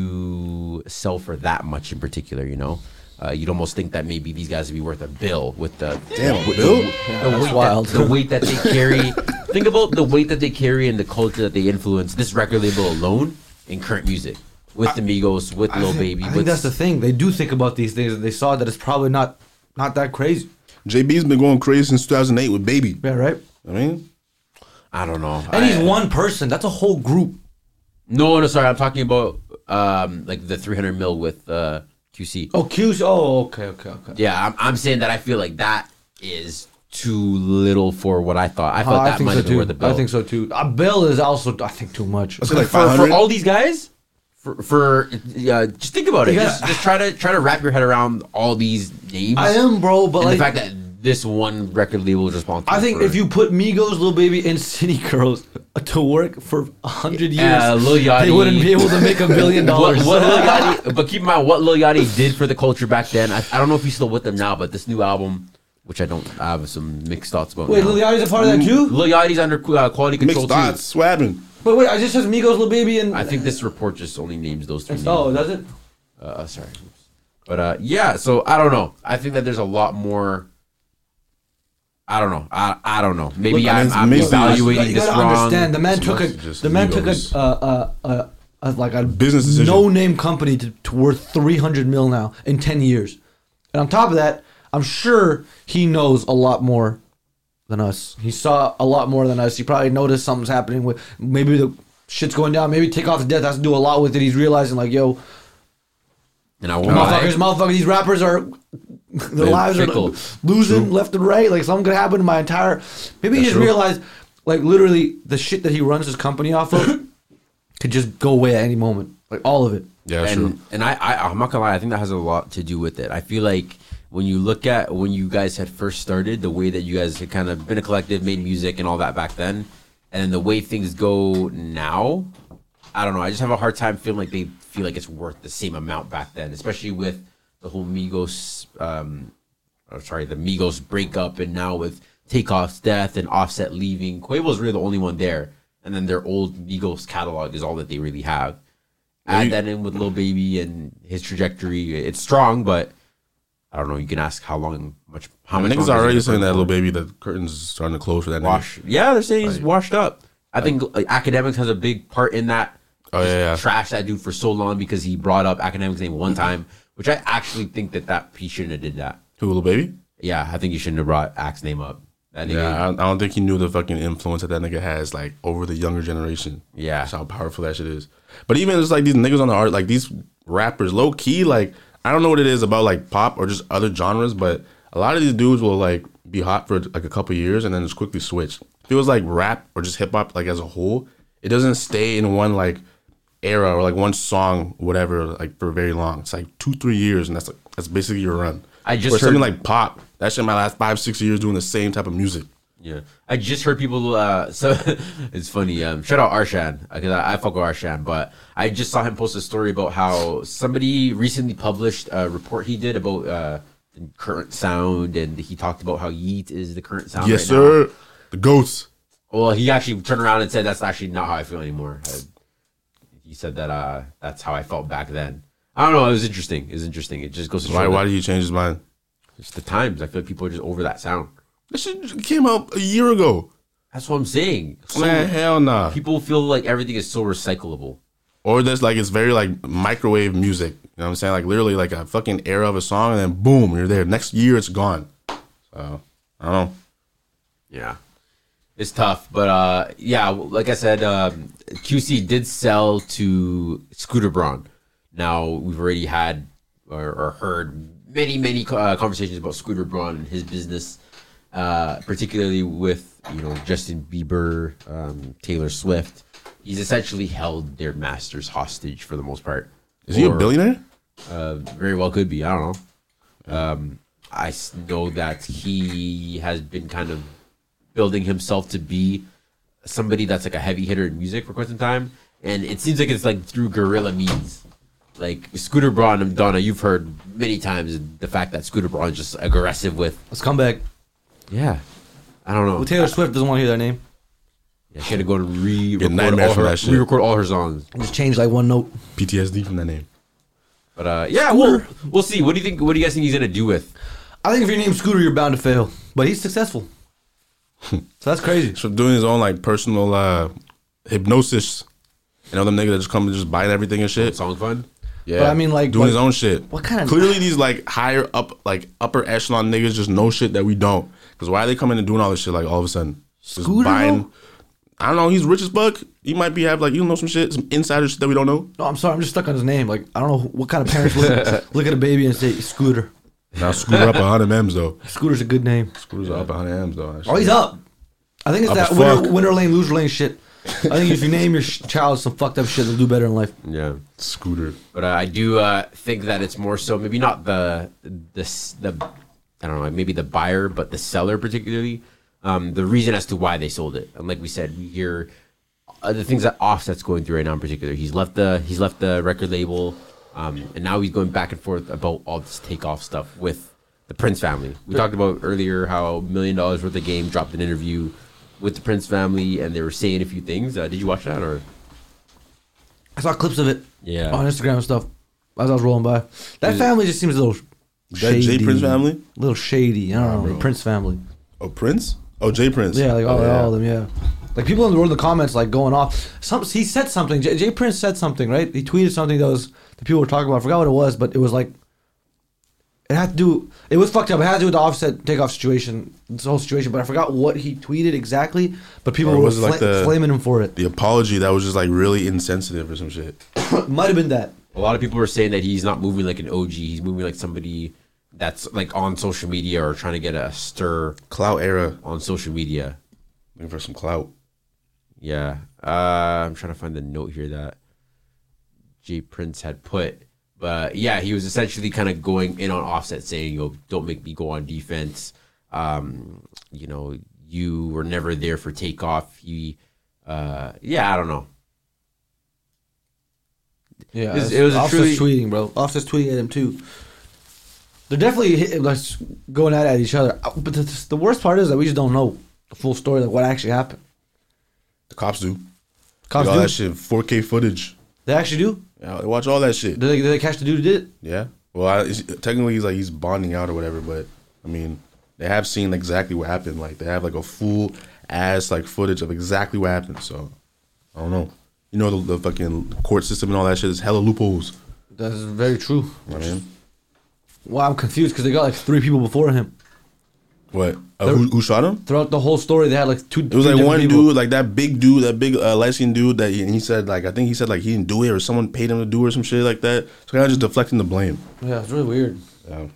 Speaker 1: you sell for that much in particular? You know, uh, you'd almost think that maybe these guys would be worth a bill with the
Speaker 3: Damn,
Speaker 1: with
Speaker 3: bill?
Speaker 1: The, the weight that-
Speaker 2: wild.
Speaker 1: the weight that they carry. Think about the weight that they carry and the culture that they influence. This record label alone in current music, with the Migos, with Lil Baby,
Speaker 2: I
Speaker 1: with
Speaker 2: think that's the thing. They do think about these things. and They saw that it's probably not not that crazy.
Speaker 3: JB's been going crazy since 2008 with Baby.
Speaker 2: Yeah, right.
Speaker 3: I mean,
Speaker 1: I don't know.
Speaker 2: And he's
Speaker 1: I-
Speaker 2: one person. That's a whole group.
Speaker 1: No, no, sorry. I'm talking about um like the 300 mil with uh QC.
Speaker 2: Oh, Q's. Oh, okay, okay, okay.
Speaker 1: Yeah, I'm, I'm saying that I feel like that is too little for what I thought. I
Speaker 2: Uh,
Speaker 1: thought
Speaker 2: I
Speaker 1: that
Speaker 2: think
Speaker 1: might
Speaker 2: so
Speaker 1: have been worth the
Speaker 2: too.
Speaker 1: bill.
Speaker 2: I think so too. A bill is also, I think, too much.
Speaker 3: I say like
Speaker 1: For,
Speaker 3: 500.
Speaker 1: for all these guys, for, for uh, just think about it.
Speaker 2: Yeah.
Speaker 1: Just, just try to try to wrap your head around all these names.
Speaker 2: I am, bro. But
Speaker 1: and
Speaker 2: like,
Speaker 1: the fact that this one record label is responsible.
Speaker 2: I think
Speaker 1: for-
Speaker 2: if you put Migos, Lil Baby, and City Girls to work for a hundred years,
Speaker 1: Uh, Lil Yachty.
Speaker 2: they wouldn't be able to make a billion dollars.
Speaker 1: What, what Lil Yachty, but keep in mind what Lil Yachty did for the culture back then. I, I don't know if he's still with them now, but this new album, which I don't I have some mixed thoughts about.
Speaker 2: Wait,
Speaker 1: now.
Speaker 2: Lil Yachty's a part of that too.
Speaker 1: Lil Yachty's under uh, quality control
Speaker 3: mixed
Speaker 1: too.
Speaker 3: dots, swabbing.
Speaker 2: But wait, I just says Migos, Lil Baby, and
Speaker 1: I think this report just only names those three.
Speaker 2: oh,
Speaker 1: names.
Speaker 2: does it?
Speaker 1: uh, sorry. But uh, yeah, so I don't know. I think that there's a lot more. I don't know. I, I don't know. Maybe
Speaker 3: Look, I mean,
Speaker 1: I'm,
Speaker 3: it's
Speaker 1: I'm
Speaker 3: amazing.
Speaker 1: evaluating
Speaker 2: you
Speaker 1: this
Speaker 2: gotta
Speaker 1: wrong.
Speaker 2: understand the man
Speaker 3: It's
Speaker 2: took a
Speaker 3: mostly just
Speaker 2: the man took a
Speaker 3: Migos.
Speaker 2: uh, uh, uh, uh, like a
Speaker 3: Business decision.
Speaker 2: no name company to, to worth three hundred mil now in ten years, and on top of that, I'm sure he knows a lot more than us. He saw a lot more than us. He probably noticed something's happening with maybe the shit's going down. Maybe take off the death has to do a lot with it. He's realizing like yo,
Speaker 1: And I won't
Speaker 2: motherfuckers,
Speaker 1: lie.
Speaker 2: motherfuckers, these rappers are their lives
Speaker 1: fickle.
Speaker 2: are losing left and right. Like something could happen to my entire. Maybe he just realized, like literally, the shit that he runs his company off of could just go away at any moment. Like all of it.
Speaker 3: Yeah,
Speaker 1: and,
Speaker 3: sure.
Speaker 1: And I, I, I'm not gonna lie. I think that has a lot to do with it. I feel like when you look at when you guys had first started, the way that you guys had kind of been a collective, made music, and all that back then, and then the way things go now, I don't know. I just have a hard time feeling like they feel like it's worth the same amount back then, especially with the whole Migos, um, or sorry, the Migos breakup, and now with Takeoff's death and Offset leaving, Quavo's really the only one there, and then their old Migos catalog is all that they really have add
Speaker 3: you-
Speaker 1: that in with Lil Baby and his trajectory. It's strong, but I don't know. You can ask how long, much, how
Speaker 3: My
Speaker 1: much.
Speaker 3: niggas
Speaker 1: longer
Speaker 3: already
Speaker 1: he's gonna
Speaker 3: saying that little
Speaker 1: perform.
Speaker 3: baby, the curtains is starting to close for that. nigga.
Speaker 1: Wash. Yeah, they're saying he's washed up. I think like, academics has a big part in that.
Speaker 3: Oh, yeah, yeah.
Speaker 1: Trash that dude for so long because he brought up academics name one time, which I actually think that that he shouldn't have did that.
Speaker 3: Who, little baby?
Speaker 1: Yeah, I think he shouldn't have brought Axe name up. That nigga,
Speaker 3: Yeah, I, I don't think he knew the fucking influence that that nigga has, like over the younger generation.
Speaker 1: Yeah.
Speaker 3: That's how powerful that shit is. But even it's like these niggas on the art, like these rappers, low key, like I don't know what it is about like pop or just other genres, but a lot of these dudes will like be hot for like a couple years and then just quickly switch. Feels like rap or just hip hop, like as a whole, it doesn't stay in one like era or like one song, whatever, like for very long. It's like two, three years, and that's like that's basically your run.
Speaker 1: I just
Speaker 3: or something
Speaker 1: heard-
Speaker 3: like pop. That shit might last five, six years doing the same type of music.
Speaker 1: Yeah, I just heard people. Uh, so it's funny. Um, shout out Arshan because I, I fuck with Arshan, but I just saw him post a story about how somebody recently published a report he did about uh, the current sound, and he talked about how Yeet is the current sound.
Speaker 3: Yes,
Speaker 1: right now.
Speaker 3: sir. The ghosts.
Speaker 1: Well, he actually turned around and said that's actually not how I feel anymore. I, he said that uh, that's how I felt back then. I don't know. It was interesting. It was interesting. It just goes to
Speaker 3: Why?
Speaker 1: show
Speaker 3: Why
Speaker 1: that
Speaker 3: did he change his mind?
Speaker 1: it's the times. I feel like people are just over that sound.
Speaker 3: This shit just came out a year ago.
Speaker 1: That's what I'm saying. So
Speaker 3: Man, hell nah.
Speaker 1: people feel like everything is so recyclable.
Speaker 3: Or that's like it's very like microwave music. You know what I'm saying? Like literally like a fucking era of a song, and then boom, you're there. Next year, it's gone. So I don't know.
Speaker 1: Yeah. It's tough, but uh, yeah, like I said, um, QC did sell to Scooter Braun. Now we've already had or, or heard many, many uh, conversations about Scooter Braun and his business, uh, particularly with you know Justin Bieber, um, Taylor Swift. He's essentially held their masters hostage for the most part.
Speaker 3: Is he a
Speaker 1: Or-
Speaker 3: billionaire?
Speaker 1: very well could be. I don't know. Um, I s- know that he has been kind of building himself to be somebody that's like a heavy hitter in music for quite some time, and it seems like it's like through guerrilla means. Like Scooter Braun and Donna, you've heard many times the fact that Scooter Braun's just aggressive with.
Speaker 2: Let's come back.
Speaker 1: Yeah, I don't know.
Speaker 2: Well, Taylor Swift doesn't want to hear that name.
Speaker 1: Yeah, she had to go and re-record
Speaker 3: nightmares
Speaker 1: all
Speaker 3: from
Speaker 1: her,
Speaker 3: that shit.
Speaker 1: re-record all her songs.
Speaker 2: Just change like one note.
Speaker 3: PTSD from that name.
Speaker 1: But uh, yeah, we'll we'll see. What do you think? What do you guys think he's gonna do with?
Speaker 2: I think if your name's Scooter, you're bound to fail. But he's successful. so that's crazy.
Speaker 3: So doing his own like personal uh hypnosis. You know them niggas that just come and just buying everything and shit.
Speaker 1: Song fun.
Speaker 3: Yeah,
Speaker 2: But I mean, like,
Speaker 3: doing
Speaker 2: what-
Speaker 3: his own shit.
Speaker 2: what kind of-
Speaker 3: clearly these like higher up, like upper echelon niggas just know shit that we don't. Because why are they coming and doing all this shit like all of a sudden? Just
Speaker 2: Scooter, though?
Speaker 3: I don't know. He's rich as fuck. He might be have like you know some shit, some insider shit that we don't know.
Speaker 2: No, I'm sorry. I'm just stuck on his name. Like, I don't know what kind of parents look, look at a baby and say, Scooter.
Speaker 3: Now Scooter up hundred m's though.
Speaker 2: Scooter's a good name.
Speaker 3: Scooter's up hundred m's though.
Speaker 2: Oh, he's up. I think it's
Speaker 3: Up
Speaker 2: that
Speaker 3: as
Speaker 2: winner,
Speaker 3: fuck.
Speaker 2: winner lane, loser lane shit. I think if you name your sh- child some fucked up shit, they'll do better in life.
Speaker 1: Yeah.
Speaker 3: Scooter.
Speaker 1: but uh, I do uh, think that it's more so maybe not the the s- the I don't know maybe the buyer but the seller particularly um, the reason as to why they sold it and like we said we hear uh, the things that Offset's going through right now in particular he's left the he's left the record label um, and now he's going back and forth about all this takeoff stuff with the Prince family we talked about earlier how million dollars worth of game dropped an interview with the Prince family and they were saying a few things uh, did you watch that or
Speaker 2: I saw clips of it
Speaker 1: Yeah.
Speaker 2: on Instagram and stuff as I was rolling by. That family just seems a little
Speaker 3: That
Speaker 2: shady.
Speaker 3: J Prince family?
Speaker 2: little shady. I don't know. the Prince family.
Speaker 3: Oh Prince? Oh J Prince.
Speaker 2: Yeah, like all,
Speaker 3: Oh,
Speaker 2: all of them. Yeah, like people in the world in the comments like going off. Some he said something. J, Jay Prince said something, right? He tweeted something that was that people were talking about. I forgot what it was, but it was like it had to do. It was fucked up. It had to do with the offset takeoff situation, this whole situation. But I forgot what he tweeted exactly. But people
Speaker 3: Or
Speaker 2: were
Speaker 3: was it like
Speaker 2: fla-
Speaker 3: the-
Speaker 2: flaming him for it.
Speaker 3: The apology that was just like really insensitive or some shit.
Speaker 2: Might have been that.
Speaker 1: A lot of people are saying that he's not moving like an OG. He's moving like somebody that's like on social media or trying to get a stir
Speaker 3: Clout era.
Speaker 1: on social media.
Speaker 3: Looking for some clout.
Speaker 1: Yeah. Uh, I'm trying to find the note here that Jay Prince had put. But yeah, he was essentially kind of going in on offset saying, yo, don't make me go on defense. Um, you know, you were never there for takeoff. He, uh, yeah, I don't know.
Speaker 2: Yeah,
Speaker 1: It was- it was a truly-
Speaker 2: Offset's tweeting, bro. Offset's tweeting at him too. They're definitely hit, like, s- going at, at each other. Uh, But the, the worst part is that we just don't know the full story, like what actually happened.
Speaker 3: The cops do.
Speaker 2: Cops
Speaker 3: all
Speaker 2: do.
Speaker 3: that shit, 4K footage.
Speaker 2: They actually do.
Speaker 3: Yeah, they watch all that shit.
Speaker 2: Did they, did they catch the dude who did it?
Speaker 3: Yeah. Well, I, it's- technically, he's like he's bonding out or whatever, but I mean, they have seen exactly what happened. Like they have like a full ass like footage of exactly what happened. So I don't know. You know the, the fucking court system and all that shit is hella loopholes.
Speaker 2: That's very true.
Speaker 3: You know what I mean,
Speaker 2: Well, I'm confused because they got like three people before him.
Speaker 3: what? Uh, who, who shot him?
Speaker 2: Throughout the whole story, they had like two.
Speaker 3: It was like one dude, like that big dude, that big uh, light skinned dude that he, he said like I think he said like he didn't do it or someone paid him to do it or some shit like that. So kind of just deflecting the blame.
Speaker 2: Yeah, it's really weird.
Speaker 3: Yeah.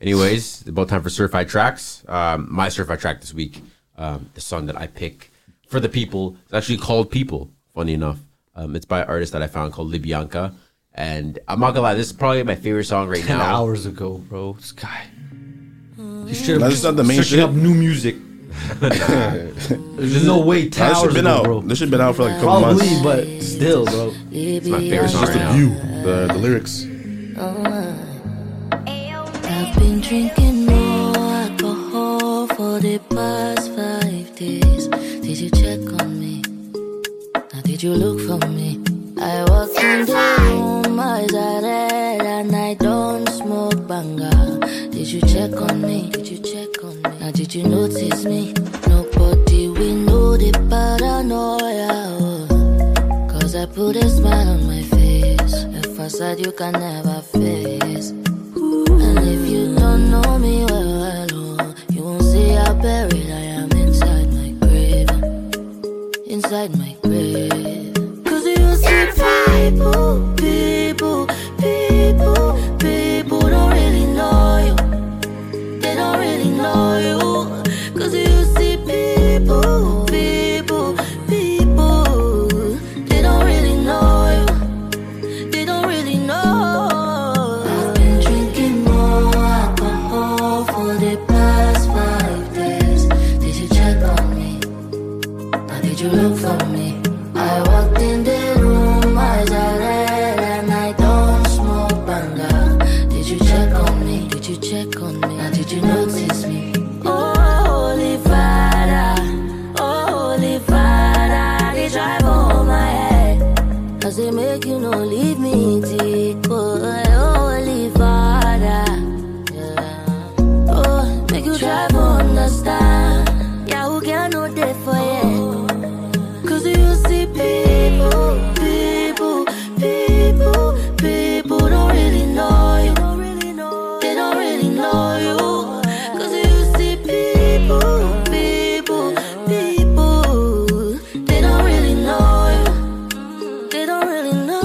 Speaker 1: Anyways, about time for certified tracks. Um, my certified track this week, um, the song that I pick for the people, it's actually called "People." Funny enough, um, it's by an artist that I found called Libyanka, and I'm not gonna lie, this is probably my favorite song right
Speaker 2: Ten
Speaker 1: now.
Speaker 2: hours ago, bro. This guy. He should Mm.
Speaker 3: That's not the main
Speaker 2: searching
Speaker 3: shit.
Speaker 2: up new music. There's no way
Speaker 3: This
Speaker 2: towers
Speaker 3: shit been
Speaker 2: do,
Speaker 3: out.
Speaker 2: bro.
Speaker 3: This shit been out for like a couple
Speaker 2: Probably,
Speaker 3: months.
Speaker 2: but still, bro.
Speaker 7: It's
Speaker 1: my favorite song right now.
Speaker 3: You, the, the lyrics.
Speaker 7: I've been drinking more alcohol for the past five days. Did you check on me? Now, did you look for me? I walk in the room, eyes are red, and I don't smoke banger. Did you check on me? Did you check on me? Now, did you notice me? Nobody we know the paranoia. oh. Cause I put a smile on my face. A facade you can never face. And if you don't know me well, hello, you won't see how buried I am inside my grave. Inside my grave. Cause you see people, people, people, people don't really know you. They don't really know you. Cause you see people, people, people, they don't really know you. They don't really know. I've been drinking more alcohol for the past five days. Did you check on me? Now did you look for me? I walked in the room, eyes are red, and I don't smoke banga. Did you check on me? Did you check on me? Now did you notice me? Oh, Holy Father, oh, Holy Father, they drive over my head. Cause they make you no leave me deep. Oh, holy father. Yeah. Oh, make you try to understand. Yeah, who can no day for you? Cause you see people, people, people, people don't really know you. They don't really know you. Cause you see people, people, people, they don't really know you. They don't really know.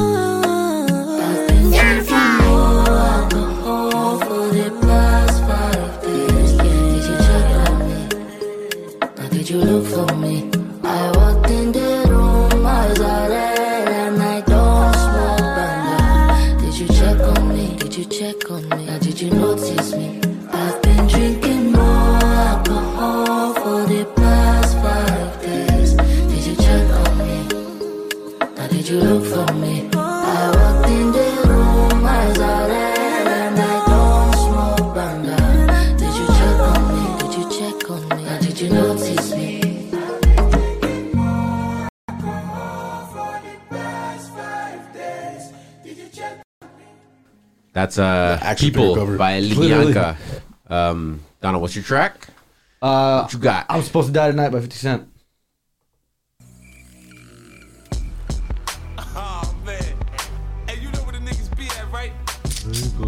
Speaker 7: I've been drinking more alcohol for the past five days. Did you check on me? Now did you look for me? I walked in the room, eyes are red, and I don't smoke banga. Did you check on me? Did you check on me? Now did you notice me? I've been drinking more alcohol for the past five days. Did you check on me? Now did you look for me? I walked in the room, eyes are red, and I don't smoke banga. Did you check on me? Did you check on me? Now did you notice me?
Speaker 1: That's uh,
Speaker 3: actual
Speaker 1: People
Speaker 3: bigger cover.
Speaker 1: by Lianka. Um, Donna, what's your track?
Speaker 2: Uh,
Speaker 1: What you got?
Speaker 2: I'm supposed to die tonight by 50 Cent.
Speaker 4: Oh man. Hey, you know where the niggas be at, right?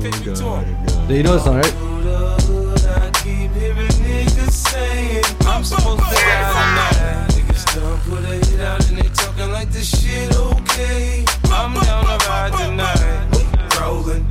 Speaker 4: Take me to 'em.
Speaker 2: You know this song, right?
Speaker 4: I keep hearing niggas saying I'm supposed to die tonight. Niggas done put a hit out and they talking like this shit okay. I'm down to ride tonight. Rolling,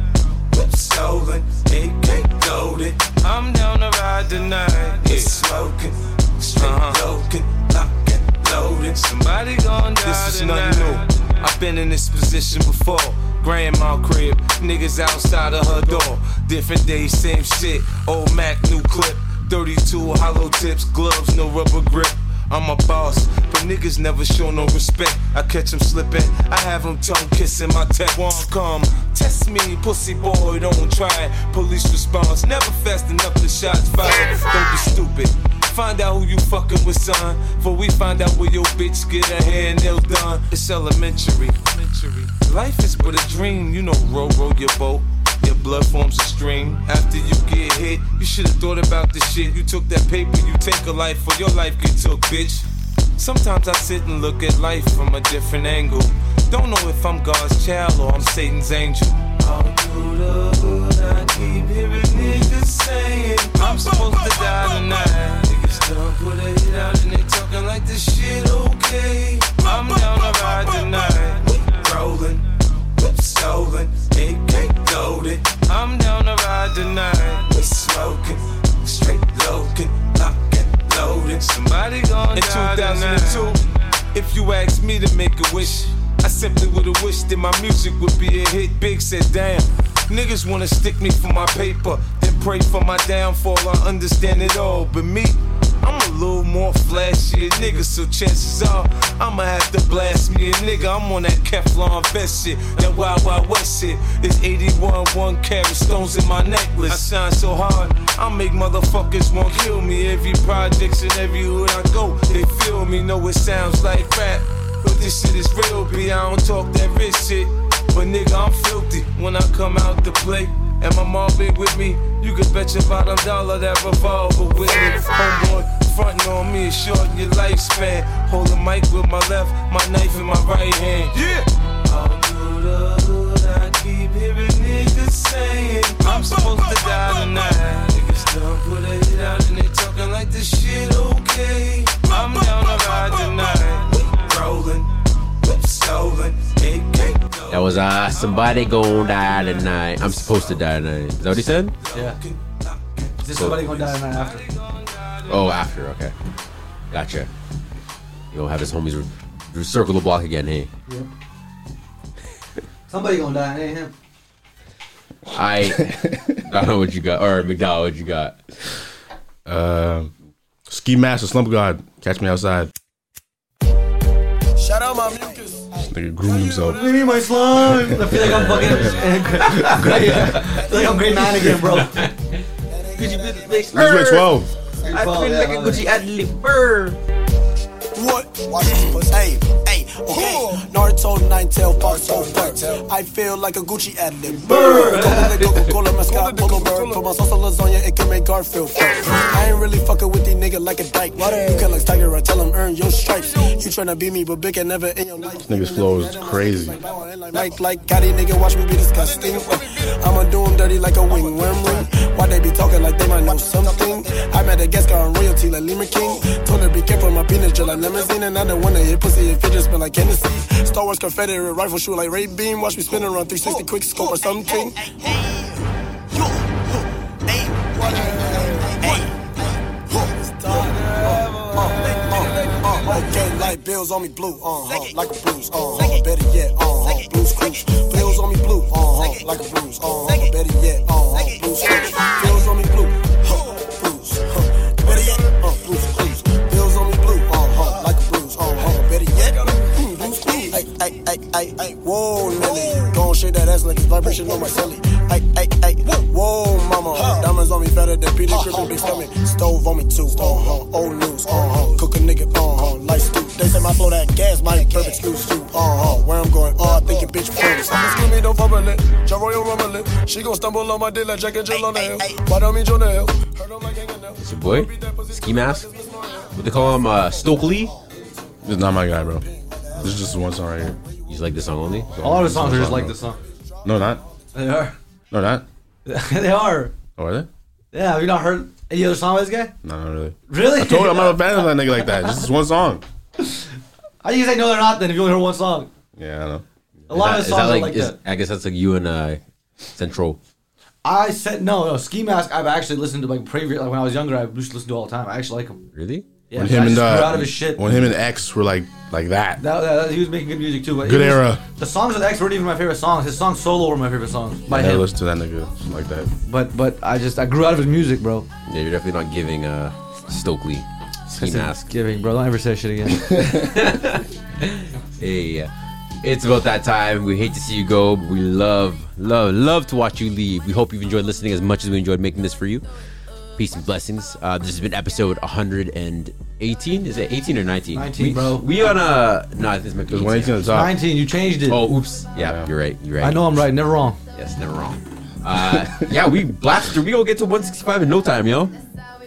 Speaker 4: whip stolen, ain't cake loaded. I'm down to ride tonight. It's smoking, straight looking, locked and loaded. Uh-huh. Somebody gonna die This is nothing new. I've been in this position before. Grandma crib, niggas outside of her door. Different day, same shit. Old Mac, new clip. 32 hollow tips, gloves, no rubber grip. I'm a boss, but niggas never show no respect. I catch 'em slippin', I have 'em tongue kissing my tech. Won't come, test me, pussy boy, don't try it. Police response, never fast enough the shots fired. Don't be stupid. Find out who you fucking with, son. For we find out where your bitch get her hair and nails done. It's elementary. Life is but a dream, you know. Row, row your boat. Your blood forms a stream. After you get hit, you should have thought about this shit. You took that paper, you take a life, for your life get took, bitch. Sometimes I sit and look at life from a different angle. Don't know if I'm God's child or I'm Satan's angel. All through the hood, I keep hearing niggas saying I'm supposed to die tonight. Niggas done put a hit out and they talking like this shit okay. I'm down to ride tonight. Rolling, whip stolen, ain't cake loaded. I'm down to ride tonight. We smoking, straight looking, locked and loaded. Somebody gonna die tonight. If you asked me to make a wish, I simply would've wished that my music would be a hit. Big said, damn, niggas wanna stick me for my paper, then pray for my downfall. I understand it all, but me, I'm a little more flashy, nigga, so chances are I'ma have to blast me a nigga. I'm on that Kevlar vest shit, that Wild Wild West shit. This 81 one carat stones in my necklace. I shine so hard, I make motherfuckers want to kill me. Every projects and every hood I go, they feel me. Know it sounds like rap, but this shit is real, B. I don't talk that rich shit, but nigga, I'm filthy when I come out to play. And my mom been with me, you could bet your bottom dollar that revolver with me. Homeboy, frontin' on me, shorten your lifespan. Hold the mic with my left, my knife in my right hand. Yeah. All through the hood, I keep hearing niggas saying I'm supposed to die tonight. Niggas done put a hit out and they talking like this shit okay. I'm down to ride tonight. Whip rolling, whip stolen, it can't go.
Speaker 1: That was uh somebody gonna die tonight. I'm supposed to die tonight. Is that what he said?
Speaker 2: Yeah. Is this somebody gonna die the night after?
Speaker 1: Oh, after. Okay, gotcha. You'll have his homies re- re- circle the block again. Hey,
Speaker 2: Somebody gonna die. It ain't him.
Speaker 1: I I don't know what you got. Or McDowell, what you got?
Speaker 3: Um, Ski Master, Slump God, catch me outside.
Speaker 4: Shout out my mucus.
Speaker 3: This nigga groomed himself.
Speaker 2: Give me my slime. I feel like I'm fucking. great, I feel like I'm grade nine again, bro.
Speaker 3: This is grade twelve.
Speaker 2: I feel like a Gucci
Speaker 8: What? Watch this pussy. Hey, hey, okay. Naruto, Nine Tail, Falso, Flex. I feel like a Gucci ad lib. Bird. Coca Cola, mascot, Polo Bird. Put my salsa lasagna, it can make Garfield flex. I ain't really fucking with these niggas like a dyke. You can like Tiger, I tell him earn your stripes. You tryna be me, but big and never in your life.
Speaker 3: Niggas flow is crazy.
Speaker 8: Like, like, Gotti, nigga, watch me be disgusting. I'ma do 'em dirty like a wing, worm ring. Why they be talking like they might know something? I met a guest on royalty like Lemur King. Told her be careful, my penis just like limousine. And I don't wanna hit pussy if it just smell like Tennessee. Star Wars Confederate rifle shoot like Ray Beam. Watch me spin around 360 quick scope or something. Okay, like bills on me blue, uh huh, like a bruise, uh huh, better yet, uh huh, blues cruise. Bills on me blue, uh huh, like a bruise, uh huh, better yet, uh huh, blues cruise. Bills on me blue, huh, bruise, huh, better yet, uh blues cruise. Bills on me blue, uh huh, like a bruise, uh huh, better yet, mm, blues cruise. Ay, ay, ay, ay, ay, whoa, Nelly, gon' shake that ass like it's vibration on my celly. Ay, ay, ay, whoa, mama, diamonds on me fatter than Peter Griffin, big stomach, stove on me too, uh huh, old news, uh huh, cook a nigga, uh huh, like stoop. They say my flow that gas, my perfect excuse you, uh huh, where I'm going, uh, I think your bitch promise. I'ma scream me, don't fumble it, Ja Royal rumble it, she gon' stumble on my dick like Jack and Jill on the hill, why don't me Jonah Hill, heard on my gang and
Speaker 1: It's your boy, Ski Mask. What they call him? Uh, Stokely.
Speaker 3: This is not my guy, bro. This is just one song right here.
Speaker 1: He's like this song only.
Speaker 2: All the songs are just like this song.
Speaker 3: No, not.
Speaker 2: They are.
Speaker 3: No, not.
Speaker 2: they are.
Speaker 3: Oh, are they?
Speaker 2: Yeah. Have you not heard any other song by this guy?
Speaker 3: No, not really.
Speaker 2: Really?
Speaker 3: I told you I'm not a fan of that nigga like that. Just this one song.
Speaker 2: How do you say no? They're not. Then if you only heard one song,
Speaker 3: Yeah, I know.
Speaker 2: a lot
Speaker 1: Is
Speaker 2: of songs
Speaker 1: that
Speaker 2: are
Speaker 1: like?
Speaker 2: like
Speaker 1: is,
Speaker 2: that.
Speaker 1: I guess that's like you and uh, Central.
Speaker 2: I said no, no. Ski mask. I've actually listened to like previous. Like when I was younger, I used to listen to all the time. I actually like him.
Speaker 1: Really?
Speaker 2: Yeah,
Speaker 3: When
Speaker 2: I
Speaker 3: him and
Speaker 2: just
Speaker 3: uh,
Speaker 2: grew out of his shit.
Speaker 3: when him and X were like like that.
Speaker 2: That, that- he was making good music too. But
Speaker 3: Good
Speaker 2: it was-
Speaker 3: era.
Speaker 2: The songs with X weren't even my favorite songs. His songs solo were my favorite songs by
Speaker 3: I never
Speaker 2: him.
Speaker 3: listened to that nigga like that.
Speaker 2: But but I just I grew out of his music, bro.
Speaker 1: Yeah, you're definitely not giving uh, Stokely Ski Mask.
Speaker 2: Giving, bro. Don't ever say that shit again.
Speaker 1: Hey, uh, it's about that time. We hate to see you go, but we love, love, love to watch you leave. We hope you've enjoyed listening as much as we enjoyed making this for you. Peace and blessings. Uh, this has been episode 118. Is it 18 or 19?
Speaker 2: 19,
Speaker 1: we,
Speaker 2: bro.
Speaker 1: We on a no. I think it's meant to
Speaker 3: There's
Speaker 1: be
Speaker 3: one
Speaker 1: 18.
Speaker 3: eighteen at the top.
Speaker 2: Nineteen, you changed it.
Speaker 1: Oh, oops. Yeah,
Speaker 3: Yeah.
Speaker 1: you're right. You're right.
Speaker 2: I know I'm right. Never wrong.
Speaker 1: Yes, never wrong. Uh, yeah, we blast through. We gonna get to 165 in no time, yo.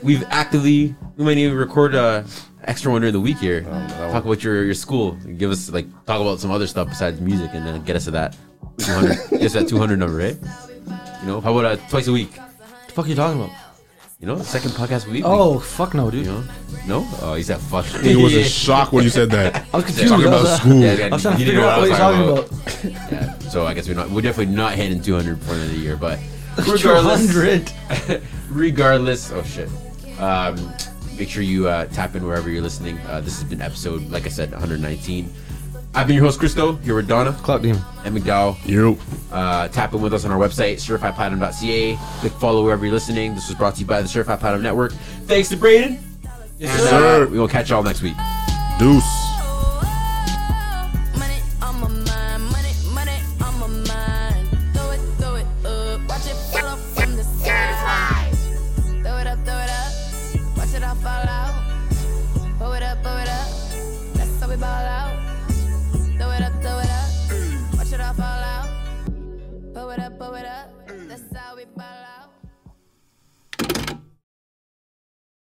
Speaker 1: We've actively. We might even record a extra one during the week
Speaker 2: Oh,
Speaker 1: here.
Speaker 3: that
Speaker 1: talk
Speaker 3: one-
Speaker 1: about your your school. Give us like talk about some other stuff besides music, and then get us to that 200. get us that 200 number, right? You know, how about uh, twice a week?
Speaker 2: What the fuck are you talking about?
Speaker 1: You know, second podcast a week.
Speaker 2: Oh, fuck no, dude.
Speaker 1: you know, no. Oh, he's that fuck.
Speaker 3: It was a shock when you said that.
Speaker 2: I was confused.
Speaker 3: Talking
Speaker 2: I was,
Speaker 3: about
Speaker 2: uh,
Speaker 3: school.
Speaker 1: Yeah, yeah,
Speaker 2: I was trying to
Speaker 1: you didn't
Speaker 2: figure
Speaker 1: know
Speaker 2: out what
Speaker 1: I
Speaker 2: you're
Speaker 1: was
Speaker 2: talking
Speaker 1: talking
Speaker 2: about.
Speaker 1: Yeah, so I guess we're not. We're definitely not hitting 200 for another year, but regardless.
Speaker 2: 200.
Speaker 1: regardless oh shit um, make sure you uh, tap in wherever you're listening uh, this has been episode like i said 119 i've been your host christo here with donna
Speaker 2: Clock demon.
Speaker 1: and mcdowell
Speaker 3: You.
Speaker 1: uh, tap in with us on our website certifiedplatinum.ca click follow wherever you're listening this was brought to you by the certified platinum network thanks to braden And uh, we will catch y'all next week.
Speaker 3: Deuce.